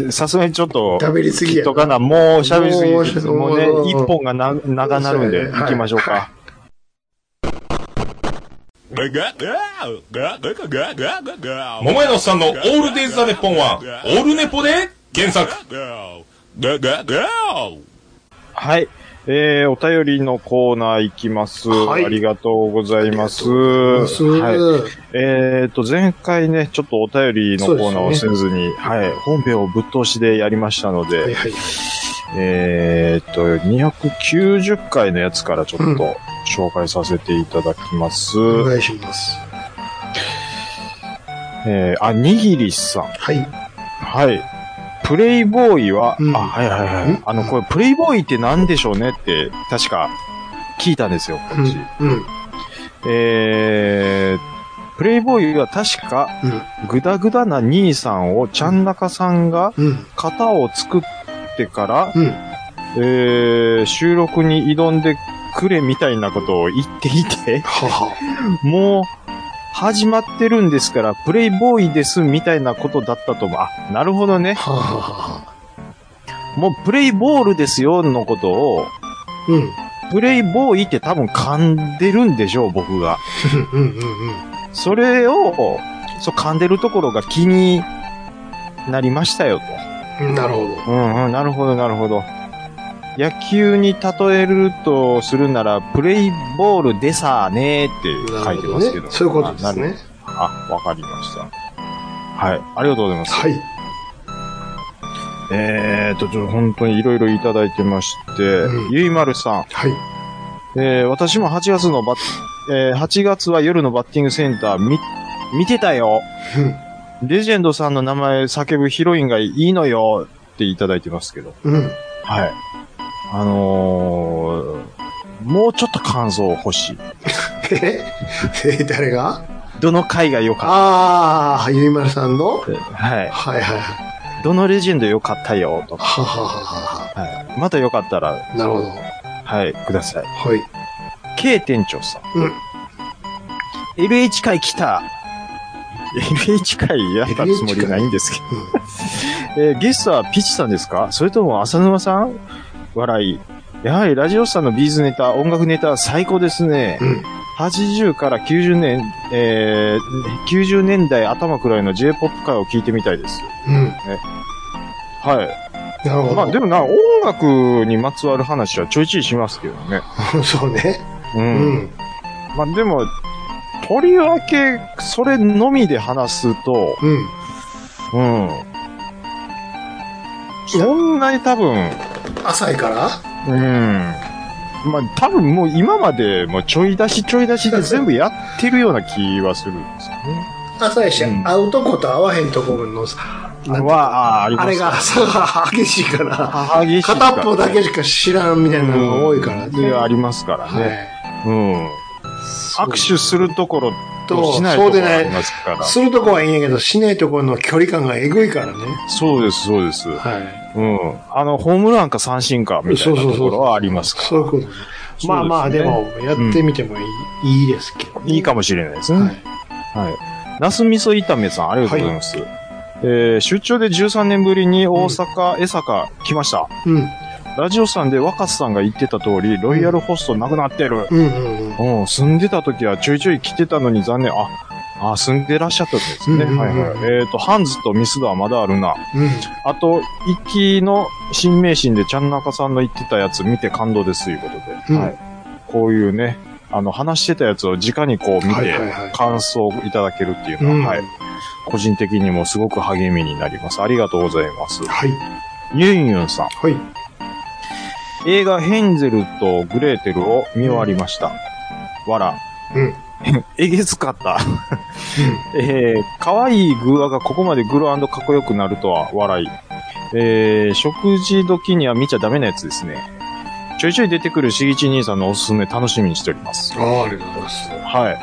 S3: ね、さすがにちょっと、
S1: 喋りすぎやな
S3: とかな、もう喋りすぎです。
S1: もう
S3: もうね
S1: も、う
S3: 一本がな長なるん
S1: そう
S3: で、
S1: やねはい
S3: 行きましょうか。
S4: 桃
S5: 桃
S4: 屋
S5: 屋の
S4: のお
S5: お
S4: っ
S5: っ
S4: さ
S5: さ
S4: ん
S5: ん
S4: の
S5: の
S4: オ
S5: オ
S4: ー
S5: ー
S4: ル
S5: ル
S4: デ
S5: デ
S4: イ
S5: イ
S4: ズ・
S5: ズ・ザ・
S4: ザ・
S5: ネ
S4: ネ
S5: ッ
S4: ッポ
S5: ポ
S4: ン
S5: ン
S4: は
S5: は、オ
S4: オ
S5: ー
S4: ール
S5: ル
S4: ネ
S5: ネ
S4: ポ
S5: ポ
S4: で
S5: で原
S4: 原作
S5: 作。
S3: はい。えー、お便りのコーナー行きます。
S1: はい
S3: ありがとうございます。
S1: す
S3: はい。えっ、と、前回ね、ちょっとお便りのコーナーをせずに、はい、本編をぶっ通しでやりましたので、
S1: はいはい。
S3: えーっと、290回のやつからちょ
S1: うん
S3: っと紹介させていただきます。
S1: お願いします。
S3: えー、あ、にぎりさん。
S1: はい。
S3: はい。プレイボーイは、
S1: うん
S3: あ、はいはいは
S1: うん
S3: い。あの、これ、プレイボーイって何でしょうねって、確か聞いたんですよ、こっち。
S1: うん。うん。
S3: えー、プレイボーイは確か、グダグダな兄さんをちゃん中さんが
S1: うん。うん。
S3: 型を作ってから、
S1: うん。
S3: えー、収録に挑んでくれみたいなことを言っていて、
S1: はは。
S3: もう、始まってるんですから、プレイボーイですみたいなことだったと思う。あ、なるほどね。
S1: はははは。
S3: もうプレイボールですよのことを、
S1: うん。
S3: プレイボーイって多分噛んでるんでしょう、僕が。
S1: うんうんうん。
S3: それを、そう噛んでるところが気になりましたよ、と。
S1: うんなるほど。
S3: うんうん、なるほど、なるほど。野球に例えるとするなら、プレイボールでさあねーって書いてますけど。
S1: ね。そういうことです
S3: あ。なる
S1: ね。
S3: あ、わかりました。はい、ありがとうございます。
S1: はい。
S3: えーと、ちょ、本当にいろいろいただいてまして、
S1: うん
S3: ゆいまるさん、
S1: はい。
S3: えー私も8月のバッ、えー8月は夜のバッティングセンター見、見てたよ。レジェンドさんの名前叫ぶヒロインがいいのよっていただいてますけど。
S1: うん。うん。
S3: はい。あのー、もうちょっと感想欲しい。
S1: え え誰が
S3: どの回が良かっ
S1: ああ、ゆいまるさんのは
S3: たはい。
S1: いはいはい。
S3: どのレジェンド良かったよとか。
S1: ははははは
S3: はい。また良かったら、
S1: なるほど。
S3: はい、ください。
S1: はい。
S3: K 店長さん。
S1: うん
S3: LH 会来た !LH 会やったつもりないんですけど。えーゲストはピチさんですかそれとも浅沼さん笑い。やはりラジオさんのビーズネタ、音楽ネタ最高ですね。
S1: うん。うん。
S3: 80から90年、えー、90年代頭くらいの J-POP 回を聞いてみたいです。
S1: うん。
S3: はい。
S1: なるほど。
S3: まあでもな、音楽にまつわる話はちょいちょいしますけどね。
S1: そうね。
S3: う。
S1: うんん。
S3: まあでも、とりわけ、それのみで話すと、
S1: うん。
S3: うん。そんなに多分、
S1: 浅いから
S3: うん。まあ多分もう今までもうちょい出しちょい出しで全部やってるような気はするんですよね。
S1: 浅いし、
S3: うん
S1: 会うとこと会わへんとこのさ、なんて
S3: は、あーありま
S1: あ
S3: す
S1: れが差が激しいから、
S3: 激しいから
S1: 片っぽだけしか知らんみたいなのが多いから
S3: でありますから
S1: は
S3: ね。
S1: い。
S3: うん。
S1: そう
S3: 握手するところとしない
S1: そ
S3: と
S1: う
S3: こ
S1: で
S3: ろ
S1: な
S3: あ
S1: い
S3: りますから。
S1: するとこはいいんやけど、しないとこの距離感がえぐいからね。
S3: そうです、そうです。う
S1: はい。
S3: ん。あの、ホームランか三振かみたいなところはありますか
S1: そういうことね。
S3: すね
S1: まあまあ、でも、やってみてもいい,、いいですけど、
S3: ら。いいかもしれないですね。
S1: は。
S3: はいい。ナス味噌炒めさん、ありがとうございます。えー出張で13年ぶりに大阪、江坂来ました。
S1: うん。
S3: ラジオさんで若狭さんが言ってた通り、ロイヤルホストなくなってる。
S1: うんうんうん。
S3: うん、住んでた時はちょいちょい来てたのに残念。あ、あ、住んでらっしゃったんですね。
S1: うんうんうん
S3: はいはい。えっ、と、ハンズとミスドはまだあるな。
S1: うん。
S3: あと、一期の新名神でちゃんなかさんの言ってたやつ見て感動ですということで。
S1: うん
S3: はい。こういうね、あの、話してたやつを直にこう見
S1: はい
S3: て
S1: はいはい、
S3: 感想をいただけるっていうのは、
S1: うん
S3: はい。個人的にもすごく励みになります。ありがとうございます。
S1: はい。
S3: ユンユンさん。
S1: はい。
S3: 映画ヘンゼルとグレーテルを見終わりました。わら。
S1: うん。
S3: えげつかった。えー、可愛い偶話がここまでグロかっこよくなるとは笑い。えー、食事時には見ちゃダメなやつですね。ちょいちょい出てくるしぎち兄さんのおすすめ楽しみにしております。
S1: ああ、ありがとうございます。
S3: はい。
S1: う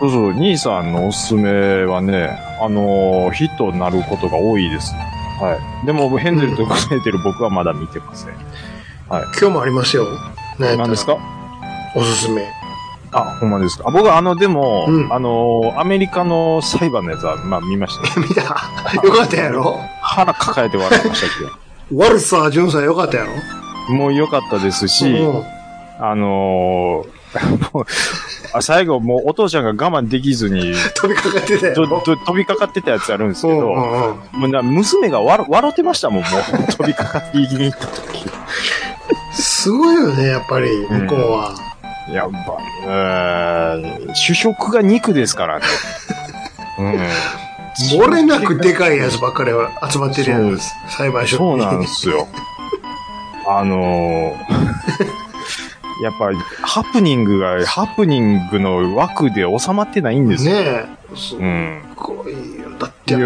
S3: そうそう、兄さんのおすすめはね、あのーヒットになることが多いです。はい。でも、ヘンゼルとグレーテル僕はまだ見てません。
S1: ん。今日もありますよ。何
S3: 何ですか
S1: おすすめ。
S3: あ、ほんまですか。あ僕はあの、でも、
S1: うん
S3: あのーアメリカの裁判のやつは、まあ見ました、ね。
S1: 見たよかったやろ
S3: 腹抱えて笑いましたけど。
S1: ワルサージュンさんよかったやろ
S3: もう良かったですし、
S1: うん
S3: あのー もうあ最後もうお父ちゃんが我慢できずに、
S1: 飛びかかってたや
S3: ど
S1: ろ
S3: ど飛びかかってたやつあるんですけ
S1: うん
S3: ど、
S1: うんうん
S3: もうな娘が笑笑ってましたもん、もう。 飛びかかっていきに行った時。
S1: すごいよね、やっぱり、向こうは。
S3: やっぱ、うーん主食が肉ですから ね。うん。
S1: 漏れなくでかいやつばっかり集まってるや
S3: そう
S1: つ
S3: で
S1: です。裁判所
S3: そうなんですよ。あのー やっぱ、ハプニングが、ハプニングの枠で収まってないんで す
S1: ね
S3: よ。
S1: え。す
S3: うん。
S1: ごいよ。だって
S3: いや、、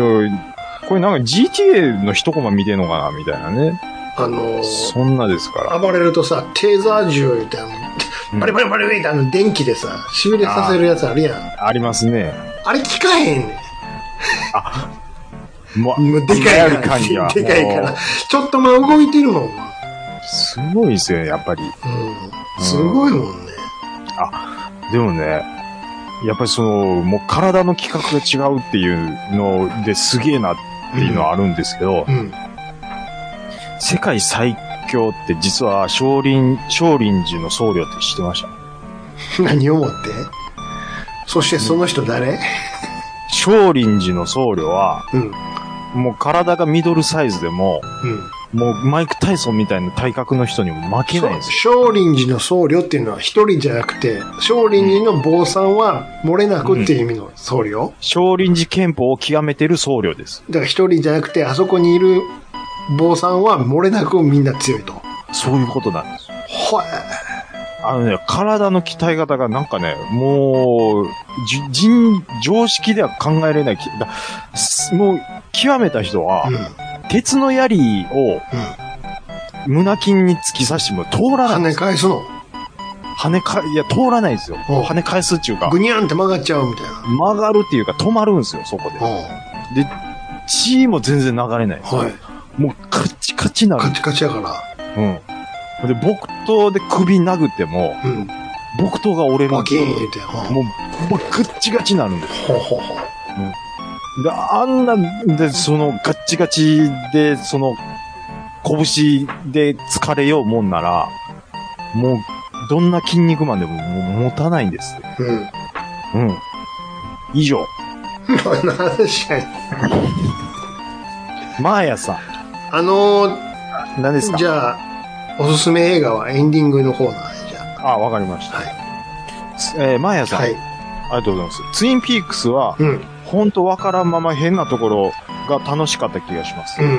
S3: これなんか GTA の一コマ見てんのかなみたいなね。
S1: あの、
S3: そんなですから。
S1: 暴れるとさ、テーザー銃みたいな
S3: うん
S1: の、バリバリバリバリってあの電気でさ、しびれさせるやつあるやん。
S3: ありますね。
S1: あれ効かへんね
S3: も
S1: ん。もうでかいか
S3: リアル感が
S1: ら。 でかいか
S3: も
S1: ら。ちょっとまあ動いてるもん。
S3: すごいですよね、やっぱり。
S1: うん。すごいもんね。
S3: でもね、やっぱりその、もう体の規格が違うっていうのですげえなっていうのはあるんですけど、
S1: うん。
S3: 世界最教って実は少林、少林寺の僧侶って知ってました
S1: 何をもってそしてその人誰
S3: 少林寺の僧侶は、
S1: うん。
S3: もう体がミドルサイズでも、
S1: うん。
S3: もうマイク・タイソンみたいな体格の人にも負けないんですよ。
S1: 少林寺の僧侶っていうのは一人じゃなくて、少林寺の坊さんは漏れなくっていう意味の僧侶、
S3: 少林寺憲法を極めてる僧侶です。
S1: だから一人じゃなくて、あそこにいる坊さんは漏れなくみんな強いと。
S3: そういうことなんですよ。
S1: ほえ。
S3: あのね、体の鍛え方がなんかね、もう、じ人、常識では考えれないき。だすもう、極めた人は
S1: うん。、
S3: 鉄の槍を、胸筋に突き刺しても通ら
S1: 跳
S3: ない。
S1: ね返すの。
S3: 跳ねか、いや、通らないんですよ。
S1: お
S3: 跳ね返すっていうか
S1: ぐ、にゃんって曲がっちゃうみたいな。
S3: 曲がるっていうか止まるんですよ、そこで
S1: う。ん。
S3: 血も全然流れない。
S1: はい。
S3: もうカチカチな
S1: カ
S3: る。
S1: チカチやから。
S3: うん。で、木刀で首殴っても、
S1: うん。
S3: 木刀が折れるん
S1: バ
S3: です
S1: キーン
S3: よ。
S1: って。うん
S3: もう、もうガッチガチになるんです
S1: ほうほうほう。
S3: で、あんなんで、その、ガッチガチで、その、拳で疲れようもんなら、もう、どんな筋肉マンでももう持たないんです。
S1: うん。
S3: うん。以上、
S1: 何の話やねん
S3: マーヤさ
S1: あのー
S3: ん。何ですか
S1: じゃあ、おすすめ映画はエンディングの方なんで、じゃ
S3: あ、わかりまし
S1: あ。
S3: た。
S1: はい。
S3: えーマーヤさん、
S1: はい。
S3: ありがとうございます。ツインピークスは、
S1: うん。
S3: ほんとわからんまま変なところが楽しかった気がします
S1: う。ん。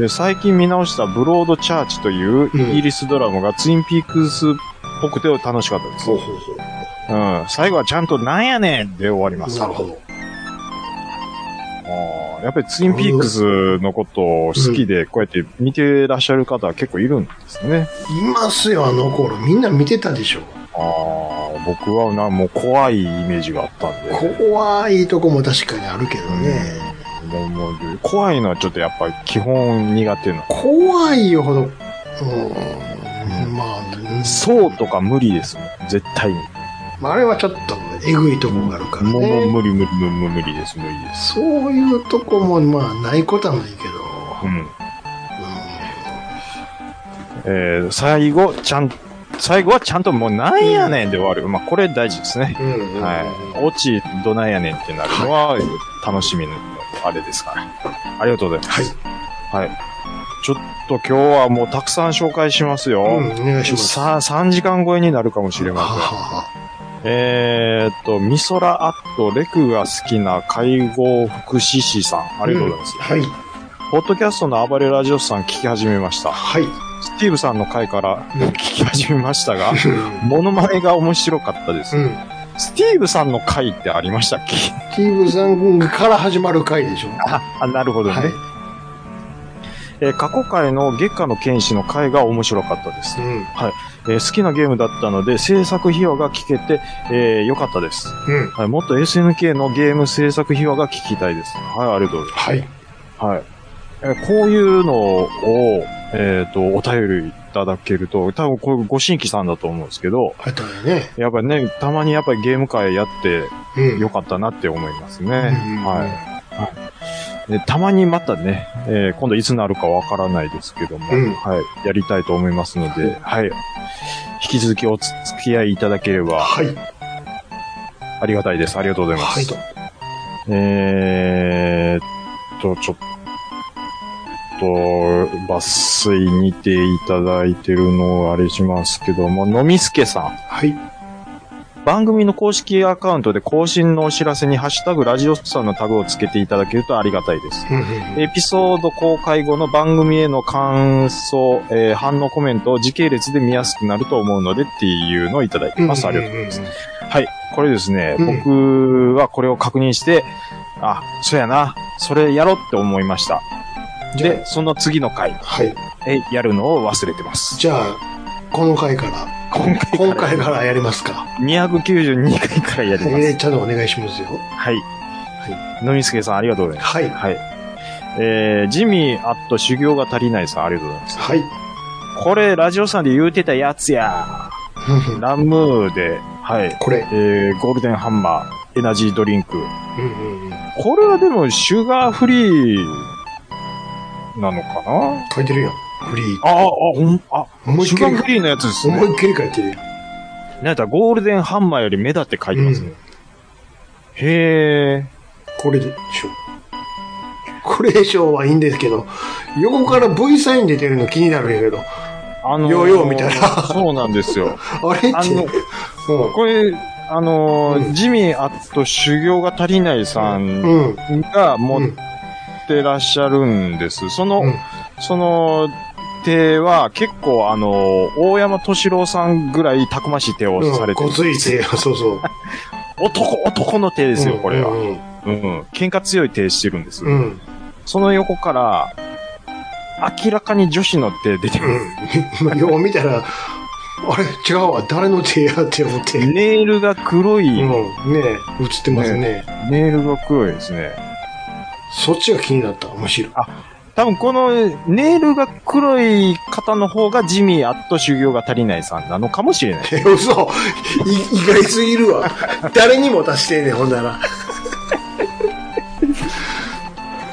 S3: で、最近見直したブロードチャーチというイギリスドラマがツインピークスっぽくて楽しかったです。
S1: ほうほうほう。
S3: うん。最後はちゃんとなんやねんで終わります。
S1: なるほど。
S3: あーやっぱりツインピークスのことを好きで、こうやって見てらっしゃる方は結構いるんですね。
S1: いますよ、あの頃。みんな見てたでしょ。
S3: ああ、僕はな、もう怖いイメージがあったんで。
S1: 怖いとこも確かにあるけどね。
S3: もうもう怖いのはちょっとやっぱり基本苦手な。
S1: 怖いよほど。うん。まあ、うん
S3: そうとか無理ですもん。絶対に。
S1: まあ、あれはちょっと、えぐいとこがあるから
S3: もうもう
S1: ね。
S3: 無理無理無理無理です、無理です。
S1: そういうとこも、まあ、ないことはないけど。
S3: うん。えー、最後、ちゃん、最後はちゃんともうなんやねんで終わる。まあ、これ大事ですね。
S1: うん。うんうん。
S3: はい。落ち、どないやねんってなるのは、楽しみの、あれですから。ありがとうございま
S1: はい。
S3: す。はい。ちょっと今日はもうたくさん紹介しますよ。
S1: うん、お願いします。
S3: さあ、3時間超えになるかもしれ
S1: は
S3: ません。
S1: は
S3: えーっと、ミソラアット、レクが好きな介護福祉士さん。ありがとうございます。
S1: はい。
S3: ポッドキャストの暴れラジオさん聞き始めました。
S1: はい。
S3: スティーブさんの回から
S1: うん
S3: 聞き始めまし たが、
S1: う
S3: モノマネが面白かったです。
S1: ん。
S3: スティーブさんの回ってありましたっけ
S1: スティーブさんから始まる回でしょ。は
S3: あ、なるほどね。
S1: い。
S3: えー過去回の月下の剣士の回が面白かったです
S1: う。ん。
S3: えー好きなゲームだったので制作秘話が聞けて、えー良かったです、
S1: うん。
S3: はい。もっと SNK のゲーム制作秘話が聞きたいです。はい、ありがとうございま
S1: はい。
S3: す。はい。えーこういうのを、えっ、と、お便りいただけると、多分こういうご新規さんだと思うんですけど、
S1: あったよね。
S3: やっぱりね、たまにやっぱりゲーム会やって
S1: うん。
S3: 良かったなって思いますね。
S1: うん
S3: はい。でたまにまたね、えー今度いつなるかわからないですけども、
S1: うん
S3: はい、やりたいと思いますので、はい。引き続きお付き合いいただければ
S1: はい。
S3: ありがたいです。ありがとうございます。
S1: はいと。
S3: えーっと、ちょっと、抜粋にていただいてるのをあれしますけども、のみすけさん。
S1: はい。
S3: 番組の公式アカウントで更新のお知らせにハッシュタグラジオさんのタグをつけていただけるとありがたいです。
S1: うん。
S3: エピソード公開後の番組への感想、えー反応コメントを時系列で見やすくなると思うのでっていうのをいただいてます。ありがとうございます。
S1: す。
S3: はい。これですね、
S1: うん
S3: 僕はこれを確認して、あ、そうやな、それやろうって思いました。
S1: じゃあ
S3: で、その次の回、
S1: はい。
S3: え、やるのを忘れてます。
S1: じゃあ、この回から、
S3: 今回
S1: 今回 からやりますか。
S3: 292回からやりま
S1: え
S3: す。
S1: ーちゃんとお願いしますよ。
S3: はい。のみすけさん、ありがとうございます。
S1: はい。
S3: はい。えー、ジミーアット修行が足りないさん、ありがとうございます。
S1: はい。
S3: これ、ラジオさんで言うてたやつや。
S1: うん
S3: ラムーで、はい。
S1: これ。
S3: えー、ゴールデンハンマー、エナジードリン
S1: う
S3: ク。
S1: んうんうん
S3: これはでも、シュガーフリー、なのかな
S1: 書いてるやん。フリー。
S3: ああ、あ、ほん、あ、
S1: 思いっき
S3: シ
S1: り
S3: ュガンフリーのやつです
S1: 思
S3: ね。
S1: いっきり書いてるよ。
S3: なんやったらゴールデンハンマーより目立って書いてますね。へえ。
S1: これでしょ。これでしょはいいんですけど、横から V サイン出てるの気になるんやけど、
S3: あの
S1: ヨーヨーみたいな
S3: そうなんですよ。
S1: あれって、
S3: あの
S1: うん
S3: これ、あのー
S1: うん
S3: ジミーアット修行が足りないさん
S1: うん。
S3: が
S1: う
S3: 持っ
S1: ん。
S3: てらっしゃるんです。その、
S1: うん
S3: その手は結構あのー大山敏郎さんぐらいたくましい手をされて
S1: ご
S3: る。
S1: ついて、そうそう。
S3: 男、男の手で
S1: です
S3: よ、これは。
S1: は。
S3: うん、喧嘩強い手してるんです。
S1: うん。うん。
S3: その横から、明らかに女子の手出てくる。
S1: 今、よう見たら、あれ違うわ。誰の手やって思って。うん。ね
S3: ネイルが黒い、
S1: え、映ってますね。
S3: ネイルが黒いですね。
S1: そっちが気になった。むしろ。
S3: 多分このネイルが黒い方の方がジミーアット修行が足りないさんなのかもしれない。
S1: え、嘘。い意外すぎるわ。 誰にも出してんねん、ほんなら。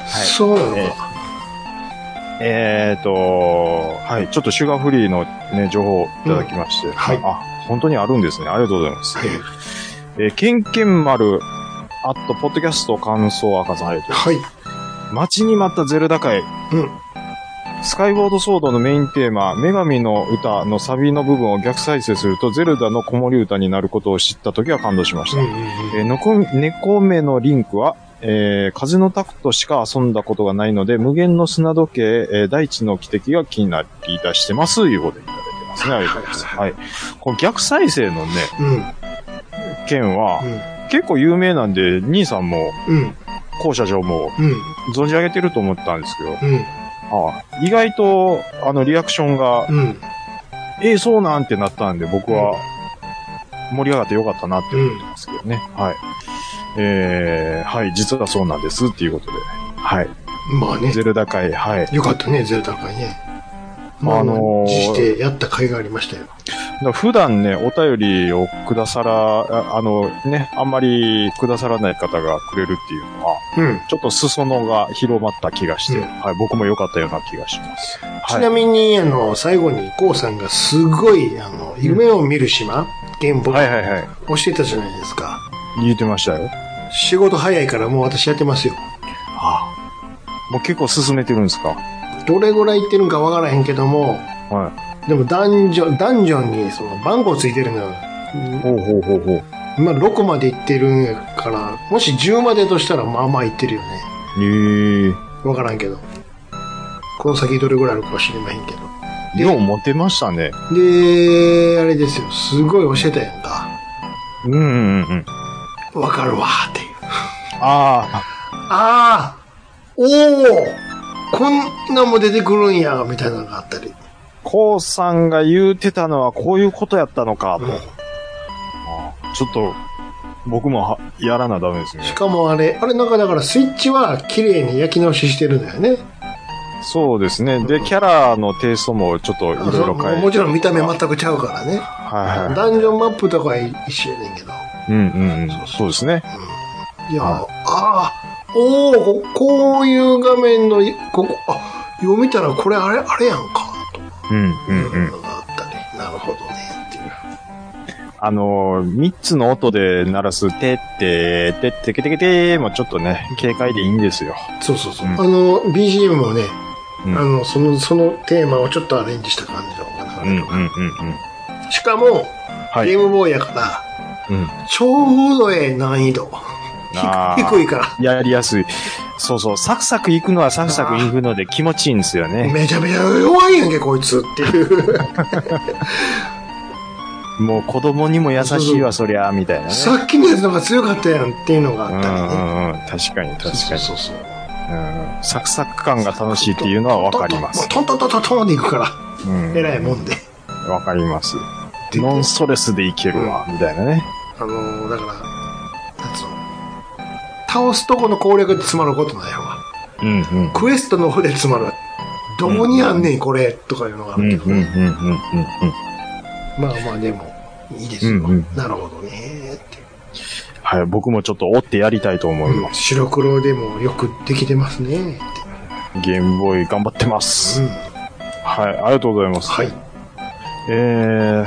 S1: そうなの
S3: え
S1: か。
S3: えーと、はい、ちょっとシュガーフリーのね、情報をいただきまして。
S1: はい
S3: あ、本当にあるんですね。ありがとうございます。
S1: はい。
S3: えー、ケンケン丸、あと、ポッドキャスト感想赤さんありがとうござい
S1: はい。
S3: ます。待ちに待ったゼルダ界。
S1: うん。
S3: スカイボードソードのメインテーマ、女神の歌のサビの部分を逆再生すると、ゼルダの子守歌になることを知った時は感動しました。えーのこ猫目のリンクは、えー風のタクトしか遊んだことがないので、無限の砂時計、えー大地の汽笛が気になり出してます、いうことでいただいてますね。ありがとうございます。はい。この逆再生のね、
S1: うん。うん。
S3: 件は、結構有名なんで、兄さんも、
S1: うん。
S3: 校舎上も
S1: うん。
S3: 存じ上げてると思ったんですけど、
S1: うん。
S3: ああ意外と、あの、リアクションが、
S1: うん。うん。
S3: えーそうなんってなったんで、僕は、盛り上がってよかったなって思ってますけどね。はい。えー、はい、実はそうなんですっていうことで。はい。
S1: まあね。
S3: ゼルダ会、はい。
S1: よかったね、ゼルダ会ね。
S3: まあ
S1: あ
S3: あの
S1: の
S3: ー
S1: してやった甲斐がありましたよ。
S3: 普段ね、お便りをくださら、ああのね、あんまりくださらない方がくれるっていうのは、
S1: うん。
S3: ちょっと裾野が広まった気がして、
S1: うん
S3: はい、僕も良かったような気がします。
S1: ち
S3: はい。
S1: なみに、あの、最後に、こうさんがすごい、あの、夢を見る島、ゲームボ
S3: は
S1: ー
S3: い
S1: イ
S3: はいはい。
S1: 押してたじゃないですか。
S3: 言ってましたよ。
S1: 仕事早いからもう私やってますよ。
S3: ああもう結構進めてるんですか
S1: どれぐらい行ってるんかわからへんけども、
S3: は
S1: でもダンジョン、ダンジョンにその番号ついてるのよ。
S3: い。ほうほうほうほう。
S1: まあ6まで行ってるんやから、もし10までとしたらまあまあ行ってるよね。
S3: えー。
S1: わからんけど。この先どれぐらいあるかは知りまへんけど。
S3: よう持てましたね。
S1: で、あれですよ。すごい教えたやんか。
S3: うんうんうん。
S1: わかるわーっていう。
S3: あ
S1: ああおおこんなんも出てくるんや、みたいなのがあったり。
S3: あ、こうさんが言うてたのはこういうことやったのか、と。ああちょっと、僕もはやらなダメですね。
S1: しかもあれ、あれなんかだからスイッチは綺麗に焼き直ししてるんだよね。
S3: そうですね。で、キャラのテイストもちょっといろいろ変え
S1: ももちろん見た目全くちゃうからね。
S3: はいは
S1: ダンジョンマップとかは一緒やねんけど。
S3: い。うんうんうん。そうですね。
S1: いや、
S3: は
S1: ああ、おおここういう画面の、ここ、あ、よう見たらこれあれ、あれやんか、と
S3: うんう
S1: い
S3: んう。
S1: うんのがあったり。なるほどね、っていう。
S3: あのー、3つの音で鳴らす、てって、てってけてけてもちょっとね、軽快でいいんですよ。
S1: そうそうそう。
S3: うん
S1: あの、BGM もね、
S3: うん
S1: あの、その、そのテーマをちょっとアレンジした感じ
S3: うんうん
S1: の
S3: うん
S1: が流れる
S3: うん。
S1: しかも、
S3: はい。
S1: ゲ
S3: う
S1: ームボーイやから、
S3: ん。
S1: ちょうどええ難易度。
S3: あー
S1: 低いか
S3: やりやすい。そうそう、サクサク行くのはサクサク行くので気持ちいいんですよ
S1: ら、
S3: ね。
S1: めちゃめちゃ弱いやんけ、こいつって いう。
S3: もう子供にも優しいわ、そりゃ、みたいなね。
S1: さっきのやつの方が強かったやんっていうのが
S3: う
S1: あ
S3: んう
S1: ったりね。
S3: んうん。確かに、確かに。
S1: そうそうそう。
S3: うんサクサク感が楽しいっていうのはわかります。
S1: トントントントントンでいくから、
S3: うん
S1: えらいもんで。
S3: わかります。ノンストレスでいけるわ、みたいなね。
S1: あのー、だから、なんつうの。倒すとこの攻略ってつまることないわ。
S3: うんうん。
S1: クエストの方でつまる。どこにあんねん、これ、とかいうのがあ
S3: うんうん
S1: る
S3: う
S1: け
S3: ん
S1: ど。
S3: うんうんうん。
S1: まあまあ、でも、いいですよ。
S3: うんうん
S1: なるほどねっていう
S3: はい、僕もちょっと追ってやりたいと思い
S1: うん
S3: ま。す。
S1: 白黒でもよくできてますねって。
S3: ゲームボーイ頑張ってます。
S1: うん。
S3: はい、ありがとうございます。
S1: はい。
S3: えー、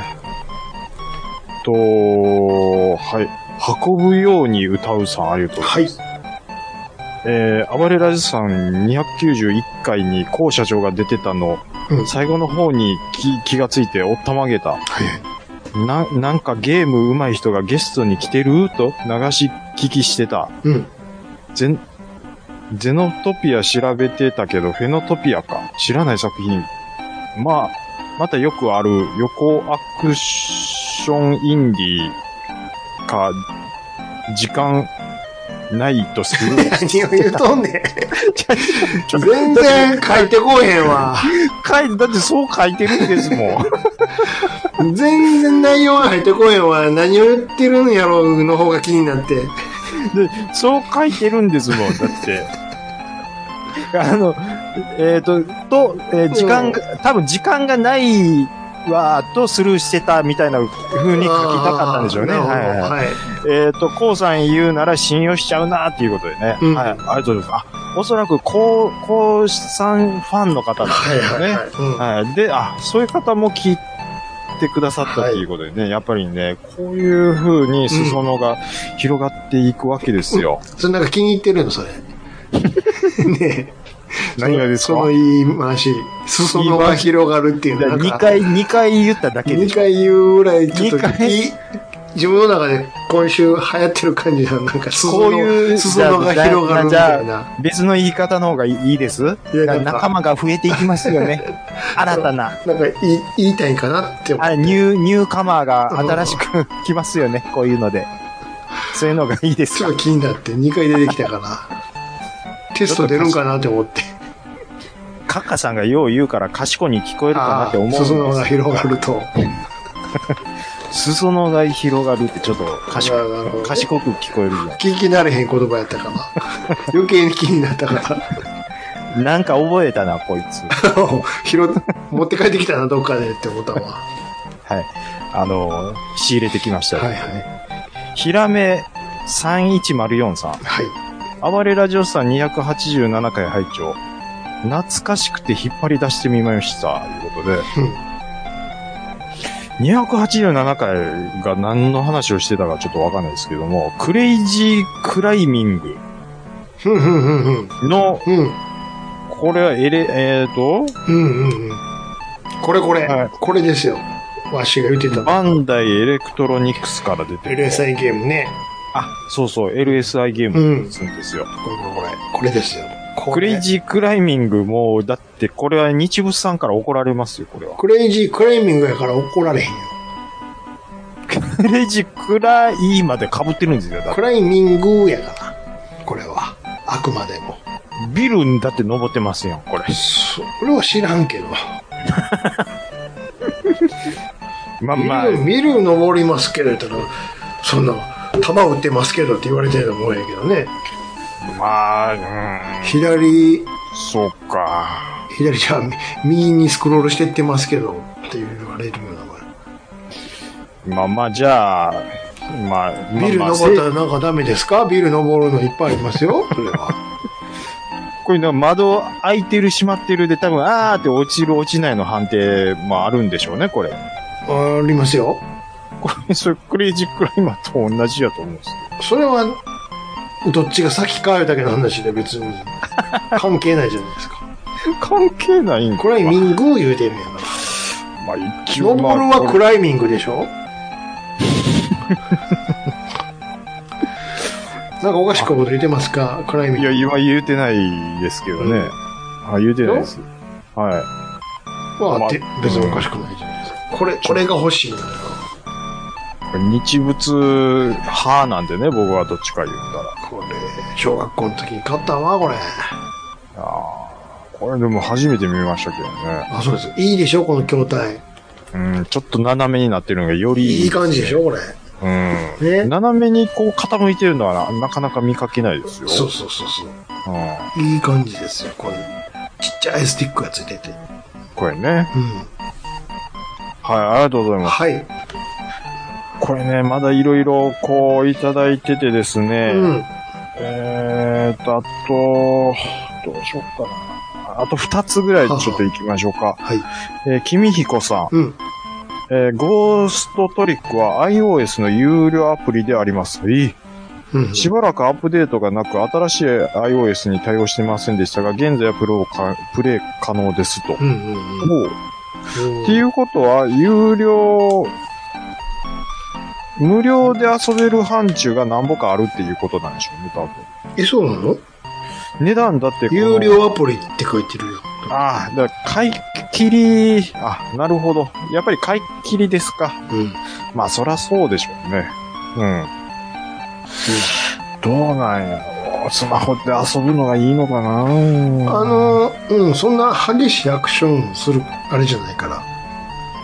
S3: と、はい。運ぶように歌うさん、ありがとうございます。
S1: はい。
S3: えー、暴れラジさん291回に高社長が出てたの、
S1: うん
S3: 最後の方に気気がついておったまげた。
S1: はい。
S3: な、なんかゲーム上手い人がゲストに来てると流し聞きしてた。
S1: うん。
S3: ゼン、ゼノトピア調べてたけど、フェノトピアか。知らない作品。まあ、またよくある横アクションインディーか、時間ないとす る。
S1: 何を言うとんねん。全然書いてこへんわ。
S3: 書いだってそう書いてるんですもん。
S1: 全然内容が入ってこへんわ。何を言ってるんやろうの方が気になって。
S3: で、そう書いてるんですもん、 だって。あの、えっ、と、と、えー時間が、多分時間がないわーとスルーしてたみたいな風に書きたかったんでしょうね。
S1: あー
S3: はい
S1: なるほど
S3: は
S1: は
S3: い
S1: い。
S3: えっ、と、こうさん言うなら信用しちゃうなっていうことでね。
S1: うん
S3: はい、ありがとうございます。あ、おそらくこう、こうさんファンの方です
S1: はいは
S3: よ
S1: い
S3: ね
S1: は。い。うん
S3: はい。で、あ、そういう方も聞いてくださったっていうことでね、やっぱりね、こういう風に裾野が広がっていくわけですよ。
S1: それなんか気に入ってるの、それ。 ねえ。
S3: 何がですか
S1: その言い回し。裾野が広がるっていうのなんか
S3: 2回、二回言っただけで
S1: 二
S3: しょ。
S1: 回言うぐらい、ちょっ
S3: 二
S1: と
S3: 回
S1: いい、自分の中で今週流行ってる感じの、なんか、
S3: こういう、
S1: 裾野が広がるみたいな。
S3: 別の言い方の方がいいいいです
S1: いやなんか
S3: 仲間が増えていきますよね。 新たな。
S1: なんかいい、言いたいんかなって思う
S3: あニュー、ニューカマーが新しく来ますよね。こういうので。そういうのがいいです
S1: ちょ
S3: か
S1: っと気になって、2回出てきたから。テスト出るんかなって思って。
S3: カッカさんがよう言うから賢に聞こえるかなって思うんです
S1: 裾
S3: けど
S1: 野が広がると。
S3: 裾野が広がるってちょっと賢
S1: なるほど
S3: く
S1: ね
S3: 賢く聞こえるじ
S1: 聞き慣れへん言葉やった から。余計に気になったから。
S3: ゃん。なんか覚えたな、こい つ。
S1: 拾っ持って帰ってきたな、どっかでって思ったわ。
S3: はい。あの、仕入れてきましたよ、
S1: はいはい。
S3: ひらめ3104さん。
S1: はい。
S3: 暴れラジオさん287回拝聴懐かしくて引っ張り出してみました。ということで。287回が何の話をしてたかちょっとわかんないですけども、クレイジークライミング
S1: ふんふんふんふん。
S3: の、
S1: うん。
S3: これはエレ、えーと、
S1: うんうんうん。これこれ、
S3: はい
S1: これですよ。わしが言ってたの。
S3: バンダイエレクトロニクスから出てる。
S1: LSI ゲームね。
S3: あ、そうそう、LSI ゲームするんですよ。
S1: これこれこれ。これですよ。これ
S3: クレイジークライミングも、だってこれは日物さんから怒られますよ、これは。
S1: クレイジークレーミングやから怒られへんよ。
S3: クレイジークライまで被ってるんですよ。だっ
S1: ク
S3: て
S1: ライミングやから。これは。あくまでも。
S3: ビルにだって登ってますよ、これ。
S1: それは知らんけど。
S3: まあ
S1: 見る、
S3: まあ、
S1: 見る登りますけど、言ったら、そんな、弾打ってますけどって言われてるのもんやけどね。
S3: まあ、うん、
S1: 左、
S3: そうか。
S1: 左じゃあ、み右にスクロールしてってますけどって言われるようなもん。
S3: まあまあ、じゃあ、まあ、まあ、
S1: ビル
S3: まあ
S1: 登ったらなんかダメですかビル登るのいっぱいありますよ。それは。
S3: これなんか窓開いてる閉まってるで多分、あーって落ちる落ちないの判定、まああるんでしょうね、これ。
S1: ありますよ。
S3: これ、それクレイジークライマーと同じやと思うんですよ
S1: それは、どっちが先かいうだけの話で別に 関係ないじゃないですか。
S3: 関係ないんか
S1: クライミングを言うてんねやな。
S3: まあ一応
S1: 登
S3: まあ
S1: るは
S3: こ
S1: クライミングでしょ なんかおかしくこと言ってますかクライミ
S3: れ
S1: ン
S3: いや、
S1: グ
S3: 今言うてないですけどね。あ、言うてないです。はい。
S1: は、
S3: まあ
S1: で別におかしくないじゃないですか。これ、これが欲しいんだよ。
S3: これ日物派なんでね、僕はどっちか言う
S1: これ、小学校の時に買ったわ、これ。
S3: たら。あーこれでも初めて見ましたけどね。
S1: あ、そうです。いいでしょこの筐体。
S3: うん、ちょっと斜めになってるのがより
S1: いい感じでしょこれ。
S3: うん。
S1: ね。
S3: 斜めにこう傾いてるのはななかなか見かけないですよ。
S1: そうそうそうそう。
S3: うん。
S1: いい感じですよ、これ。ちっちゃいスティックがついてて。う
S3: これね。
S1: ん。
S3: はい、ありがとうございます。
S1: はい。
S3: これね、まだいろいろこういただいててですね。
S1: うん。
S3: えーと、あと、どうしよっかな。あと二つぐらいちょっと行きましょうか。
S1: はい。
S3: えー、君彦さん。
S1: うん。
S3: えーゴーストトリックは iOS の有料アプリであります。えー
S1: うん。
S3: しばらくアップデートがなく、新しい iOS に対応していませんでしたが、現在はプロかプレイ可能ですと。
S1: うんうんうん。
S3: おう
S1: っ
S3: っていうことは、有料、無料で遊べる範疇が何ぼかあるっていうことなんでしょうね、多分。
S1: え、そうなの
S3: 値段だってこの
S1: 有。料アプリって書いてるよ。
S3: ああ、だから買い切り、あ、なるほど。やっぱり買い切りですか。
S1: うん。
S3: まあ、そらそうでしょうね。うん。どうなんやろうスマホで遊ぶのがいいのかなあ
S1: あの、うん、そんな激しいアクションする、あれじゃないから。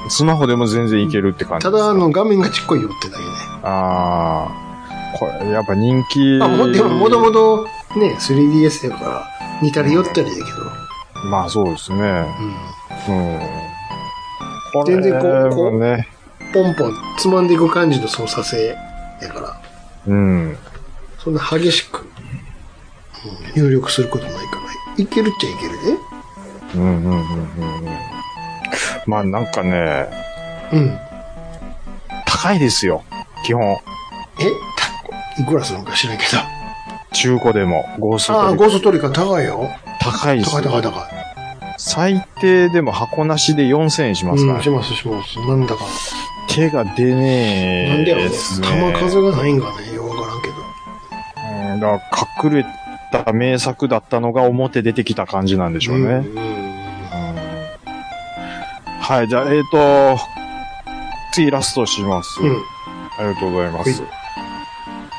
S3: スマホでも全然いけるって感じ
S1: た
S3: です
S1: だ、
S3: か
S1: あの、画面がちっこいよってだけね。
S3: ああ。これ、やっぱ人気。
S1: あ、も、でも、もともと、ね、3DS やから、似たり寄ったりやけど。
S3: まあ、そうですね。
S1: うん。
S3: うん。これ
S1: 全然こうこう
S3: ね。
S1: ポンポン、つまんでいく感じの操作性やから、
S3: うん。
S1: そんな激しく、うん、入力することないから、いけるっちゃいけるね。
S3: うんうんうんうんうん。まあ、なんかね、
S1: うん。
S3: 高いですよ。基本。
S1: えたいくらするのか知らんけど。
S3: 中古でも、ゴース
S1: あ
S3: ト
S1: あ、
S3: で
S1: ゴーストトリカー高いよ。
S3: 高いです
S1: 高
S3: よ
S1: い高い高い。
S3: 最低でも箱なしで4000円しますか
S1: う
S3: ら
S1: ん、しますします。なんだか。
S3: 手が出ねえ。
S1: なんでやろうね
S3: です。ね
S1: 弾数がないんかね、よくわからんけど。
S3: うんだから隠れた名作だったのが表出てきた感じなんでしょうね。
S1: んうん
S3: はい、じゃあ、えっ、と、次ラストします。
S1: うん。
S3: ありがとうございま
S1: はい
S3: す。う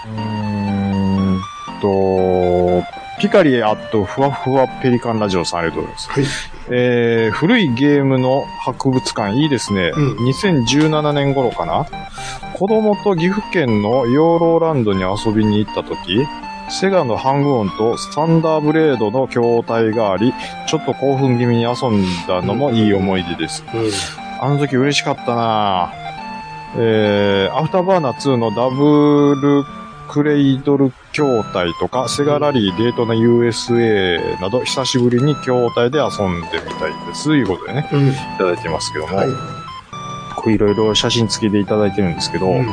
S3: ーんと、ピカリアットふわふわペリカンラジオさんありがとうございます。
S1: はい。
S3: えー、古いゲームの博物館いいですね。
S1: うん
S3: 2017年頃かな子供と岐阜県の養老ランドに遊びに行った時、セガのハングオンとサンダーブレードの筐体があり、ちょっと興奮気味に遊んだのもいい思い出です。
S1: うん。
S3: あの時嬉しかったなぁえー、アフターバーナー2のダブルクレイドル筐体とか、セガラリーデートな USA など、久しぶりに筐体で遊んでみたいです。いうことでね、
S1: うん。
S3: いただいてますけども、
S1: はい。
S3: こういろいろ写真付きでいただいてるんですけど、
S1: うん。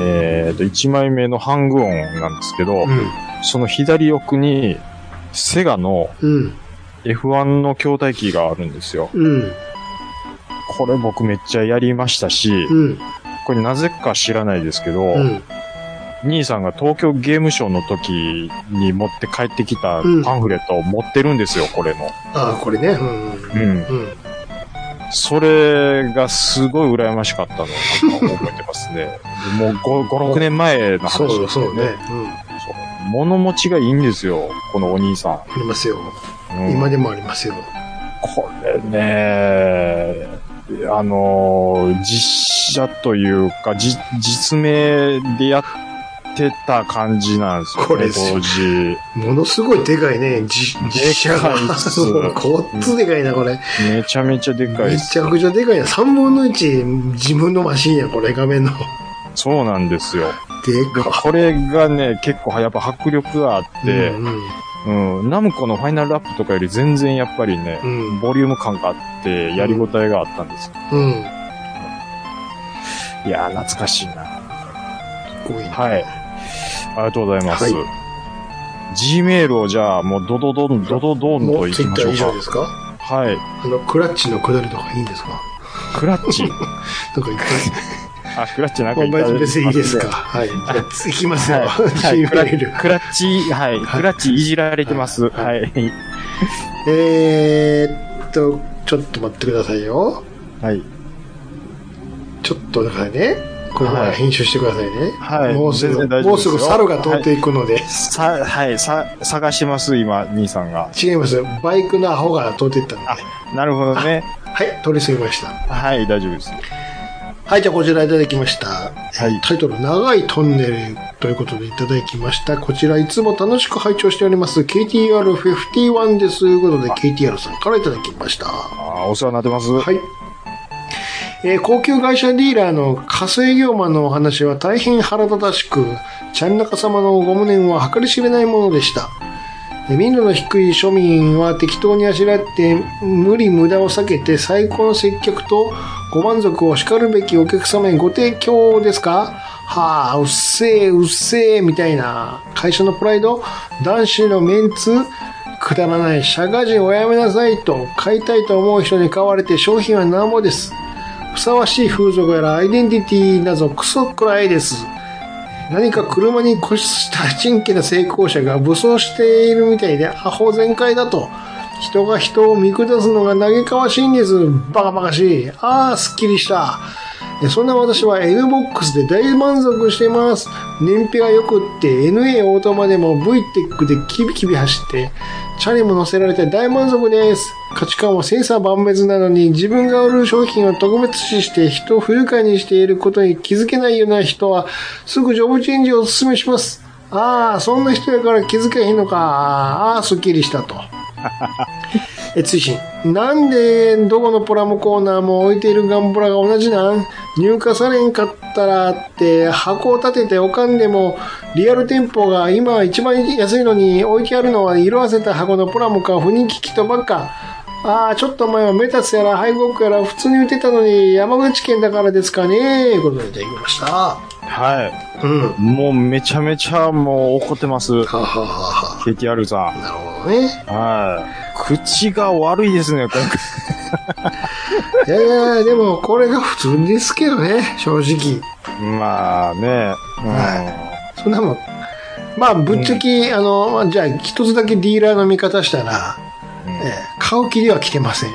S3: えーと、1枚目のハングオンなんですけど、
S1: うん。
S3: その左奥に、セガの
S1: うん。
S3: F1 の筐体機があるんですよ。
S1: うん。
S3: これ僕めっちゃやりましたし、
S1: うん。
S3: これなぜか知らないですけど、
S1: うん。
S3: 兄さんが東京ゲームショウの時に持って帰ってきたパンフレットを持ってるんですよ、これの。
S1: ああ、これね。うん。うん。
S3: うん。
S1: うん。
S3: それがすごい羨ましかったのをなんか覚えてま すね。もう 5, 5、6年前の話
S1: そ
S3: です
S1: うそうね。うん。
S3: そう物持ちがいいんですよ、このお兄さ
S1: ありますよ。
S3: ん。うん
S1: 今でもありますよ。
S3: これね、あのー、実写というか、じ実名でやってた感じなんですよ、ね、
S1: これです
S3: 当
S1: よ
S3: 時。
S1: ものすごいでかいね。じ実写が
S3: でかいっ。す
S1: そう、 こっつでかいな、これ。
S3: めちゃめちゃでかい
S1: め
S3: で
S1: ち
S3: す。
S1: ゃくちゃでかいな。3分の1、自分のマシンや、これ、画面の。
S3: そうなんですよ。
S1: で
S3: で
S1: か
S3: これがね、結構はやっぱ迫力があっ
S1: い。
S3: て、
S1: うんうん。
S3: うん、ナムコのファイナルラップとかより全然やっぱりね、
S1: うん
S3: ボリューム感があって、やりごたえがあったんですよ。
S1: うん。
S3: いやー、懐かしいな。
S1: ごいな。
S3: はい。ありがとうございます。
S1: はい
S3: Gmail をじゃあ、もうドドドン、ドドドン
S1: も
S3: と
S1: う
S3: い
S1: ツ
S3: き
S1: イッ
S3: ま
S1: タ
S3: し
S1: ー
S3: ょう
S1: 以上
S3: か
S1: で。すか
S3: はい。
S1: あの、クラッチのくだりとかいいんですか
S3: クラッ チ。
S1: なんかいっ
S3: あ、クラッチなん
S1: ぱ
S3: か
S1: い。
S3: い
S1: ま
S3: ただ
S1: あ
S3: いて
S1: 別にいいですか。
S3: ますね
S1: はい。じゃあ、いきますよ。
S3: は
S1: はいい。
S3: クラクラッチ、はい。クラッチいじられてます。は。
S1: はいえーっと、ちょっと待ってくださいよ。
S3: はい。
S1: ちょっとだからね、これ
S3: はい
S1: 編集してくださいね。
S3: はい
S1: もうす
S3: 全
S1: ぐ、
S3: 然大丈
S1: も
S3: 夫
S1: う
S3: です
S1: す
S3: よ
S1: ぐ猿が通っていくので。
S3: さ、はい、さ、探します、今、兄さんが。
S1: 違います。バイクのアホが通っていったので。
S3: あなるほどね。
S1: はい、通り過ぎました。
S3: はい、大丈夫です。
S1: はい、じゃあこちらいただきました。
S3: い
S1: タイトル、長いトンネルということでいただきました。こちらいつも楽しく拝聴しております。KTR51 です。ということで、KTR さんからいただきました。は
S3: あお世話になってます。
S1: い。えー高級会社ディーラーの火星業マンのお話は大変腹立たしく、チャンナカ様のご無念は計り知れないものでした。え民度の低い庶民は適当にあしらって無理無駄を避けて最高の接客とご満足を叱るべきお客様にご提供ですかはあ、うっせえ、うっせえ、みたいな。会社のプライド、男子のメンツ、くだらない社会人をやめなさいと買いたいと思う人に買われて商品はなんぼですふさわしい風俗やらアイデンティティなどクソくらいです何か車に固執した珍奇な成功者が武装しているみたいでアホ全開だと人が人を見下すのが嘆かわしいんですバカバカしいああすっきりしたそんな私は N ボックスで大満足しています。燃費が良くって NA オートマでも V テックでキビキビ走って、チャリも乗せられて大満足です。価値観は千差万別なのに自分が売る商品を特別視して人を不愉快にしていることに気づけないような人はすぐジョブチェンジをお勧めします。ああ、そんな人やから気づけへんのか。ああ、すっきりしたと。え、追伸。なんで、どこのプラモコーナーも置いているガンプラが同じなん入荷されんかったらって、箱を立てておかんでも、リアル店舗が今一番安いのに置いてあるのは色あせた箱のプラモか不人気キットばっか。ああ、ちょっと前はメタツやらハイゴックやら普通に売ってたのに山口県だからですかねということでいただきました。
S3: は。
S1: うん。はい
S3: もうめちゃめちゃもう怒ってます。
S1: ははは
S3: KTR さ
S1: は。なるほどね。
S3: ん。はい。口が悪いですね、今回。
S1: いやいや、でもこれが普通ですけどね、正直。
S3: まあね。うん
S1: はそんなもん。まあ、ぶっちゃけ、あの、まあじゃあ一つだけディーラーの味方したら、
S3: うん
S1: ええ買う気では来てませ ん。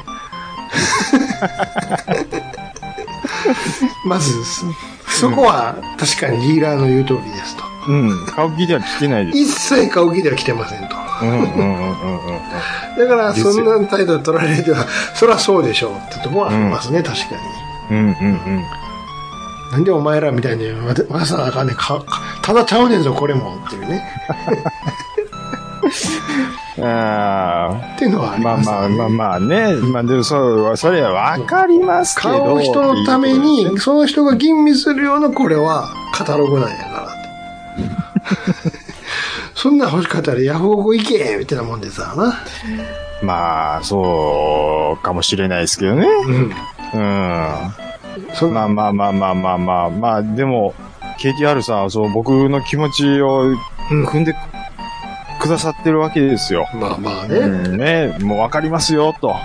S1: まず、そそこは確かにディーラーの言う通りですと。
S3: うん。買う気では来てないです。
S1: 一切買う気では来てませんと。
S3: うんうんうんうんうん。
S1: だから、
S3: ですよ
S1: そんな態度取られては、 そりゃそうでしょうってとこはありますね、確かに。
S3: うんうんうん。
S1: なんでお前らみたいに、わざわざあかんねんか、かただちゃうねんぞ、これも。っていうね。
S3: あ
S1: っていうのはあ
S3: あ、
S1: り
S3: まあ
S1: ます、ね。
S3: まあまあまあね。まあでもそう、それはわかりますけ
S1: 買
S3: ど。
S1: う人のため
S3: っていうこと
S1: に、
S3: ですね
S1: その人が吟味するようなこれはカタログなんやからって。 そんなん欲しかったらヤフオク行けみたいなもんでさな。
S3: まあ、そうかもしれないですけどね。
S1: うん。
S3: うん。ま
S1: そ
S3: あ
S1: んな、
S3: まあまあまあまあまあ、まあ、でも、KTR さんはそう、僕の気持ちを
S1: うん
S3: 組んでくださってるわけですよ。
S1: まあまあね。
S3: うん、ね、もうわかりますよ、と。は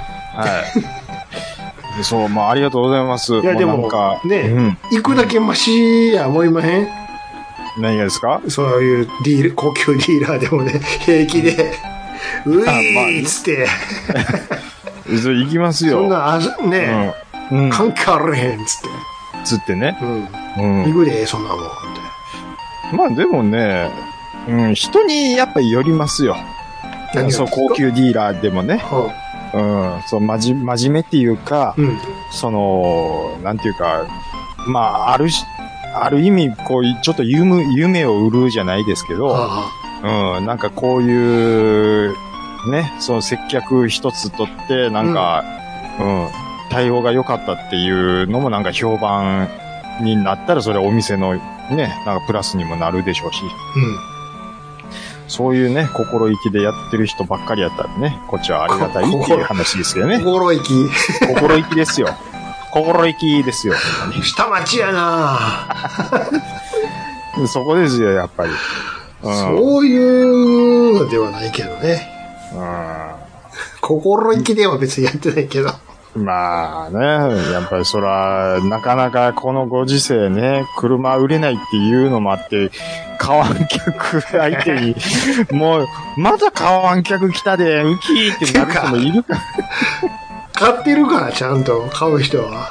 S3: い。 そう、まあ、ありがとうございます。
S1: いやでも
S3: うなんか、
S1: ね
S3: うん、
S1: 行くだけマシや思いまへん
S3: 何がですか
S1: そういうディール、高級ディーラーでもね、 平気で、う
S3: あまあ
S1: いーっつって、
S3: それ行きます
S1: そ
S3: よ。
S1: んな、あそね、
S3: うん。うん。
S1: 関係あらへんっつって。
S3: つってね。
S1: うん。
S3: うん。
S1: 行くで、そんなもん。み
S3: まあでもね、うん、人にやっぱりよりますよ。
S1: たいな
S3: そう、高。級ディーラーでもね。うん、そう、まじ、真面目っていうか、
S1: うん。うん
S3: その、なんていうか、まあ、あるし、ある意味、こうい、ちょっと夢、夢を売るじゃないですけど、
S1: ああ
S3: うん、なんかこういう、ね、その接客一つとって、なんか、うん、対応が良かったっていうのもなんか評判になったら、それはお店のね、なんかプラスにもなるでしょうし。そういうね、心意気でやってる人ばっかりやったらね、こっちはありがたいっていう話ですけど
S1: うん。
S3: ね。
S1: 心意気。
S3: 心意気ですよ。心意気ですよ。ほんま
S1: 下町やな、
S3: にそこですよ、やっぱり。うん。
S1: そういうのではないけどね。心意気では別にやってないけど。
S3: うん。まあね、やっぱりそら、なかなかこのご時世ね、車売れないっていうのもあって、買わん客相手 に、もう、まだ買わん客来たで、ウキーってなる人もいるから。
S1: 買ってるから、ちゃんと、買う人は。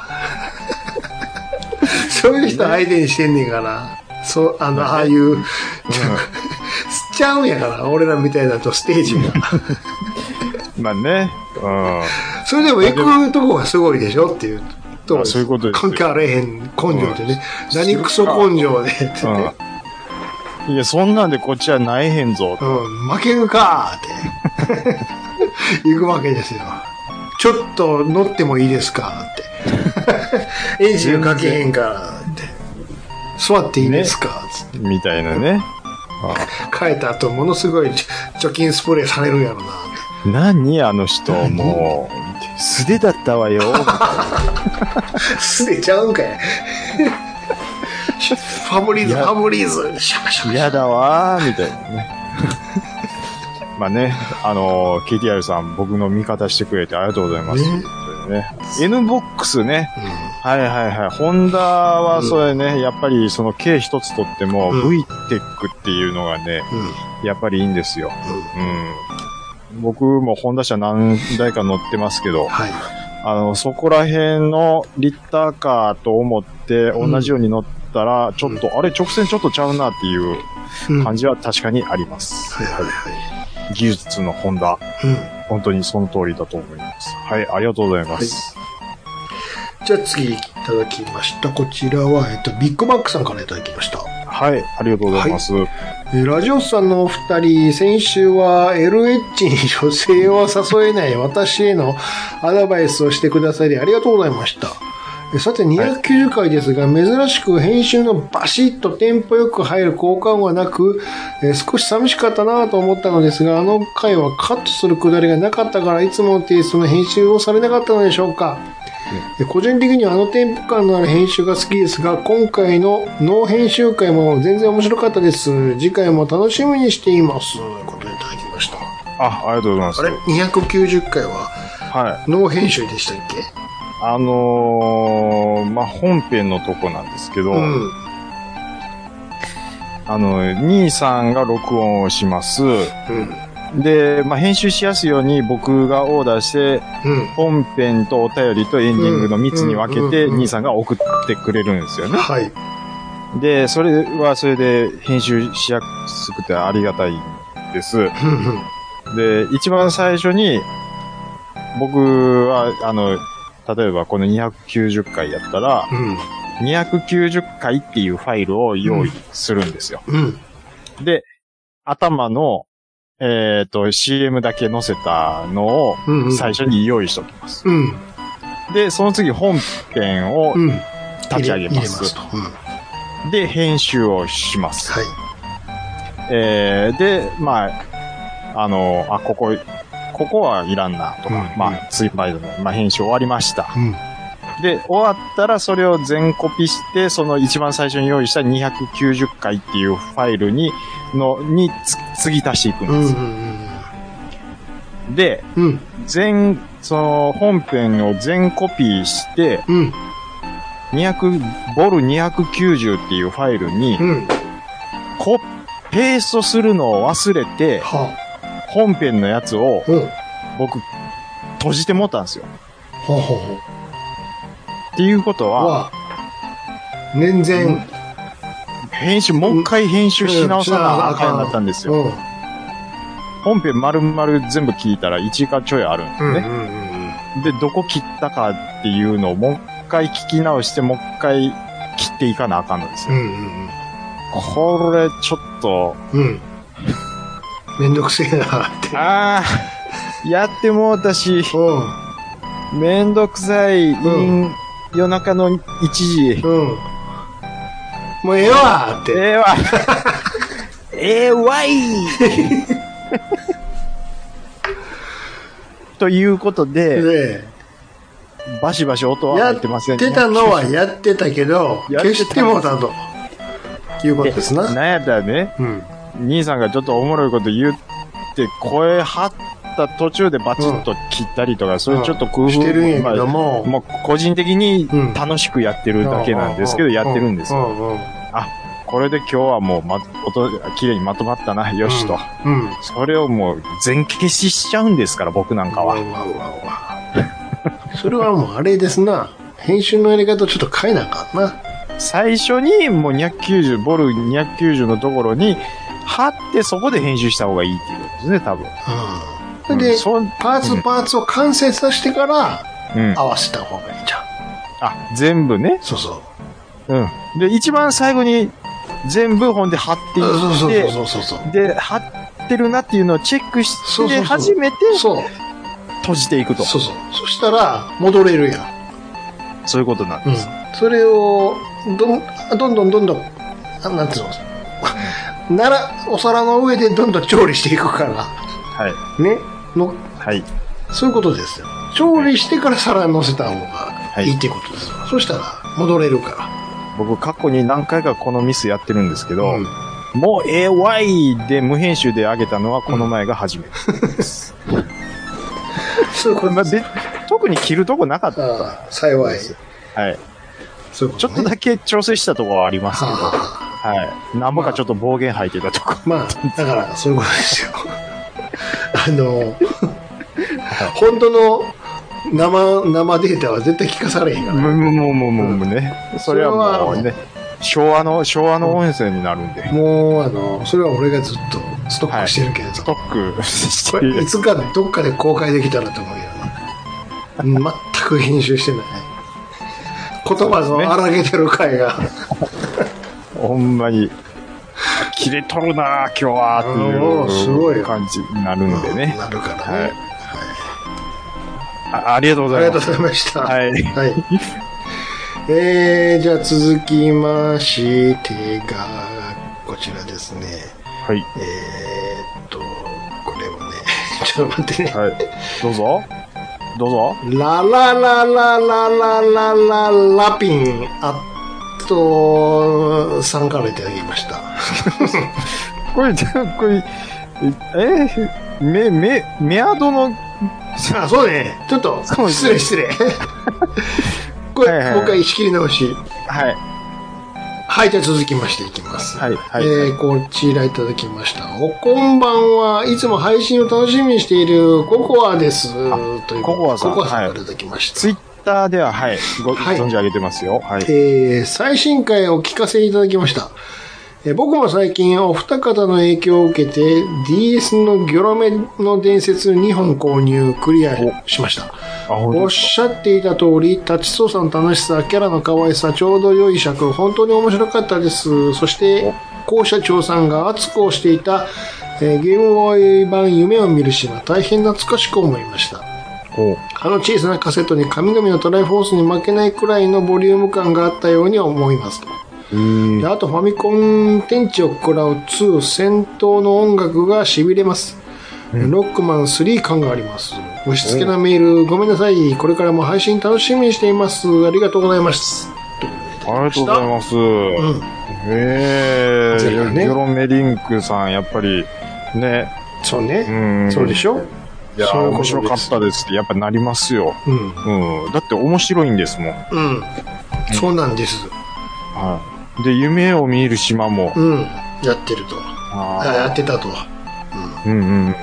S1: そういう人相手にしてんねんから。そう、あの、ああいう、ちょ ちゃうんやから、俺らみたいなとステージが。
S3: まあね、うん。
S1: それでも行くとこがすごいでしょっていうとこ
S3: あそういうことですよ
S1: 関係あれへん根性でね。
S3: うん
S1: 何クソ根性でってね、
S3: うん。いや、そんなんでこっちはないへんぞ。
S1: うん、負けるかーって。 行くわけですよ。ちょっと乗ってもいいですか って。エンジンかけへんからって。座っていいですか、つって。
S3: みたいなね。
S1: 帰った後、ものすごい貯金スプレーされるやろな。
S3: 何あの人、もう、素手だったわよ。
S1: すでちゃうんかい。 ファブリーズ、フ
S3: や
S1: ァブリーズ、シャカシャカ。
S3: 嫌だわー、みたいなね。 まあね、あのー、KTR さん、僕の味方してくれてありがとうございます。
S1: ね
S3: それでね、NBOX ね。はいはいはい。ホンダはそれね、やっぱりその K 一つとっても、
S1: うん
S3: VTEC っていうのがね、
S1: うん。うん。
S3: やっぱりいいんですよ。
S1: うん。
S3: うん。僕もホンダ車何台か乗ってますけど、
S1: はい。
S3: あの、そこら辺のリッターカーと思って
S1: うん
S3: 同じように乗ったら、ちょっと、あれ直線ちょっとちゃうなっていう
S1: うん。は
S3: 感
S1: い
S3: じは確かにあります。
S1: はいは
S3: 技術のホンダ、
S1: い。うん。
S3: 本当にその通りだと思います。はい、ありがとうございます。
S1: じゃあ次いただきました。こちらは、えっと、ビッグマックさんからいただきました。
S3: はい、ありがとうございます。
S1: えーラジオスさんのお二人、先週は LH に女性を誘えない私へのアドバイスをしてくださりありがとうございました。えーさて、290回ですが、珍しく編集のバシッとテンポよく入る効果音がなく、えー少し寂しかったなと思ったのですが、あの回はカットするくだりがなかったから、いつものテイストの編集をされなかったのでしょうか。で個人的にはあのテンポ感のある編集が好きですが、今回のノー編集会も全然面白かったです。次回も楽しみにしています。ということでいただきました。あ
S3: あ、ありがとうございます。
S1: れ ?290 回は
S3: はい。
S1: ノー編集でしたっけ
S3: あのー、まあ、本編のとこなんですけど、
S1: うん。
S3: あの、兄さんが録音をします。
S1: うん。
S3: で、まあ、編集しやすいように僕がオーダーして、
S1: うん。
S3: 本編とお便りとエンディングの3つに分けて、
S1: うんうんうん
S3: 兄さんが送ってくれるんですよね。
S1: はい。
S3: で、それはそれで編集しやすくてありがたいんです。
S1: うんうん
S3: で、一番最初に、僕は、あの、例えばこの290回やったら、
S1: うん。
S3: 290回っていうファイルを用意するんですよ。
S1: うん。
S3: で、頭の、えっ、と、CM だけ載せたのを
S1: うんうん。
S3: 最初に用意しておきます。
S1: うん。
S3: で、その次本編を
S1: うん。
S3: 立ち上げま
S1: 入れ入れます
S3: す
S1: と。。うん。は
S3: で、編集をします。
S1: い。
S3: えーで、まあ、あの、あ、ここ、ここはいらんなとか、
S1: うん
S3: まあ、ツイバイドの、まあ、編集終わりました。
S1: うん。
S3: で、終わったらそれを全コピして、その一番最初に用意した290回っていうファイルに、の、につ、継ぎ足していくん
S1: うん
S3: です。で、
S1: うん。うん。
S3: 全、その、本編を全コピーして、
S1: うん。
S3: 200、ボル290っていうファイルに
S1: う、ん。
S3: こ、ペーストするのを忘れて、
S1: は
S3: 本編のやつを
S1: あ。うん。は
S3: 僕、閉じてもったんですよ。
S1: あはあは
S3: っていうこと
S1: あ。
S3: は、
S1: は、全然、
S3: 編集、もう一回編集し直さなあかんようになったんですよ。
S1: うん。
S3: 本編丸々全部聞いたら1時間ちょいあるんです
S1: うんう
S3: ね。
S1: んうん
S3: で、どこ切ったかっていうのをもう一回聞き直して、もう一回切っていかなあかんのです
S1: う
S3: よ。
S1: ん
S3: これ、ちょっと、
S1: うんうん。めんどくせえなって。
S3: ああ、やってもうたし、
S1: う
S3: めんどくさい、
S1: ん
S3: 夜中の1時。
S1: ん。うん。もうええわって。
S3: ええわ。ええわ いということで、
S1: で、
S3: バシバシ音は
S1: や
S3: 入
S1: っ
S3: ってません
S1: てたのはやってたけど、
S3: やって
S1: 消
S3: た
S1: してもうたと。いうことですな。
S3: なんやったらね、
S1: うん。
S3: 兄さんがちょっとおもろいこと言って、声張った途中でバチッと切ったりとか、それちょっと工夫
S1: してるんやけど
S3: ま
S1: も
S3: あ、もう個人的に
S1: うん
S3: 楽しくやってるだけなんですけど、やってるんです
S1: う
S3: よ。
S1: んうん。
S3: これで今日はもう、ま、音、綺麗にまとまったな、よしと。
S1: うん。うん
S3: それをもう全消ししちゃうんですから、僕なんか
S1: わわ
S3: は。
S1: わわ。それはもうあれですな。編集のやり方ちょっと変えなあかんな。
S3: 最初にもう290、ボル290のところに貼ってそこで編集した方がいいっていうことですね、多分。
S1: うん。で
S3: うん、そん
S1: パーツパーツを完成させてから
S3: うん。
S1: 合わせた方がいいじゃん。
S3: あ、全部ね。
S1: そうそう。
S3: うん。で、一番最後に全部本で貼って
S1: そうそう
S3: いって、
S1: そうそうそう。
S3: で、貼ってるなっていうのをチェックして
S1: そうそうそう
S3: 初めて
S1: そう。
S3: 閉じていくと。
S1: そうそう。そしたら、戻れるやん。
S3: そういうことなん
S1: う
S3: で
S1: ん
S3: す。。
S1: それを、どん、どんどんどんどん、あなんていうの、なら、お皿の上でどんどん調理していくから。
S3: はい。
S1: ね。の、
S3: はい。
S1: そういうことですよ。調理してから皿に乗せた方がいいってことですよ。そしたら、戻れるか
S3: 僕、過去に何回かこのミスやってるんですけ
S1: ら。
S3: ど、
S1: うん
S3: もうええわいで無編集で上げたのはこの前が初めてです。
S1: そういうこと
S3: まあ
S1: です。
S3: べ特に着るとこなかった。
S1: ああ幸い。
S3: はい。
S1: そういうこ
S3: ちょ
S1: と、
S3: っ
S1: ね。
S3: とだけ調整したとこはありますけど、
S1: はあはあ
S3: はい。なんぼかちょっと暴言吐いてたとこ。
S1: まあ、だから、そういうことですよ。 あの、本当の生、生データは絶対聞かされへんから。
S3: もう、もう、もう、もう、もうね。それはもうね、昭和の、昭和の音声になるんで、
S1: もう、あの、それは俺がずっとストックしてるけれど、
S3: ストックし
S1: こ
S3: てる
S1: れ
S3: や
S1: い
S3: つ。
S1: つかどっかで公開できたらと思うけどな。全く編集してない。言葉の荒げてる回が、
S3: ほんまに、切れとるな今日は、って
S1: おーすごい
S3: いう
S1: よ
S3: 感じになるんでね。
S1: なるからね。
S3: はいあありがとうご
S1: あ
S3: ざ
S1: り
S3: い
S1: がとう
S3: ます。
S1: ございました。
S3: はい
S1: はい。えー、じゃあ続きましてが、こちらですね。
S3: はい。
S1: えー、っと、これはね、ちょっと待ってね。
S3: はい。どうぞ。どうぞ。
S1: ラララララララララピン、あと、さんからいただきました。
S3: これ、じゃあこれ、ええめ、め、メアドの、
S1: あ、そうね。ちょっと、
S3: そうです
S1: 失礼失礼。これ、
S3: はいはいはい
S1: もう一回仕切り直し。
S3: はい。
S1: はい、じゃあ続きましていきます。
S3: はいはい
S1: えー、こちらいただきました。おこんばんはいつも配信を楽しみにしているココアです。という
S3: ココアさん
S1: ココアさんか
S3: はい
S1: らいただきました。
S3: ツイッターでは、はい。ご、
S1: はい
S3: 存じ上げてますよ。はい。
S1: えー最新回をお聞かせいただきました。えー僕も最近お二方の影響を受けて DS のギョロメの伝説2本購入クリアしました。
S3: あ、ほ
S1: おっしゃっていた通り、立ち操作の楽しさ、キャラの可愛さ、ちょうど良い尺、本当に面白かったです。そして、校社長さんが熱く推していた、えーゲームボーイ版夢を見る島、大変懐かしく思いました。
S3: ほう
S1: あの小さなカセットに神々のトライフォースに負けないくらいのボリューム感があったように思いますと。であとファミコン天地を食らう2戦闘の音楽が痺れます。ロックマン3感があります。押し付けなメール、ごめんなさい。これからも配信楽しみにしています。ありがとうございます。
S3: ありがとうございます。
S1: うん。
S3: へえ、
S1: ゼロね
S3: ギョロメリンクさん、やっぱり、ね、
S1: そう
S3: う
S1: ね。
S3: ん。
S1: そうでしょ
S3: いや
S1: そういう
S3: 面
S1: こと
S3: 白か
S1: で
S3: っ
S1: す
S3: たですって、やっぱなりますよ。
S1: うん。
S3: うん。だって面白いんですもん。
S1: うん。そうなんです。
S3: はい。で、夢を見る島も。
S1: うん。やってると。あ
S3: あ
S1: やってたと。
S3: ーうんうん。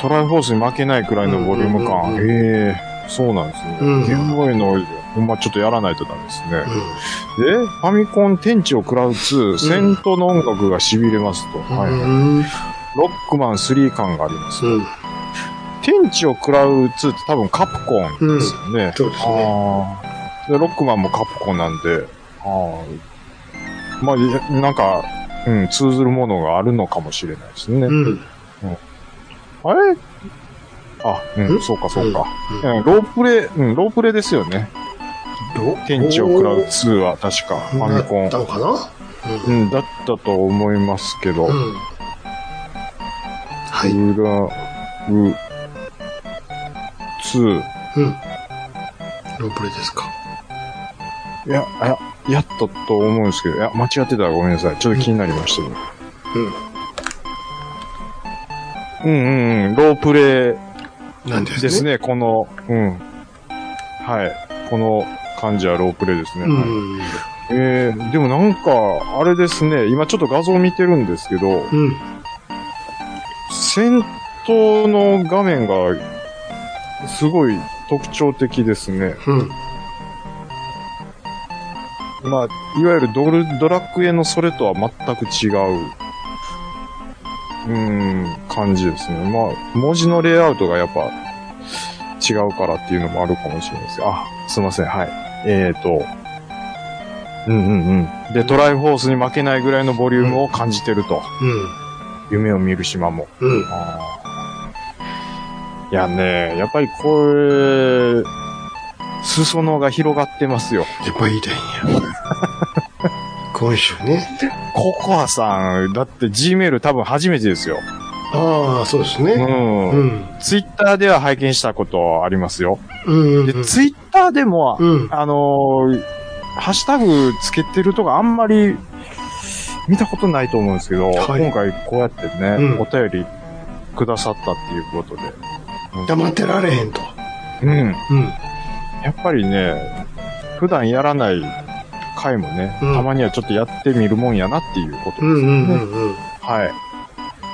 S3: トライフォースに負けないくらいのボリューム
S1: う
S3: 感。
S1: んうんうん
S3: へえ、そうなんですね。
S1: うん
S3: ゲームボーイの、ほんまちょっとやらないとダメですね。
S1: うん。
S3: で、ファミコン天地を食らう2、戦闘の音楽が痺れますと。はい。
S1: うん。
S3: ロックマン3感があります。
S1: うん。
S3: 天地を食らう2って多分カプコンですよね。
S1: そうですね。
S3: あーでロックマンもカプコンなんで、あーまあ、いなんか、うん、通ずるものがあるのかもしれないですね。
S1: うん。
S3: あれあ、うん
S1: ん
S3: そうかそうか、
S1: うん
S3: うんロープレイ、うん、ロープレイですよね。天地を食らう2は確か、ファミコ
S1: だ
S3: ン
S1: っ。たのかな
S3: うん、だったと思いますけど。
S1: うん。はい。
S3: グラウ、ツー。
S1: うん。ロープレイですか。
S3: いや、あやったと思うんですけど、いや、間違ってたらごめんなさい。ちょっと気になりました、ねうん。うんうんロープレ
S1: うん。なん
S3: イです。ね、この、うん。はい。この感じはロープレイですね。
S1: う
S3: はい
S1: ん。
S3: えー、でもなんか、あれですね、今ちょっと画像見てるんですけど、
S1: うん。
S3: 戦闘の画面が、すごい特徴的ですね。
S1: うん。
S3: まあ、いわゆるドルドラクエのそれとは全く違う、うーん、感じですね。まあ、文字のレイアウトがやっぱ違うからっていうのもあるかもしれないですが。あ、すいません、はい。えーと、うんうんうん。で、トライフォースに負けないぐらいのボリュームを感じてると。夢を見る島も。
S1: うん。うん。
S3: あーいやね、やっぱりこれ、裾野が広がってますよ。
S1: やっぱ言いたいんや。 今週ね。
S3: ココアさん、だって G メール多分初めてですよ。
S1: ああ、そうです
S3: う
S1: ね。
S3: ん。
S1: うん。
S3: ツイッターでは拝見したことありますよ。
S1: うん。
S3: で、ツイッターでも、
S1: うん
S3: あのーハッシュタグつけてるとかあんまり見たことないと思うんですけど、
S1: はい
S3: 今回こうやってね、
S1: うん
S3: お便りくださったっていうことで。
S1: 黙ってられへんと。
S3: うん。
S1: うん。
S3: やっぱりね、普段やらない回もね、
S1: うん
S3: たまにはちょっとやってみるもんやなっていうことです
S1: う
S3: ね。
S1: んうんうんうん。
S3: はい。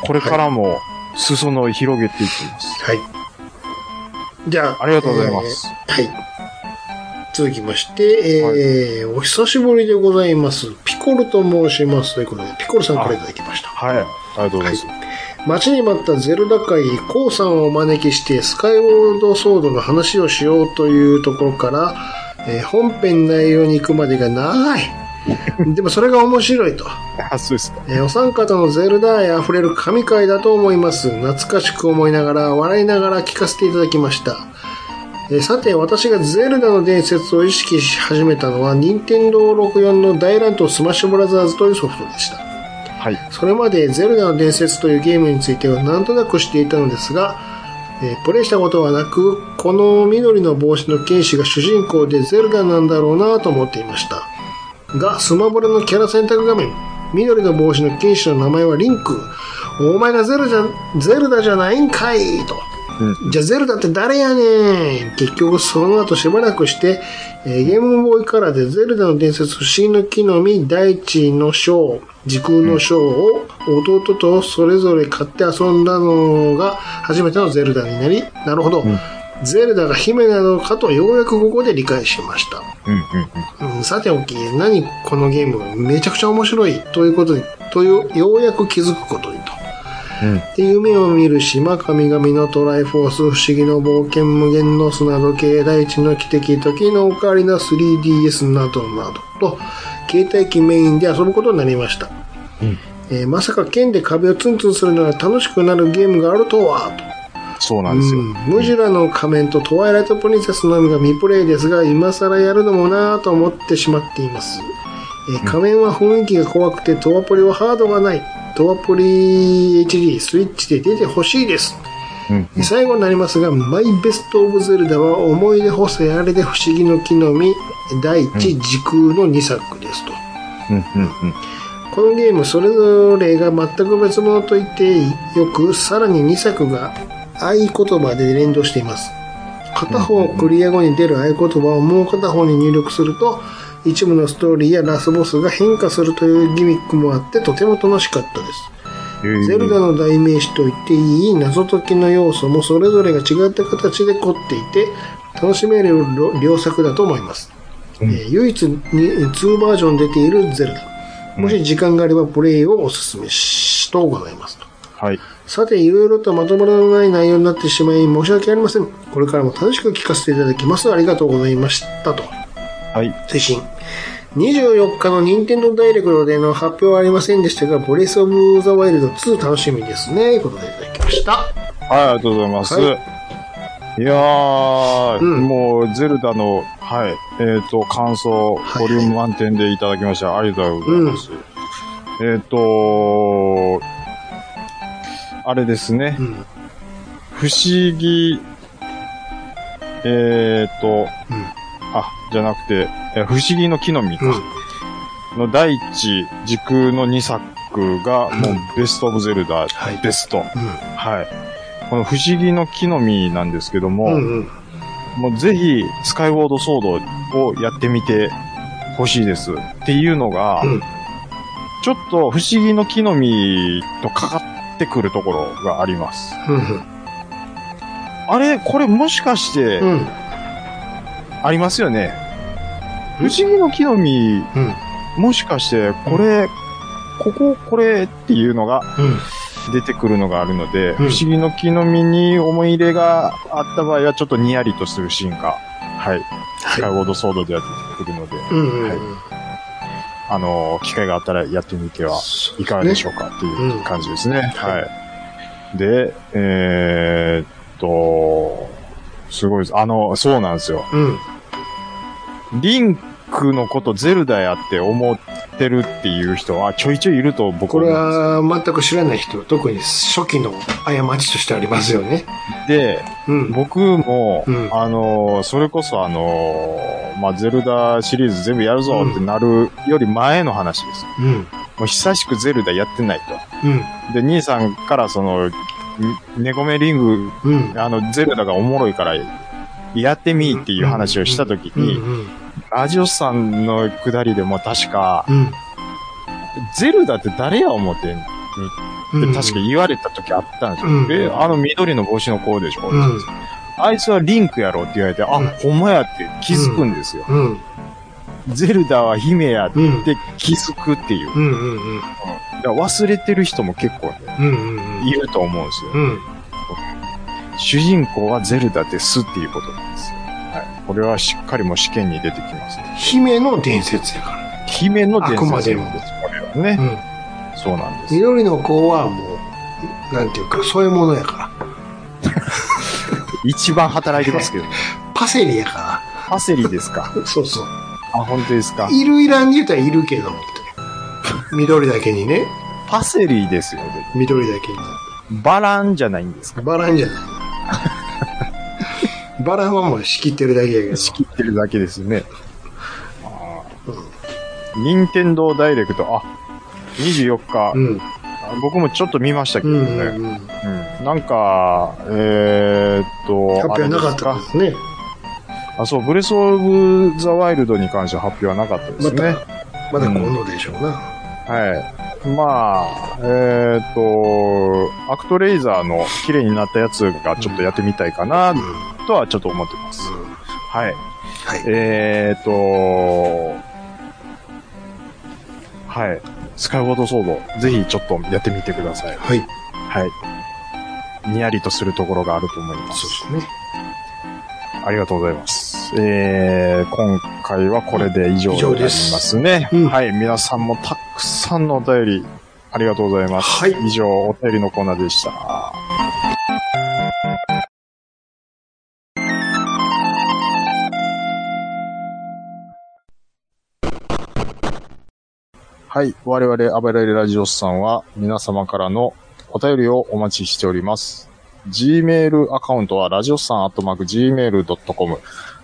S3: これからも裾野を広げていきます。
S1: はい。じゃあ。
S3: ありがとうございます。
S1: えー。はい。続きまして、えーお久しぶりでございます。ピコルと申します。ということで、ピコルさんからいただきました。
S3: はい。ありがとうございます。
S1: 待ちに待ったゼルダ界、コウさんをお招きして、スカイウォードソードの話をしようというところから、えー本編内容に行くまでが 長い。でもそれが面白いと。
S3: あ、そうですか。
S1: えーお三方のゼルダ愛あふれる神回だと思います。懐かしく思いながら、笑いながら聞かせていただきました。えーさて、私がゼルダの伝説を意識し始めたのは、任天堂64の大乱闘スマッシュブラザーズというソフトでした。
S3: はい。
S1: それまで「ゼルダの伝説」というゲームについてはなんとなく知っていたのですが、えープレイしたことはなくこの緑の帽子の剣士が主人公でゼルダなんだろうなと思っていましたがスマブラのキャラ選択画面緑の帽子の剣士の名前はリンクお前がゼルダゼルダじゃないんかいと
S3: うん
S1: じゃあゼルダって誰やねん結局その後しばらくして、えーゲームボーイカラーでゼルダの伝説不思議の木の実、大地の章、時空の章を弟とそれぞれ買って遊んだのが初めてのゼルダになり、なるほど、ゼルダが姫なのかとようやくここで理解しました。
S3: うんうんうん。
S1: うんさておき、何このゲームめちゃくちゃ面白いということに、という、ようやく気づくことにと。
S3: うん
S1: で夢を見る島神々のトライフォース不思議の冒険無限の砂時計大地の汽笛時のオカリナ 3DS などなどと携帯機メインで遊ぶことになりました、えーまさか剣で壁をツンツンするなら楽しくなるゲームがあるとはと
S3: そうなんですよ。
S1: うんムジュラの仮面とトワイライトプリンセスのみが未プレイですが、今更やるのもなぁと思ってしまっています。えー仮面は雰囲気が怖くて、トワプリはハードがない。トワプリ HD スイッチで出てほしいです。
S3: うん
S1: えー最後になりますが、マイベストオブゼルダは思い出補正あれで不思議の木の実、大地、時空の2作ですと。
S3: うんうんうん。
S1: このゲームそれぞれが全く別物と言ってよくさらに2作が合言葉で連動しています片方クリア後に出る合言葉をもう片方に入力すると一部のストーリーやラスボスが変化するというギミックもあってとても楽しかったです
S3: えー
S1: ゼルダの代名詞と言っていい謎解きの要素もそれぞれが違った形で凝っていて楽しめる良作だと思います、えー唯一に2バージョン出ているゼルダもし時間があればプレイをおすすめしとうございますと
S3: はい。
S1: さていろいろとまとまらない内容になってしまい申し訳ありませんこれからも楽しく聞かせていただきますありがとうございましたと
S3: はい。
S1: 推進24日の任天堂ダイレクトでの発表はありませんでしたが、ブレスオブザワイルド2楽しみですね。ということでいただきました。
S3: はい、ありがとうございます。、
S1: はい
S3: やー、
S1: うん
S3: もう、ゼルダの、はい、えっ、と、感想、
S1: はい
S3: ボリューム満点でいただきました。ありがとうございます。えっ、とあれですね
S1: う、ん。
S3: 不思議、えっ、と、
S1: うん
S3: あ、じゃなくて、え不思議の木の実
S1: うん。
S3: の第一時空の2作が、も
S1: うん
S3: うベストオブゼルダ、
S1: はい
S3: ベスト。はい。この不思議の木の実なんですけども、
S1: うん。うん。
S3: もうぜひスカイウォードソードをやってみてほしいです。っていうのが、
S1: うん
S3: ちょっと不思議の木の実とかかってくるところがあります。
S1: うん。
S3: あれこれもしかして
S1: うん。うん。
S3: ありますよね。不
S1: うん
S3: 思議の木の実、
S1: うん。
S3: もしかしてこれ、こここれっていうのが
S1: うん。
S3: 出てくるのがあるので、
S1: うん
S3: 不思議の木の実に思い入れがあった場合は、ちょっとニヤリとするシーンが、はい、スカイウォードソードでやってくるので、
S1: うん。うん。
S3: あのー、機会があったらやってみてはいかがでしょうかっていう感じですね。
S1: は
S3: はいい。で、えーっと、すごいです。あの、そうなんですよ。
S1: うん。
S3: リンクのことゼルダやって思っってるっていう人はちょいちょいいると僕
S1: こ
S3: は
S1: れ
S3: 思うん
S1: は全く知らない人、特に初期の過ちとしてありますよね。
S3: です。で、
S1: うん。
S3: 僕も、
S1: うん
S3: あの、それこそあの、まあ、ゼルダシリーズ全部やるぞってなるより前の話です。
S1: うん。
S3: もう久しくゼルダやってない
S1: うん。
S3: と。で、兄さんからその、んネコメリング、
S1: うん。
S3: あの、ゼルダがおもろいから、やってみーっていう話をしたとき
S1: うん。う
S3: に、
S1: ん。
S3: ラジオさんのくだりでも確か、
S1: うん。
S3: ゼルダって誰や思ってんって
S1: うん。
S3: 確か言われた時あったんですよ。
S1: うん
S3: え、あの緑の帽子の子でしょ、
S1: うん
S3: あいつはリンクやろって言われて、あ、
S1: うん
S3: ほんまやって気づくんですよ。
S1: うん。
S3: ゼルダは姫やっ
S1: うん。うん。
S3: て気づくっていう。
S1: うん。うん。
S3: だから忘れてる人も結構ね、
S1: うん。
S3: いると思うんですよ。
S1: うん。
S3: 主人公はゼルダですっていうことなんですよ。はい。これはしっかりもう試験に出てきます、ね。
S1: 姫の伝説やか
S3: 姫の伝説なんで
S1: あ
S3: す。
S1: くまでも
S3: これはね
S1: ら。う、ん。
S3: そうなんです。
S1: 緑の子はもう、なんていうか、そういうものやから。
S3: 一番働いてますけどね。
S1: パセリやか
S3: パセリですか。
S1: ら。そうそう。
S3: あ、本当ですか。
S1: いるいらんで言ったらいるけど、って緑だけにね。
S3: パセリですよ。
S1: 緑だけ
S3: バランじゃないんですか。
S1: に。バランじゃ ない。バランはもう仕切ってるだけやけど。
S3: 仕切ってるだけですね。任天堂ダイレクト、あ、24日、
S1: うん。
S3: 僕もちょっと見ましたけ
S1: う
S3: どね。
S1: ん。う
S3: うん
S1: ん。うん。
S3: なんか、えー、っと、
S1: 発表なかった
S3: あれ
S1: で
S3: です
S1: すね。
S3: かあ、そう、ブレスオブザワイルドに関しては発表はなかったですね。
S1: まだ今度でしょうな。
S3: はい。まあ、えー、っと、アクトレイザーの綺麗になったやつがちょっとやってみたいかな
S1: うん。、うん
S3: とはちょっと思ってます。はい。
S1: はい。
S3: えー、っと、はい。スカイウォードソード、ぜひちょっとやってみてください。
S1: はい。
S3: はい。にやりとするところがあると思います。
S1: そうですね。
S3: ありがとうございます。えー、今回はこれで以上
S1: 以
S3: に
S1: 上
S3: なりま
S1: です
S3: すね。
S1: うん
S3: はい。皆さんもたくさんのお便り、ありがとうございます。
S1: はい
S3: 以上、お便りのコーナーでした。はい。我々、アバレレラジオスさんは、皆様からのお便りをお待ちしております。Gmail アカウントは、ラジオスさんアットマーク Gmail.com、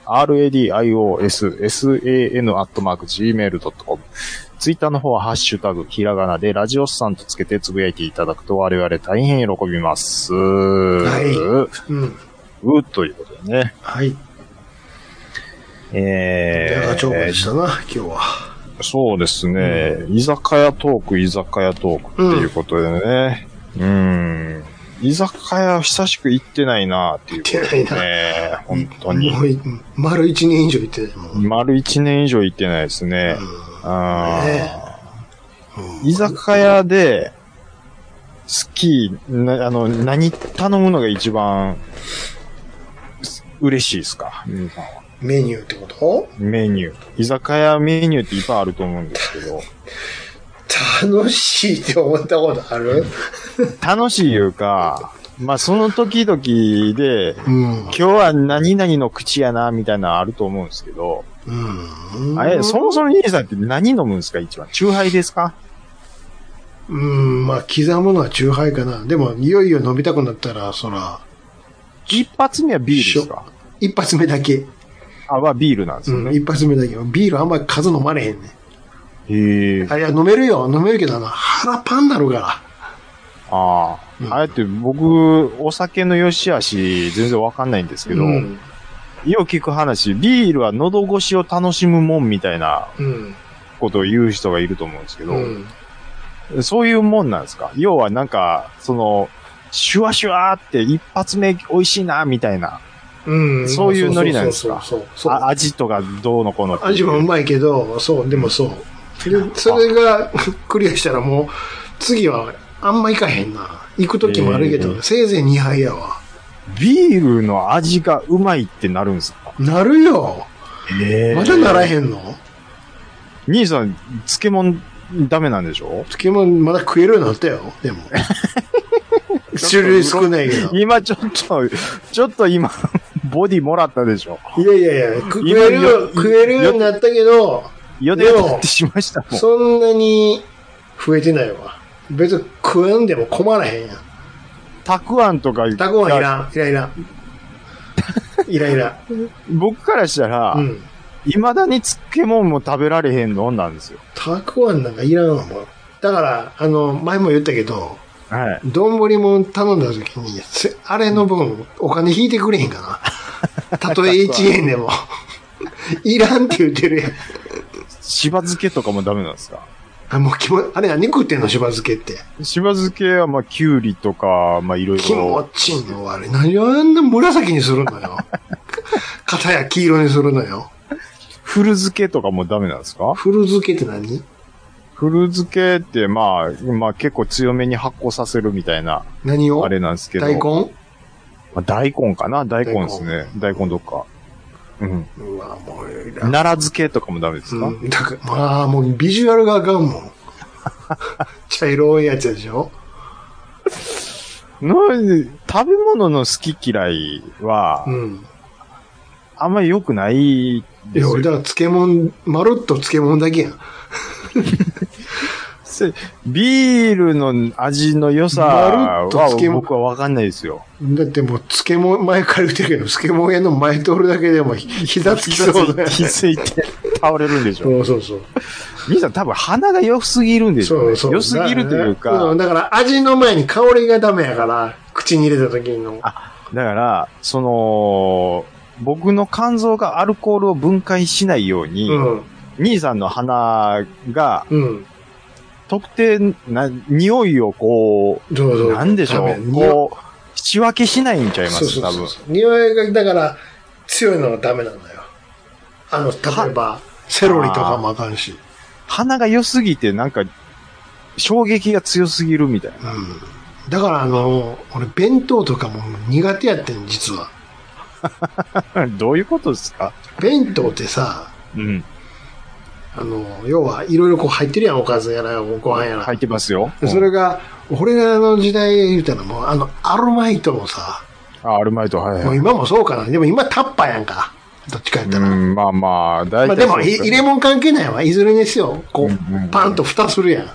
S3: radiossan アットマーク Gmail.com、ツイッターの方は、ハッシュタグ、ひらがなで、ラジオスさんとつけてつぶやいていただくと、我々大変喜びます。
S1: いううん。
S3: ーということでね。
S1: はい。
S3: え
S1: 長丁
S3: ー、
S1: 場でしたな、今日は。
S3: そうですね、居酒屋トーク、居酒屋トークっていうことでね。うん。居酒屋久しく行ってないなっていうこと
S1: 行って
S3: で
S1: な
S3: ね。本当に
S1: も。 うい、丸一年以上行ってないもん。
S3: 丸一年以上行ってないですね。あー
S1: ね
S3: 居酒屋で、スキー、なあの、何頼むのが一番、す嬉しいですか皆さんは。
S1: メニューってこと
S3: メニュー。居酒屋メニューっていっぱいあると思うんですけど。
S1: 楽しいって思ったことある
S3: 楽しいいうか、まあその時々で、
S1: うん
S3: 今。日は何々の口やな、みたいなのあると思うんですけど、
S1: うん。
S3: あれ、そもそも兄さんって何飲むんですか一番。チューハイですか
S1: うん、まあ、刻むのはチューハイかな。でも、いよいよ飲みたくなったら、そら、
S3: 一発目はビールですか
S1: 一発目だけ。
S3: あ、はビールなんですよ
S1: うん、
S3: ね。
S1: 一発目だけ。ビールあんまり数飲まれへんね。
S3: へえ。
S1: あ、いや、飲めるよ。飲めるけどな、腹パンなるか
S3: あ
S1: う
S3: あ。
S1: ん
S3: あれって僕、お酒の良し悪し、全然わかんないんですけ
S1: ら。
S3: ど、
S1: うん。
S3: よう聞く話、ビールは喉越しを楽しむもんみたいな
S1: うん。
S3: ことを言う人がいると思うんですけど、
S1: うん。
S3: そういうもんなんですか要はなんか、その、シュワシュワーって一発目美味しいな、みたいな。
S1: うん。
S3: そういうノリなんですか
S1: そうそうそうそう。
S3: あ味とかどうのこうのっていう。
S1: 味もうまいけど、そう、でもそう。で、それが クリアしたらもう、次はあんま行かへんな。行く時もあるけど、
S3: ええ
S1: せいぜい2杯やわ。
S3: ビールの味がうまいってなるんですか
S1: なるよ。
S3: え
S1: まだなら
S3: ん。
S1: へんの、
S3: 兄さん、漬物ダメなんでしょ
S1: 漬物まだ食えるようになったよ、で も。種類少ないけど。
S3: 今ちょっと、ちょっと今、ボディもらったでしょ
S1: いやいやいや、く食えるよ、
S3: 今よ
S1: 食えるようになったけど、
S3: 予定を取ってしまいしたもん。
S1: そんなに増えてないわ。別に食わんでも困らへんやん。
S3: たくあんとか
S1: たくあんいらん。いらんいらん。いらんいらん。
S3: 僕からしたら、
S1: うん。
S3: 未だに漬物も食べられへんのなんですよ。
S1: たくあんなんかいらんわ、もう。だから、あの、前も言ったけど、
S3: はい。
S1: 丼も頼んだ時に、せあれの分、お金引いてくれへんかな。たとえ1円 でも。 いらんって言ってるやん。
S3: しば漬けとかもダメなんですか
S1: あ、もう気も、あれ何食ってんのしば漬けって。
S3: しば漬けは、まあ、きゅうりとか、まあ、いろい
S1: 気持
S3: ろ。
S1: ちいいの、あれ。何をあんな紫にするの よ。片や黄色にするのよ。
S3: 古漬けとかもダメなんですか
S1: 古漬けって何
S3: 古漬けって、まあ、まあ、結構強めに発酵させるみたいな、
S1: 何を
S3: あれなんですけど。
S1: 大根
S3: まあ大根かな大根ですね。大根どっか。うん。
S1: うわ、もういらん
S3: 奈良漬けとかもダメですか、
S1: うん、だから、まあ、もうビジュアルがあかんもん。 茶色いやつでしょ
S3: なん食べ物の好き嫌いは
S1: う、ん。
S3: あんまり良くない
S1: い
S3: で
S1: や、
S3: す
S1: だ
S3: よ。
S1: から漬物、まるっと漬物だけやん。
S3: せビールの味の良さ
S1: まるっと漬
S3: は
S1: 物
S3: 僕はわかんないですよ。
S1: だってもう漬物、前から言ってるけど、漬物屋の前通るだけでもひ膝つきそうだよ。
S3: 気づいて倒れるんでしょ。
S1: そうそうそう。
S3: みさん多分鼻が良すぎるんでしょうね、
S1: そうそう。
S3: 良すぎるというか、
S1: んだから味の前に香りがダメやから、口に入れた時の。
S3: あだから、その、僕の肝臓がアルコールを分解しないように、
S1: うん。
S3: 兄さんの鼻が
S1: うん。
S3: 特定な、匂いをこ
S1: どう
S3: う、
S1: ぞ。
S3: なんでしょ
S1: ダメ
S3: う、
S1: 匂い
S3: こう、仕分けしないんちゃいま
S1: そう
S3: す、
S1: そ
S3: 多
S1: うそ
S3: 分
S1: う。そう。匂いが、だから、強いのはダメなんだよ。あの、例えば、セロリとかもあかんし。
S3: 鼻が良すぎて、なんか、衝撃が強すぎるみたいな。
S1: うん。だから、あの、俺、弁当とかも苦手やってん、実は。
S3: どういうことですか
S1: 弁当ってさ、
S3: うん。
S1: あの、要はいろいろこう入ってるやん、おかずやら、ご飯やら。
S3: 入ってますよ。
S1: でそれが、俺らの時代言うたらもう、あの、アロマイトもさ、
S3: あ、アルマイト、はい
S1: も
S3: は
S1: う
S3: い。
S1: 今もそうかな。でも今タッパーやんか。どっちかやった
S3: う
S1: ら。
S3: ん、まあまあ、大
S1: まあ
S3: 体
S1: で
S3: そう
S1: も、い
S3: すよね
S1: 入れ物関係ないわ。いずれにせよ、こ
S3: うんうんうん
S1: う、パンと蓋するやん。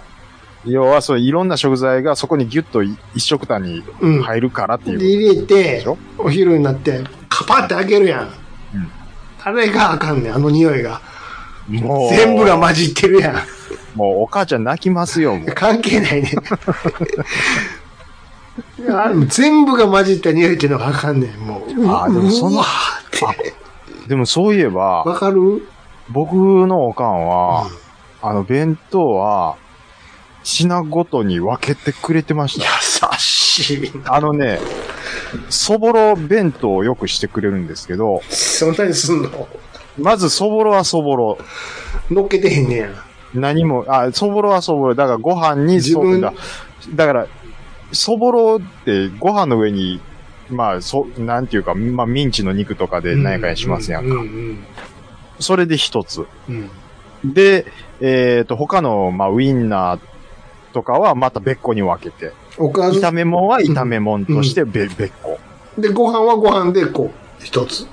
S3: 要は、そう、いろんな食材がそこにギュッと一食単に
S1: うん
S3: 入るからっていう。
S1: で、入れて
S3: しょ、
S1: お昼になって、カパって開けるやん。あれがあかんねん、あの匂いが。
S3: もう、
S1: 全部が混じってるやん。
S3: もうお母ちゃん泣きますよ、もう。
S1: 関係ない ね。あの全部が混じった匂いっていうのがあかんねん、もう。
S3: あーでもそんな
S1: うわーって。
S3: でもそういえ
S1: わ
S3: ば、
S1: かる
S3: 僕のおかんは、あの、弁当は、品ごとに分けてくれてまし
S1: 優
S3: た。
S1: しいな。
S3: あのね、そぼろ弁当をよくしてくれるんですけど、
S1: そんなにすんの
S3: まずそぼろはそぼろ。
S1: 乗っけてへんねや。
S3: 何も、あ、そぼろはそぼろ。だからご飯に
S1: 自分
S3: そうだ。だから、そぼろってご飯の上に、まあ、そ、なんていうか、まあ、ミンチの肉とかで何やかにしますやんか。
S1: うんうん
S3: それで一つ。
S1: うんうん。
S3: で、えっ、と、他の、まあ、ウインナーとかはまた別個に分けて。
S1: おかず
S3: 炒め物は炒め物としてべ、別個。
S1: で、ご飯はご飯で、こう、一つ。っ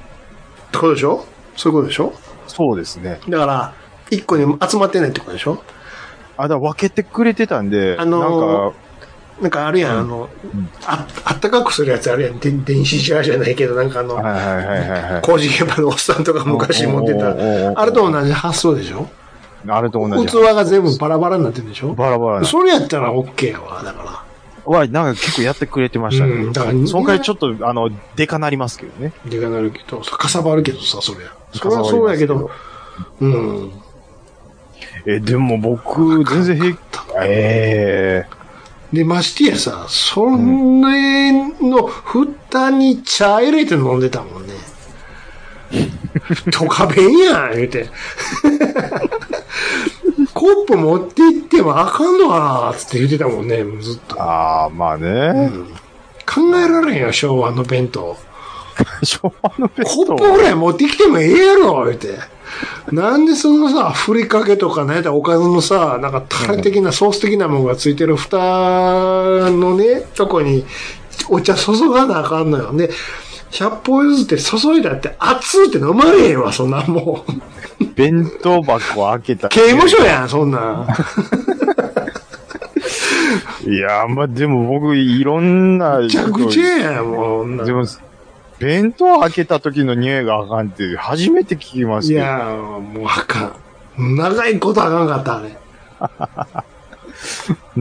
S1: てことでしょそういうことでしょ
S3: そうですね。
S1: だから、一個に集まってないってことでしょ
S3: あ、だから分けてくれてたんで、
S1: あのー
S3: なんか、
S1: なんかあるやん、あの、ああったかくするやつあるやん。で電子ジャーじゃないけど、なんかあの、
S3: はいはいはいはいはい。
S1: 工事現場のおっさんとか昔持って
S3: おーおーおーおー
S1: た。あれと同じ発想でしょ
S3: あれと同
S1: 器
S3: じ。
S1: が全部バラバラになってるでしょ
S3: バラバラな。
S1: それやったら OK やわ、だか
S3: は、なんか結構やってくれてましたね。
S1: うんだから
S3: その回ちょっと、あの、でかなりますけどね。
S1: ら。でかなるけど、そうかさばるけどさ、それゃ。それは
S3: かさばります
S1: そうやけど、うん。
S3: え、でも僕、全然平気。ええ
S1: で、ましてやさ、そんなの蓋に茶入れて飲んでたもんね。トカ弁やん、言うて。コップ持って行ってもあかんのかな、つって言ってたもんね、ずっと。
S3: ああ、まあね。
S1: 考えられんよ、昭和の弁当。
S3: 昭和の弁
S1: コ
S3: 当
S1: ップぐらい持ってきてもええやろ、言うて。なんでそのさ、ふりかけとかね、おかずのさ、なんかタレ的な、ソース的なものがついてる蓋のね、とこにお茶注がなあかんのよ。で、百歩譲って注いだって熱って飲まれへんわ、そんなもう。
S3: 弁当箱開けた。
S1: 刑務所やん、そんなん。
S3: いやー、まあ、でも僕、いろんな。
S1: めちゃくちゃやん、もうそんなん。
S3: でも、弁当開けた時の匂いがあかんって、初めて聞きます
S1: い
S3: けど。
S1: やー、もうあかん。長いことあかんかった、あれ。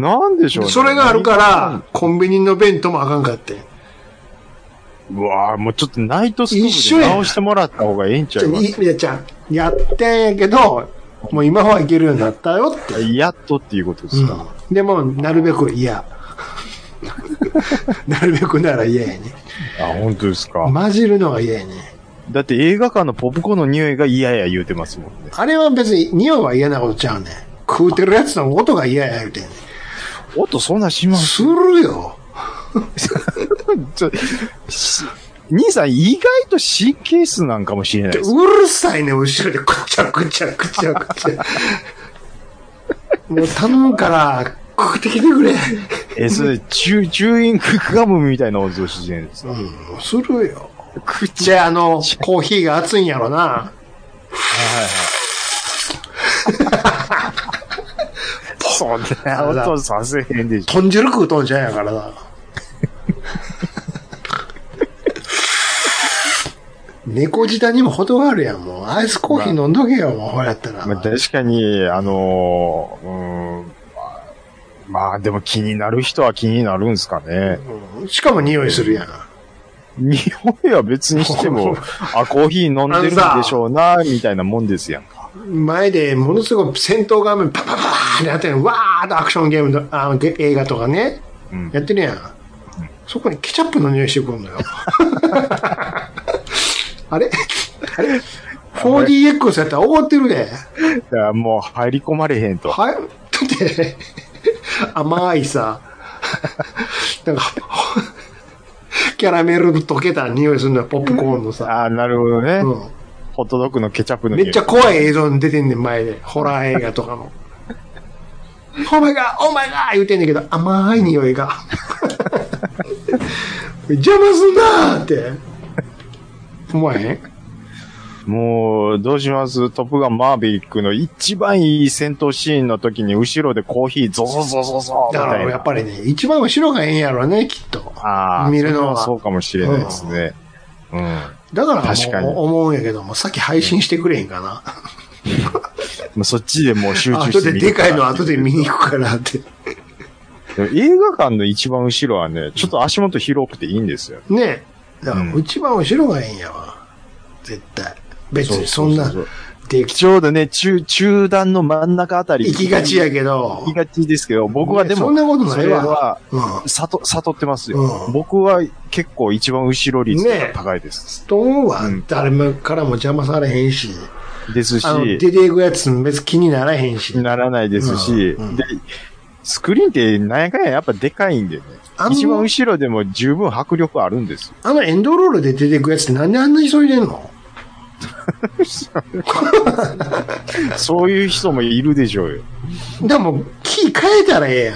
S3: なんでしょうね。
S1: それがあるから、コンビニの弁当もあかんかって。
S3: うわぁ、もうちょっとナイトスト
S1: 一緒
S3: ーブ
S1: や
S3: で
S1: ん
S3: 直してもらった方がええんちゃ
S1: じ
S3: い
S1: ゃ
S3: ま
S1: あ、
S3: す
S1: いいや、じゃあやってんやけど、もう今はいけるようになったよって。
S3: やっとっていうことですか。
S1: でも、なるべく嫌。 なるべくなら嫌やね。
S3: あ、本当ですか。
S1: 混じるのが嫌やね。
S3: だって映画館のポップコーンの匂いが嫌や言うてますもんね。
S1: あれは別に匂いは嫌なことちゃうね。食うてるやつの音が嫌や言うてんね。
S3: 音そんなします す
S1: るよ。
S3: ちょし兄さん意外と神経質なんかもしれないです。
S1: うるさいね、後ろでくちゃくちゃくちゃくちゃ。もう頼むから、食ってきてくれ。
S3: え、それ、チュー、チューイングガムみたいな音してるんですか
S1: うん、するよ。
S3: 口、
S1: じゃあ、あの、コーヒーが熱いんやろな。
S3: そんな音させへんでしょ。
S1: 豚汁食うとんじゃんやから な。猫舌にも程があるやん、もう。アイスコーヒー飲んどけよ、もう、ほらやったら。
S3: まあ、確かに、あのー、うーん、まあまあ、でも気になる人は気になるんですかね。
S1: うんしかも匂いするやん。
S3: 匂いは別にし ても、あ、コーヒー飲んでるんでしょうな、みたいなもんですやんか。
S1: 前でものすごい戦闘画面パパパパーってやってるわーっとアクションゲームのあのげ映画とかね、
S3: うん
S1: やってるやん。そこにケチャップの匂いしてくる のよ。あれあれ ?4DX やったら怒ってるで。
S3: だからもう入り込まれへん と。
S1: はい。だって、甘いさ、なんか、キャラメル溶けた匂いするのよ、ポップコーンのさ。
S3: ああ、なるほどね。
S1: うん
S3: ホットドッグのケチャップの
S1: め
S3: 匂い。
S1: っちゃ怖い映像に出てんねん、前で。ホラー映画とかの。お前が、お前が言うてんねんけど、甘い匂いが。 邪魔すんなーって。思わへん
S3: もう、どうしますトップガンマーヴェリックの一番いい戦闘シーンの時に後ろでコーヒーゾゾゾゾゾみ
S1: だか
S3: た
S1: ら
S3: い
S1: やっ
S3: な。
S1: ぱりね、一番後ろがええんやろね、きっと。
S3: ああ、
S1: 見るのは
S3: それそうかもしれないですね。うん。
S1: だから
S3: 確かに
S1: もう思うんやけども、さっき配信してくれへんかな。
S3: もうそっちでもう集中
S1: 後
S3: して
S1: で
S3: 見る
S1: でかいの後で見に行くからって。
S3: でも映画館の一番後ろはね、ちょっと足元広くていいんですよ。
S1: ねえ。だか
S3: うん
S1: ら一番後ろがええんやわ。絶対。別にそんな
S3: う、う
S1: で
S3: ちょうどね、中、中段の真ん中あたり。
S1: 行きがちやけど
S3: 行き。がちですけど、僕はで
S1: ね
S3: も、
S1: そんなことないわ
S3: それは、
S1: うん。
S3: 悟、悟ってますよ。
S1: うん
S3: 僕は結構一番後ろ率が高いです。
S1: ストーンは
S3: うん
S1: 誰もからも邪魔されへんし、
S3: です
S1: あの、出、
S3: して
S1: いくやつ別に気にならへんし、
S3: ならないですし、
S1: うんうん
S3: で、スクリーンってなんやかんややっぱでかいんでね
S1: あ。の
S3: 一番後ろでも十分迫力あるんですよ。
S1: あのエンドロールで出ていくやつってなんであんな急いでんの
S3: そういう人もいるでしょうよ。
S1: でも、キー変えたらえ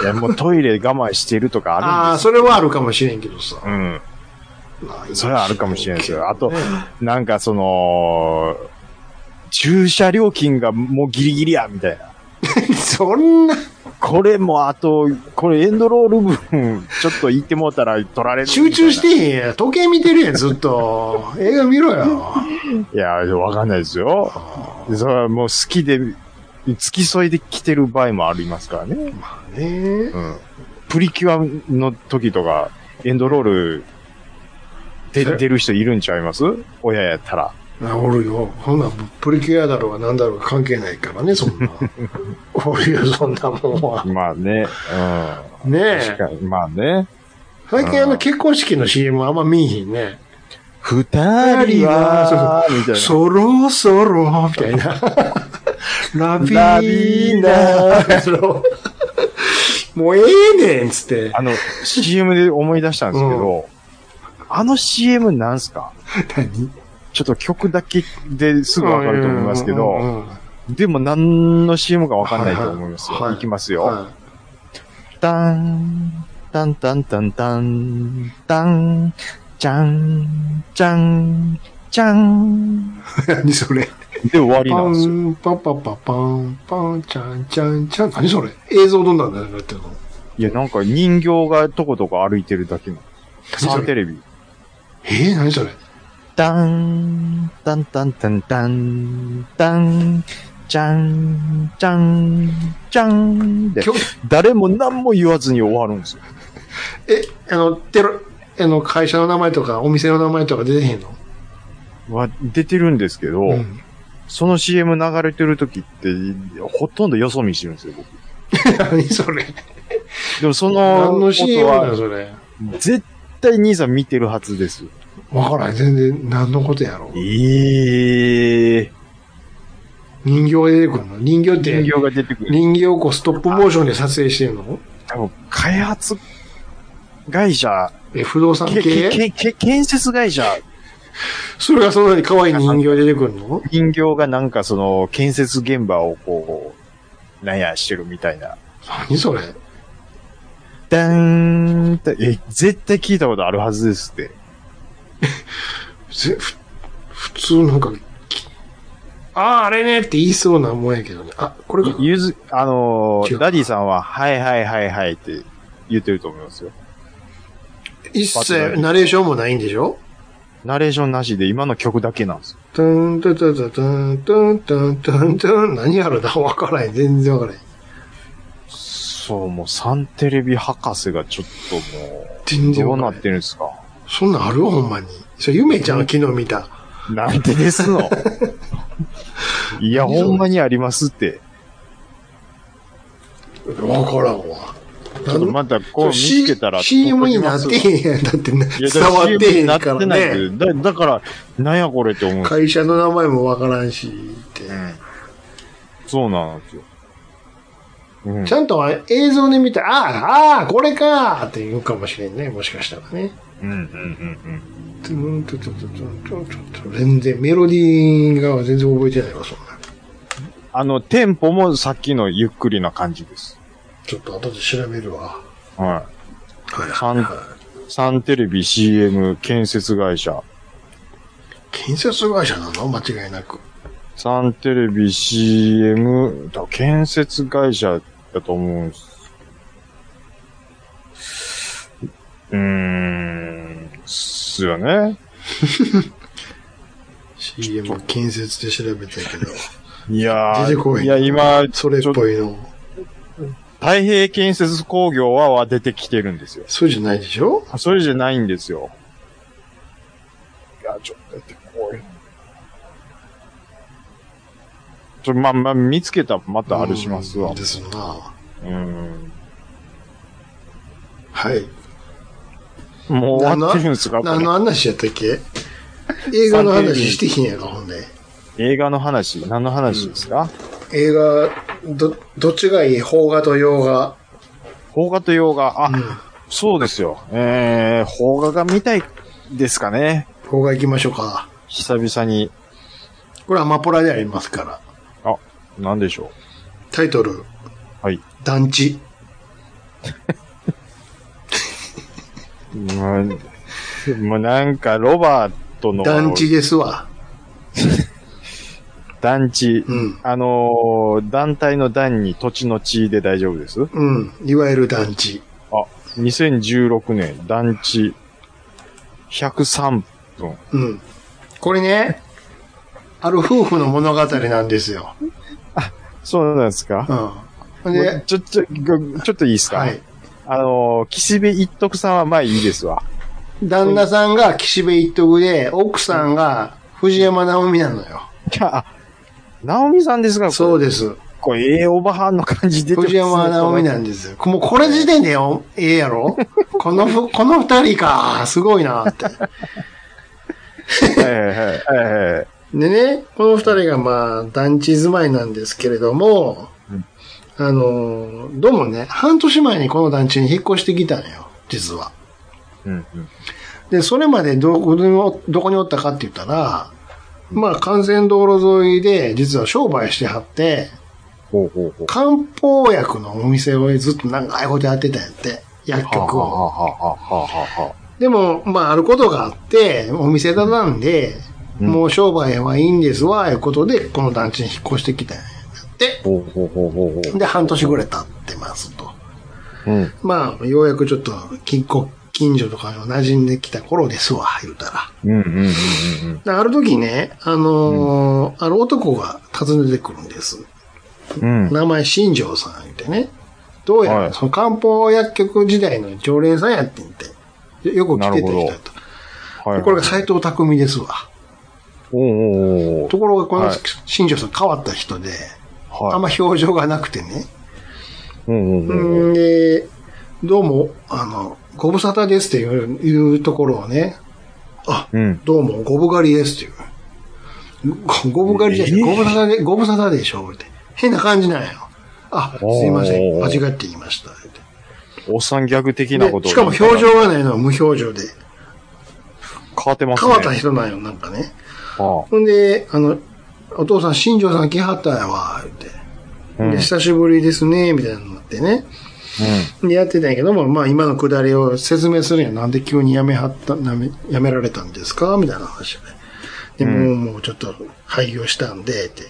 S1: えやん。
S3: いや、もうトイレ我慢してるとかあ
S1: あ
S3: るん
S1: あー、
S3: ですよ。
S1: それはあるかもしれんけどさ。
S3: うん。それはあるかもしれないですよ。あと
S1: ね、
S3: なんかその、駐車料金がもうギリギリや、みたいな。
S1: そんな、
S3: これもあと、これエンドロール分、ちょっと行ってもうたら取られるみたい
S1: 集中
S3: な。
S1: してへんやん。時計見てるやん、ずっ と。映画見ろよ。
S3: いや、わかんないですよ。それはもう好きで、付き添いで来てる場合もありますからね。
S1: ね
S3: うん。プリキュアの時とか、エンドロール、で、
S1: それ
S3: 出る人いるんちゃいます親やったら。
S1: あおるよ。そんなんプリキュアだろうが何だろうが関係ないからね、そん な。おるよ、そんなもんは。
S3: まあね。
S1: ね
S3: うん。
S1: え
S3: 確。かに。まあね。
S1: 最近あの結婚式の CM あんま見えへんね。
S3: 二
S1: 人
S3: 人
S1: は
S3: は、みたいな。
S1: そろそろ、みたい な。ラビ
S3: ラビ
S1: ー
S3: ー
S1: ナ
S3: ナ
S1: もうええねん、つって。
S3: あの、CM で思い出したんですけど、あの CM なん すか
S1: 何
S3: ちょっと曲だけですぐわかると思いますけ
S1: うんうん
S3: ど、
S1: うんうん
S3: でも何の CM かわかんないと思います
S1: はいは
S3: よ。
S1: い
S3: いきますよ。
S1: は
S3: タン、タンタンタンタン、タン、じゃん、じゃん、じゃん。
S1: 何それ
S3: で終わり
S1: パ
S3: なんですよ。
S1: ン、パンパンパンパン、パン、チャン、チャン、チャン。何それ映像どんなんだよってるの
S3: いや、なんか人形がとことこ歩いてるだけの。
S1: 何
S3: サ
S1: そ
S3: ンテ
S1: れ
S3: レビ。
S1: えー、何それ
S3: ダン、ダンダンダンダン、ダン、じゃん、じゃん、じゃんで
S1: 今、日、
S3: 誰も何も言わずに終わるんですよ。
S1: え、あの、テロ、あの、会社の名前とか、お店の名前とか出てへんの
S3: は出てるんですけど、
S1: うん。
S3: その CM 流れてる時って、ほとんどよそ見してるんですよ、僕。
S1: 何それ
S3: でもそ
S1: 何
S3: の
S1: の
S3: こと
S1: CM だよ、
S3: は、
S1: それ。
S3: 絶対兄さん見てるはずです。
S1: わからん。全然、何のことやろ。
S3: ええ
S1: 人形が出てくるの人形って、
S3: 人形が出てくる。
S1: 人形をこうストップモーションで撮影してるの
S3: 多分、開発会社、
S1: え、不動産
S3: け
S1: 系
S3: けけ建設会社、
S1: それがそんなに可愛い人形出てくるの
S3: 人形がなんかその、建設現場をこう、なんやしてるみたいな。
S1: 何それ
S3: ダーンって、え、絶対聞いたことあるはずですって。
S1: ぜふ普通なんか、きああ、あれねって言いそうなもんやけどね。あ、これか
S3: ゆ。ゆず、あのー
S1: 違う
S3: ダディさんは、はいはいはいはいって言ってると思いますよ。
S1: 一切ナレーションもないんでしょ
S3: ナレーションなしで今の曲だけなんですよ。
S1: トゥントゥトゥトゥトゥントゥントゥントゥントゥン何やろなわからへん。全然わからへん。
S3: そう、もうサンテレビ博士がちょっとも
S1: 全
S3: う、
S1: 然
S3: ど
S1: わ
S3: う
S1: から
S3: なっ
S1: へん。
S3: てるんですか
S1: そんなんあるほんまに。それ、ゆめちゃんは昨日見た。
S3: なんでですの いや、ほんまにありますって。
S1: わからんわ。
S3: ちょっとまたこう見つけたら。
S1: C- CM になって
S3: い
S1: へんやん。だってね、
S3: や、
S1: 伝わってへんから
S3: CM になってない
S1: ね。
S3: んでだだから、なんやこれって思うんですよ。
S1: 会社の名前もわからんし、って。
S3: うんそうなんですよ。うん
S1: ちゃんと映像で見たら、ああ、ああ、これかって言うかもしれんね。もしかしたらね。
S3: うんうんうん
S1: トゥントゥトゥトゥトゥトゥトゥトゥ全然、メロディーが全然覚えてないわ、そんな。
S3: うん。あの、テンポもさっきのゆっくりな感じです。
S1: ちょっと後で調べるわ。
S3: は
S1: はい
S3: い。サン、サンテレビ CM 建設会社。
S1: 建設会社なの間違いなく。
S3: サンテレビ CM、だ建設会社だと思うんです。うーん、すよね。
S1: CM 建設で調べたけ ど、
S3: いや
S1: 出てこ
S3: ー、
S1: い
S3: いや今、
S1: それっ
S3: ちょ
S1: ぽいの。
S3: 太平建設工業はは出てきてるんですよ。
S1: そうじゃないでしょ
S3: それじゃないんですよ。いや、ちょっと出てこい。ちょ、まあまあ、見つけたらまたあれしますわ
S1: うん。ですな。
S3: うん。
S1: はい。
S3: もう終わってるんですかこれ
S1: 何の話やったっ け映画の話してへんやろ、ほんで。
S3: 映画の話、何の話ですか、
S1: 映画、ど、どっちがいい邦画と洋画。
S3: 邦画と洋画、あ、
S1: うん
S3: そうですよ。えー、邦画が見たいですかね。
S1: 邦画行きましょうか。
S3: 久々に。
S1: これアマポラでありますから。
S3: あ、なんでしょ
S1: タイトル、
S3: う。はい。
S1: 団地。
S3: まあ、もうなんか、ロバートの。
S1: 団地。ですわ。
S3: 団地。
S1: うん。
S3: あのー団体の団に土地の地で大丈夫です。
S1: うん。いわゆる団地。
S3: あ、2016年、団地、103分。
S1: うん。これね、ある夫婦の物語なんですよ。
S3: そうなんですか、
S1: うん。で、
S3: ちょ、ちょ、ごちょっといいですか
S1: はい。。
S3: あのー岸辺一徳さんはまあいいですわ。
S1: 旦那さんが岸辺一徳で、奥さんが藤山直美なのよ。
S3: いや、あナオミさんですが、
S1: そう
S3: で
S1: です。
S3: す。これ、ええおばはんの感じ出てます
S1: 藤山直美なんですよ。もうこれ時点でよ、ええやろ このふ、この二人か、すごいなって。
S3: はいはいはいはいはい。
S1: でね、この二人がまあ、団地住まいなんですけれども、
S3: うん
S1: あの、どうもね、半年前にこの団地に引っ越してきたのよ、実は。
S3: うんうん。
S1: で、それまでどこにおどこにおったかって言ったら、まあ、幹線道路沿いで、実は商売してはって、
S3: ほうほうほう。
S1: 漢方薬のお店をずっと長いことやってたんやって、薬局
S3: は
S1: を。
S3: あはあはあはあはあはあはあ。
S1: でも、まあ、あることがあって、お店だなんで、
S3: うん
S1: もう商売はいいんですわ、いうことで、この団地に引っ越してきたんやって、
S3: ほうほうほうほうほ
S1: で、半年ぐらい経ってますと。
S3: う。うん。
S1: まあ、ようやくちょっと、近こ近所とかに馴染んできた頃ですわ、言うたら。
S3: うんうんうんうんうん。
S1: である時ね、あのーある男が訪ねてくるんです。
S3: うん。
S1: 名前、新庄さん言ってね。どうやら、
S3: はい
S1: その漢方薬局時代の常連さんやってんて。よよく来ててき
S3: な
S1: た
S3: る
S1: と。
S3: はい。
S1: でこれが斎藤匠ですわ。
S3: おうおうおう
S1: ところが、この
S3: はい
S1: 新庄さん変わった人で、
S3: はい。
S1: あんま表情がなくてね。
S3: うんうんうん。
S1: うん、で、どうも、あの、ご無沙汰ですっていういうところをね、あ、
S3: うん。
S1: どうも、ごぶ狩りですっていう。ごごぶ狩りじゃない、
S3: えー
S1: ご無沙汰で、ご無沙汰でしょ、って。変な感じなんよ。あ、すいません、
S3: おー
S1: 間違って言いました。って
S3: おっさんギャグ的な
S1: で
S3: ことを
S1: しかも表情がないのは無表情で。
S3: 変わってます
S1: 変
S3: ね。
S1: わった人なんよ、なんかね。
S3: あ
S1: ほんで、あの、お父さん、新庄さん来はったんやわ、って。
S3: あ。うん。う
S1: で、久しぶりですね、みたいなのになってね。
S3: ん。
S1: で、やってたんやけども、まあ今のくだりを説明するんや。なんで急に辞めはった、なめ辞められたんですかみたいな話をね。で、
S3: うん
S1: もう、もうちょっと廃業したんで、って。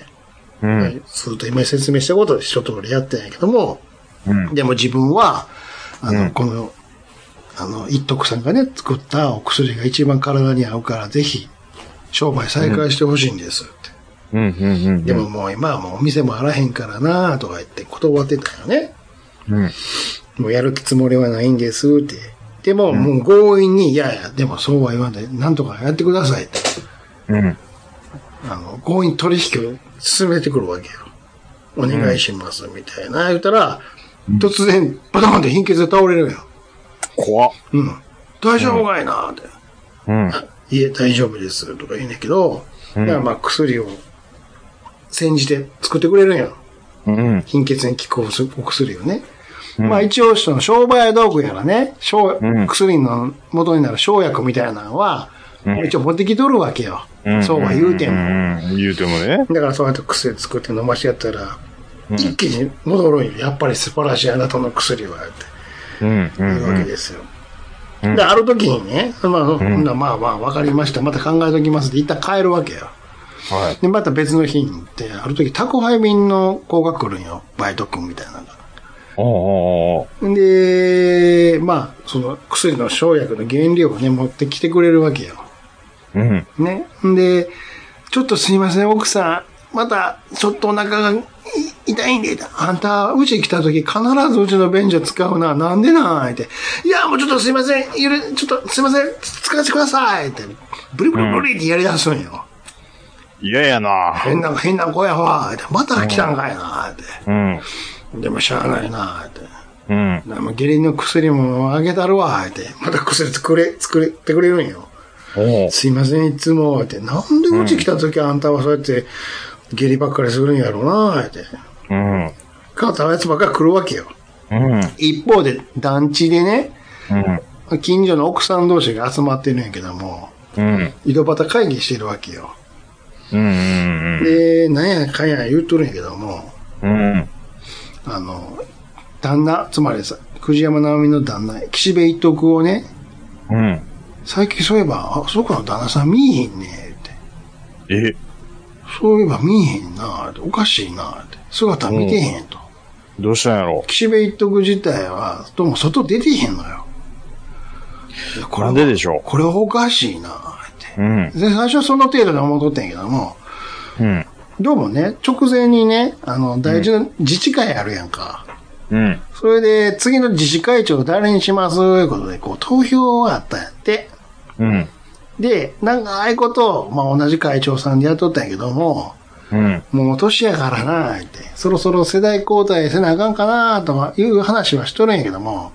S3: うん。
S1: はいずっと今説明したことで一通りやってんやけども、
S3: うん。
S1: でも自分は、あの、
S3: うん
S1: この、あの、一徳さんがね、作ったお薬が一番体に合うから、ぜひ、商売再開してほしいんですって。
S3: うん。うん。うん。
S1: でももう今はもうお店もあらへんからなとか言って断ってたよね。
S3: うん。
S1: もうやるつもりはないんですって。でももう強引に、いやいや、でもそうは言わない。なんとかやってくださいって。
S3: うん。
S1: あの、強引に取引を進めてくるわけよ。お願いします、みたいな。言ったら、突然、バタンって貧血で倒れるよ。
S3: 怖っ。
S1: うん。大丈夫かいなって。
S3: うん。
S1: いえ、大丈夫です、とか言うんだけど、
S3: うん
S1: だからまあ薬を、煎じて作ってくれるんよ。
S3: うん。
S1: 貧血に効くお薬をね。
S3: うん
S1: まあ一応、その商売道具やらね、生
S3: うん
S1: 薬の元になる生薬みたいなのは、
S3: うん
S1: 一応持ってきとるわけよ。
S3: うん。
S1: そうは言うても。
S3: うん。言うてもね。
S1: だからそうやって薬作って飲ましやったら、
S3: うん
S1: 一気に戻るんよ。やっぱり素晴らしいあなたの薬は、って
S3: うん。う。
S1: いうんわけ
S3: うん
S1: ですよ。
S3: うん
S1: で、ある時にね、まあ、まあまあ、わかりました。また考えときますって、一旦帰るわけよ。
S3: はい。
S1: で、また別の日に行って、ある時宅配便の子が来るんよ。バイト君みたいなのが。
S3: おうおうおうん
S1: で、まあ、その薬の生薬の原料をね、持ってきてくれるわけよ。
S3: うん。
S1: ね。んで、ちょっとすいません、奥さん。また、ちょっとお腹がい痛いんで、あんた、うち来た時必ずうちの便所使うな。なんでなんって。いや、もうちょっとすいません。ゆる、ちょっとすいません。使わせてください。って、ブリブリブリってやり出すんよ。
S3: 嫌やな。
S1: 変な、変な子やわ。って、また来たんかいな。って。
S3: うん。
S1: でもしゃあないな。って。
S3: うん。
S1: なもう下痢の薬もあげたるわ。って。また薬作れ、作れてくれるんよ。
S3: おう
S1: すいません、いつも、って。なんでうち来た時あんたはそうやって、下痢ばっかりするんやろうな、って。
S3: うん。うん。
S1: 変わったやつばっかり来るわけよ。
S3: うん。
S1: 一方で、団地でね、
S3: うん。
S1: 近所の奥さん同士が集まってるんやけども、
S3: うん。
S1: 井戸端会議してるわけよ。
S3: うん。
S1: で、なんやかんや言うとるんやけども、
S3: うん。
S1: あの、旦那、つまりさ、藤山直美の旦那、岸辺一徳をね、
S3: うん。
S1: 最近そういえば、あ、そこの旦那さん見えへんね、って。
S3: え、
S1: そういえば見えへんな、っておかしいな、って。姿見てへんと。
S3: どうしたんやろ
S1: 岸辺一徳自体は、どうも外出てへんのよ。いやこ
S3: なんででしょう
S1: これはおかしいなって。
S3: うん。
S1: で、最初はその程度で思っとってんやけども、
S3: うん。
S1: どうもね、直前にね、あの、大事な自治会あるやんか。
S3: うん。
S1: それで、次の自治会長誰にしますということで、こう、投票があったんやって。
S3: うん。
S1: で、なんか、ああいうことを、まあ、同じ会長さんでやっとったんやけども、
S3: うん。
S1: もう年やからな、って、そろそろ世代交代せなあかんかな、とかいう話はしとるんやけども、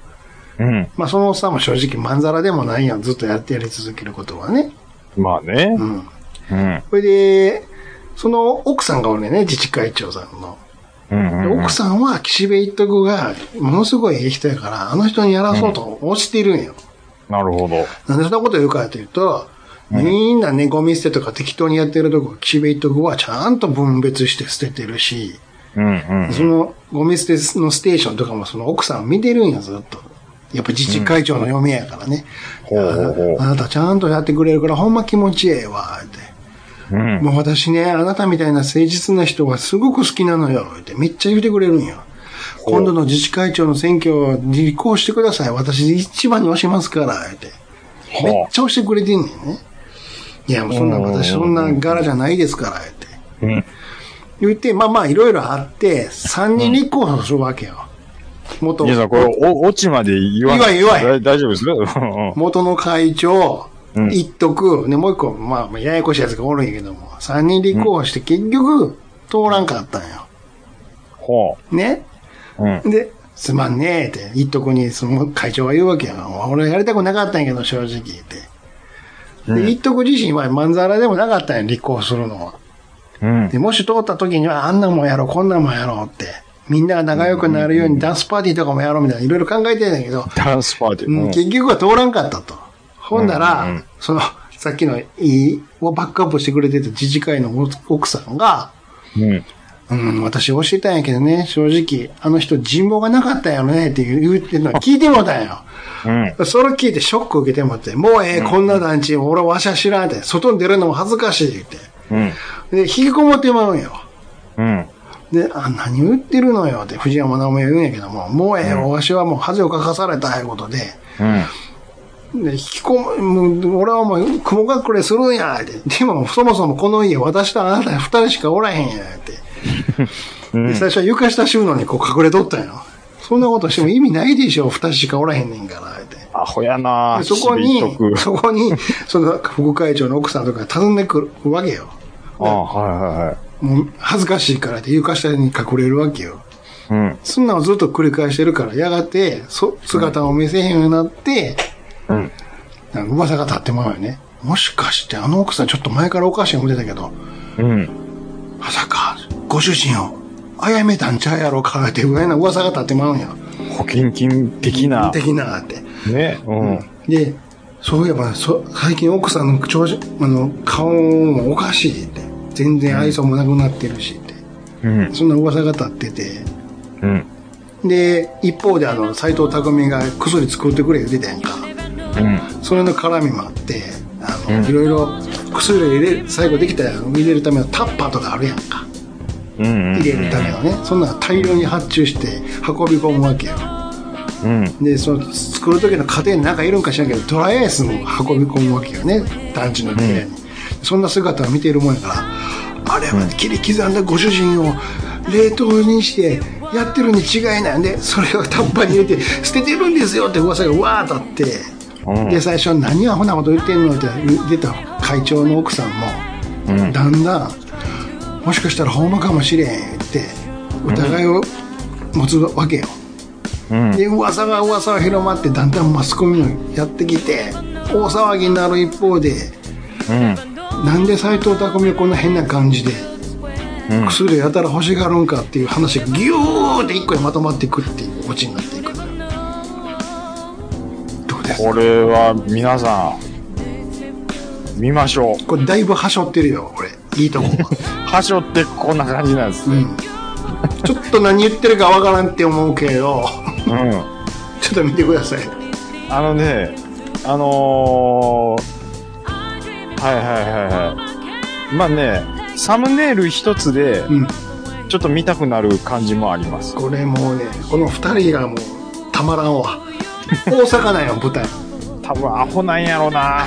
S3: うん。
S1: まあそのおっさんも正直まんざらでもないやん。ずっとやってやり続けることはね。
S3: まあね
S1: う。ん。
S3: うん。
S1: それで、その奥さんがおるんやね、自治会長さんの。
S3: うん。
S1: で
S3: うん
S1: 奥さんは岸辺一徳がものすごいええ人やから、あの人にやらそうと推してるんよ。
S3: なるほど。
S1: なんでそんなこと言うかというと、みんなね、ゴミ捨てとか適当にやってるとこ、岸辺一徳はちゃんと分別して捨ててるし、
S3: うん。うん。
S1: そのゴミ捨てのステーションとかもその奥さん見てるんや、ずっと。やっぱ自治会長の嫁やからね。
S3: ほうほうほう
S1: あなたちゃんとやってくれるからほんま気持ちええわ、って。
S3: うん。
S1: もう私ね、あなたみたいな誠実な人がすごく好きなのよ、ってめっちゃ言ってくれるんよ。今度の自治会長の選挙を立候補してください。私一番に押しますから、って。めっちゃ押してくれてんねんね。いや、もうそんな、
S3: うん
S1: 私そんな柄じゃないですから、って。
S3: うん。
S1: 言って、まあまあいろいろあって、3人立候補するわけよ。元、
S3: 皆さん、これ、お、落ちまで言わ
S1: 言わん言わ
S3: ん。大丈夫ですね。うんうん
S1: 元の会長、
S3: うん
S1: 一徳、ね、もう一個、まあ、ややこしいやつがおるんやけども、三人立候補して結局、通らんかったんよ。
S3: ほ
S1: ね
S3: う。うん。
S1: で、すまんねえって、一徳にその会長が言うわけやん。俺やりたくなかったんやけど、正直言って。で、一徳自身はまんざらでもなかったんや、立候補するのは。
S3: うん。
S1: で、もし通った時には、あんなもんやろ、こんなもんやろって、みんなが仲良くなるようにダンスパーティーとかもやろうみたいな、いろいろ考えてんだけど、
S3: ダンスパーティー。
S1: うん、
S3: うん
S1: 結局は通らんかったと。ほんなら、
S3: うんうん
S1: その、さっきのいいをバックアップしてくれてた自治会の奥さんが、
S3: うん。
S1: うん、私教えたんやけどね、正直、あの人人望がなかったんやろねって言う言ってんのを聞いてもうたんよ。
S3: うん。
S1: それ聞いてショック受けてもって、もうええ、こんな団地、俺わしゃ知らんって、外に出るのも恥ずかしい言って。
S3: うん。
S1: で、引きこもってまうんよ。
S3: うん。
S1: で、あ、何言ってるのよって藤山直美は言うんやけども、もうええ、わしはもう恥をかかされたいうことで、
S3: うん。
S1: で、引きこも、もう俺はもう、雲隠れするんや、って。でも、そもそもこの家、私とあなた二人しかおらへんや、って。 で、最初は床下収納にこう隠れとったんよ。そんなことしても意味ないでしょ、二人しかおらへんねんから、って。
S3: アホやな
S1: でそこに
S3: ちびっと く、
S1: そこに、その副会長の奥さんとか訪ねてくるわけよ。
S3: あはいはいはい。
S1: もう、恥ずかしいからって床下に隠れるわけよ。
S3: うん。
S1: そんなのをずっと繰り返してるから、やがて、そ、姿を見せへんようになって、
S3: うん。
S1: なんか噂が立ってまうよね。もしかしてあの奥さんちょっと前からおかしい思ってたけど、
S3: うん。
S1: まさか、ご主人を、あやめたんちゃうやろかってぐらいな噂が立ってまうんや。
S3: 保険金的な。
S1: 的なって。
S3: ね。うん。
S1: で、そういえば、そ最近奥さんの調子、あの、顔もおかしいって。全然愛想もなくなってるしって。
S3: うん。
S1: そんな噂が立ってて。
S3: うん。
S1: で、一方であの、斎藤匠が薬作ってくれ言ってたやんか。
S3: うん。
S1: それの絡みもあってあの、
S3: うん
S1: いろいろ薬を入れる最後できたら入れるためのタッパーとかあるやんか
S3: うん。
S1: 入れるためのねそんなの大量に発注して運び込むわけよ
S3: うん。
S1: でその作る時の過程に何かいるんか知らんけどドライアイスも運び込むわけよね団地の部屋に、そんな姿を見ているもんやからあれは切り刻んだご主人を冷凍にしてやってるに違いないんでそれをタッパーに入れて捨ててるんですよって噂がわーっとあって
S3: うん。
S1: で最初何アホなこと言ってんのって出た会長の奥さんも、
S3: うん
S1: だんだんもしかしたらほんまかもしれんって疑いを持つわけよ、
S3: うん。
S1: で噂が噂が広まってだんだんマスコミもやってきて大騒ぎになる一方で
S3: うん。
S1: なんで斎藤工はこんな変な感じで
S3: うん。
S1: 薬をやたら欲しがるんかっていう話がギューって一個にまとまっていくっていうオチになっていくどうです
S3: これは皆さん、見ましょう。
S1: これだいぶはしょってるよ俺いいとこは。
S3: 端折ってこんな感じなんです
S1: う
S3: ね。
S1: んちょっと何言ってるかわからんって思うけど、
S3: うん。
S1: ちょっと見てください。
S3: あのね、あのー、はいはいはいはい。まあね、サムネイル一つで、
S1: うん。
S3: ちょっと見たくなる感じもあります。
S1: これもうね、この二人がもうたまらんわ。大阪なんよ、舞台。
S3: 多分アホなんやろな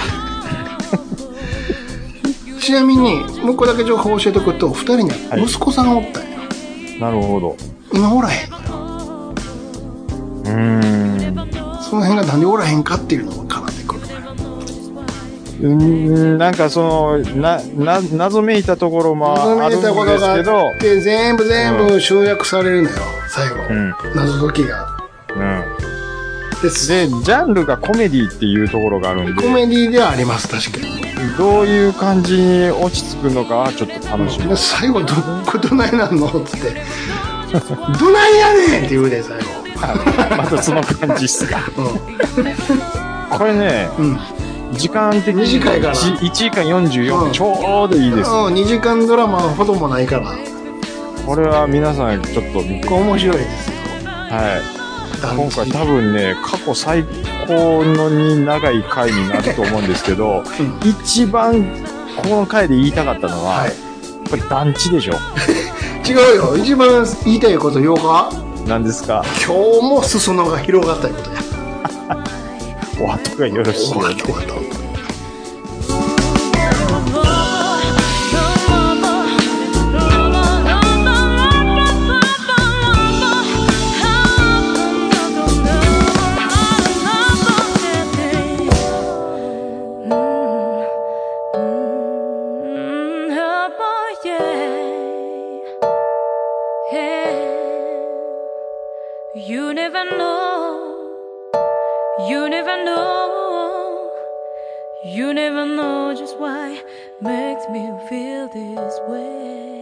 S1: ちなみに、もう一個だけ情報を教えておくと、二人には息子さんがおったんよ。
S3: なるほど。
S1: 今おらへんのよ。
S3: うーん。
S1: その辺がなんでおらへんかっていうのが絡んでくるのよ。
S3: うーんなんかその、な、な、謎めいたところもあるんですけど、
S1: で、全部全部集約されるのよ、最後。
S3: うん
S1: 謎解きが。
S3: うん。
S1: で、
S3: で、ジャンルがコメディっていうところがあるん
S1: コ
S3: で、
S1: メディではあります、確かに。
S3: どういう感じに落ち着くのかはちょっと楽しみです。
S1: 最後どこどないなんのっつって 「どないやねん!」って言うで最後
S3: またその感じっすか。これね、
S1: うん、うん
S3: 時間的に
S1: 短いから
S3: 1時間44分、
S1: うん
S3: ちょうどいいです、
S1: うん、2時間ドラマほどもないから
S3: これは皆さんちょっと見て
S1: こう面白いですよ
S3: はい今回多分ね、過去最高のに長い回になると思うんですけど、一番この回で言いたかったのは、
S1: はい
S3: やっぱり団地でしょ。
S1: 違うよ。一番言いたいこと言おうか。
S3: なんですか
S1: 今日も裾野が広がったいうことや。
S3: お後がよろしいようで。
S4: You never know, you never know. You never know just why makes me feel this way.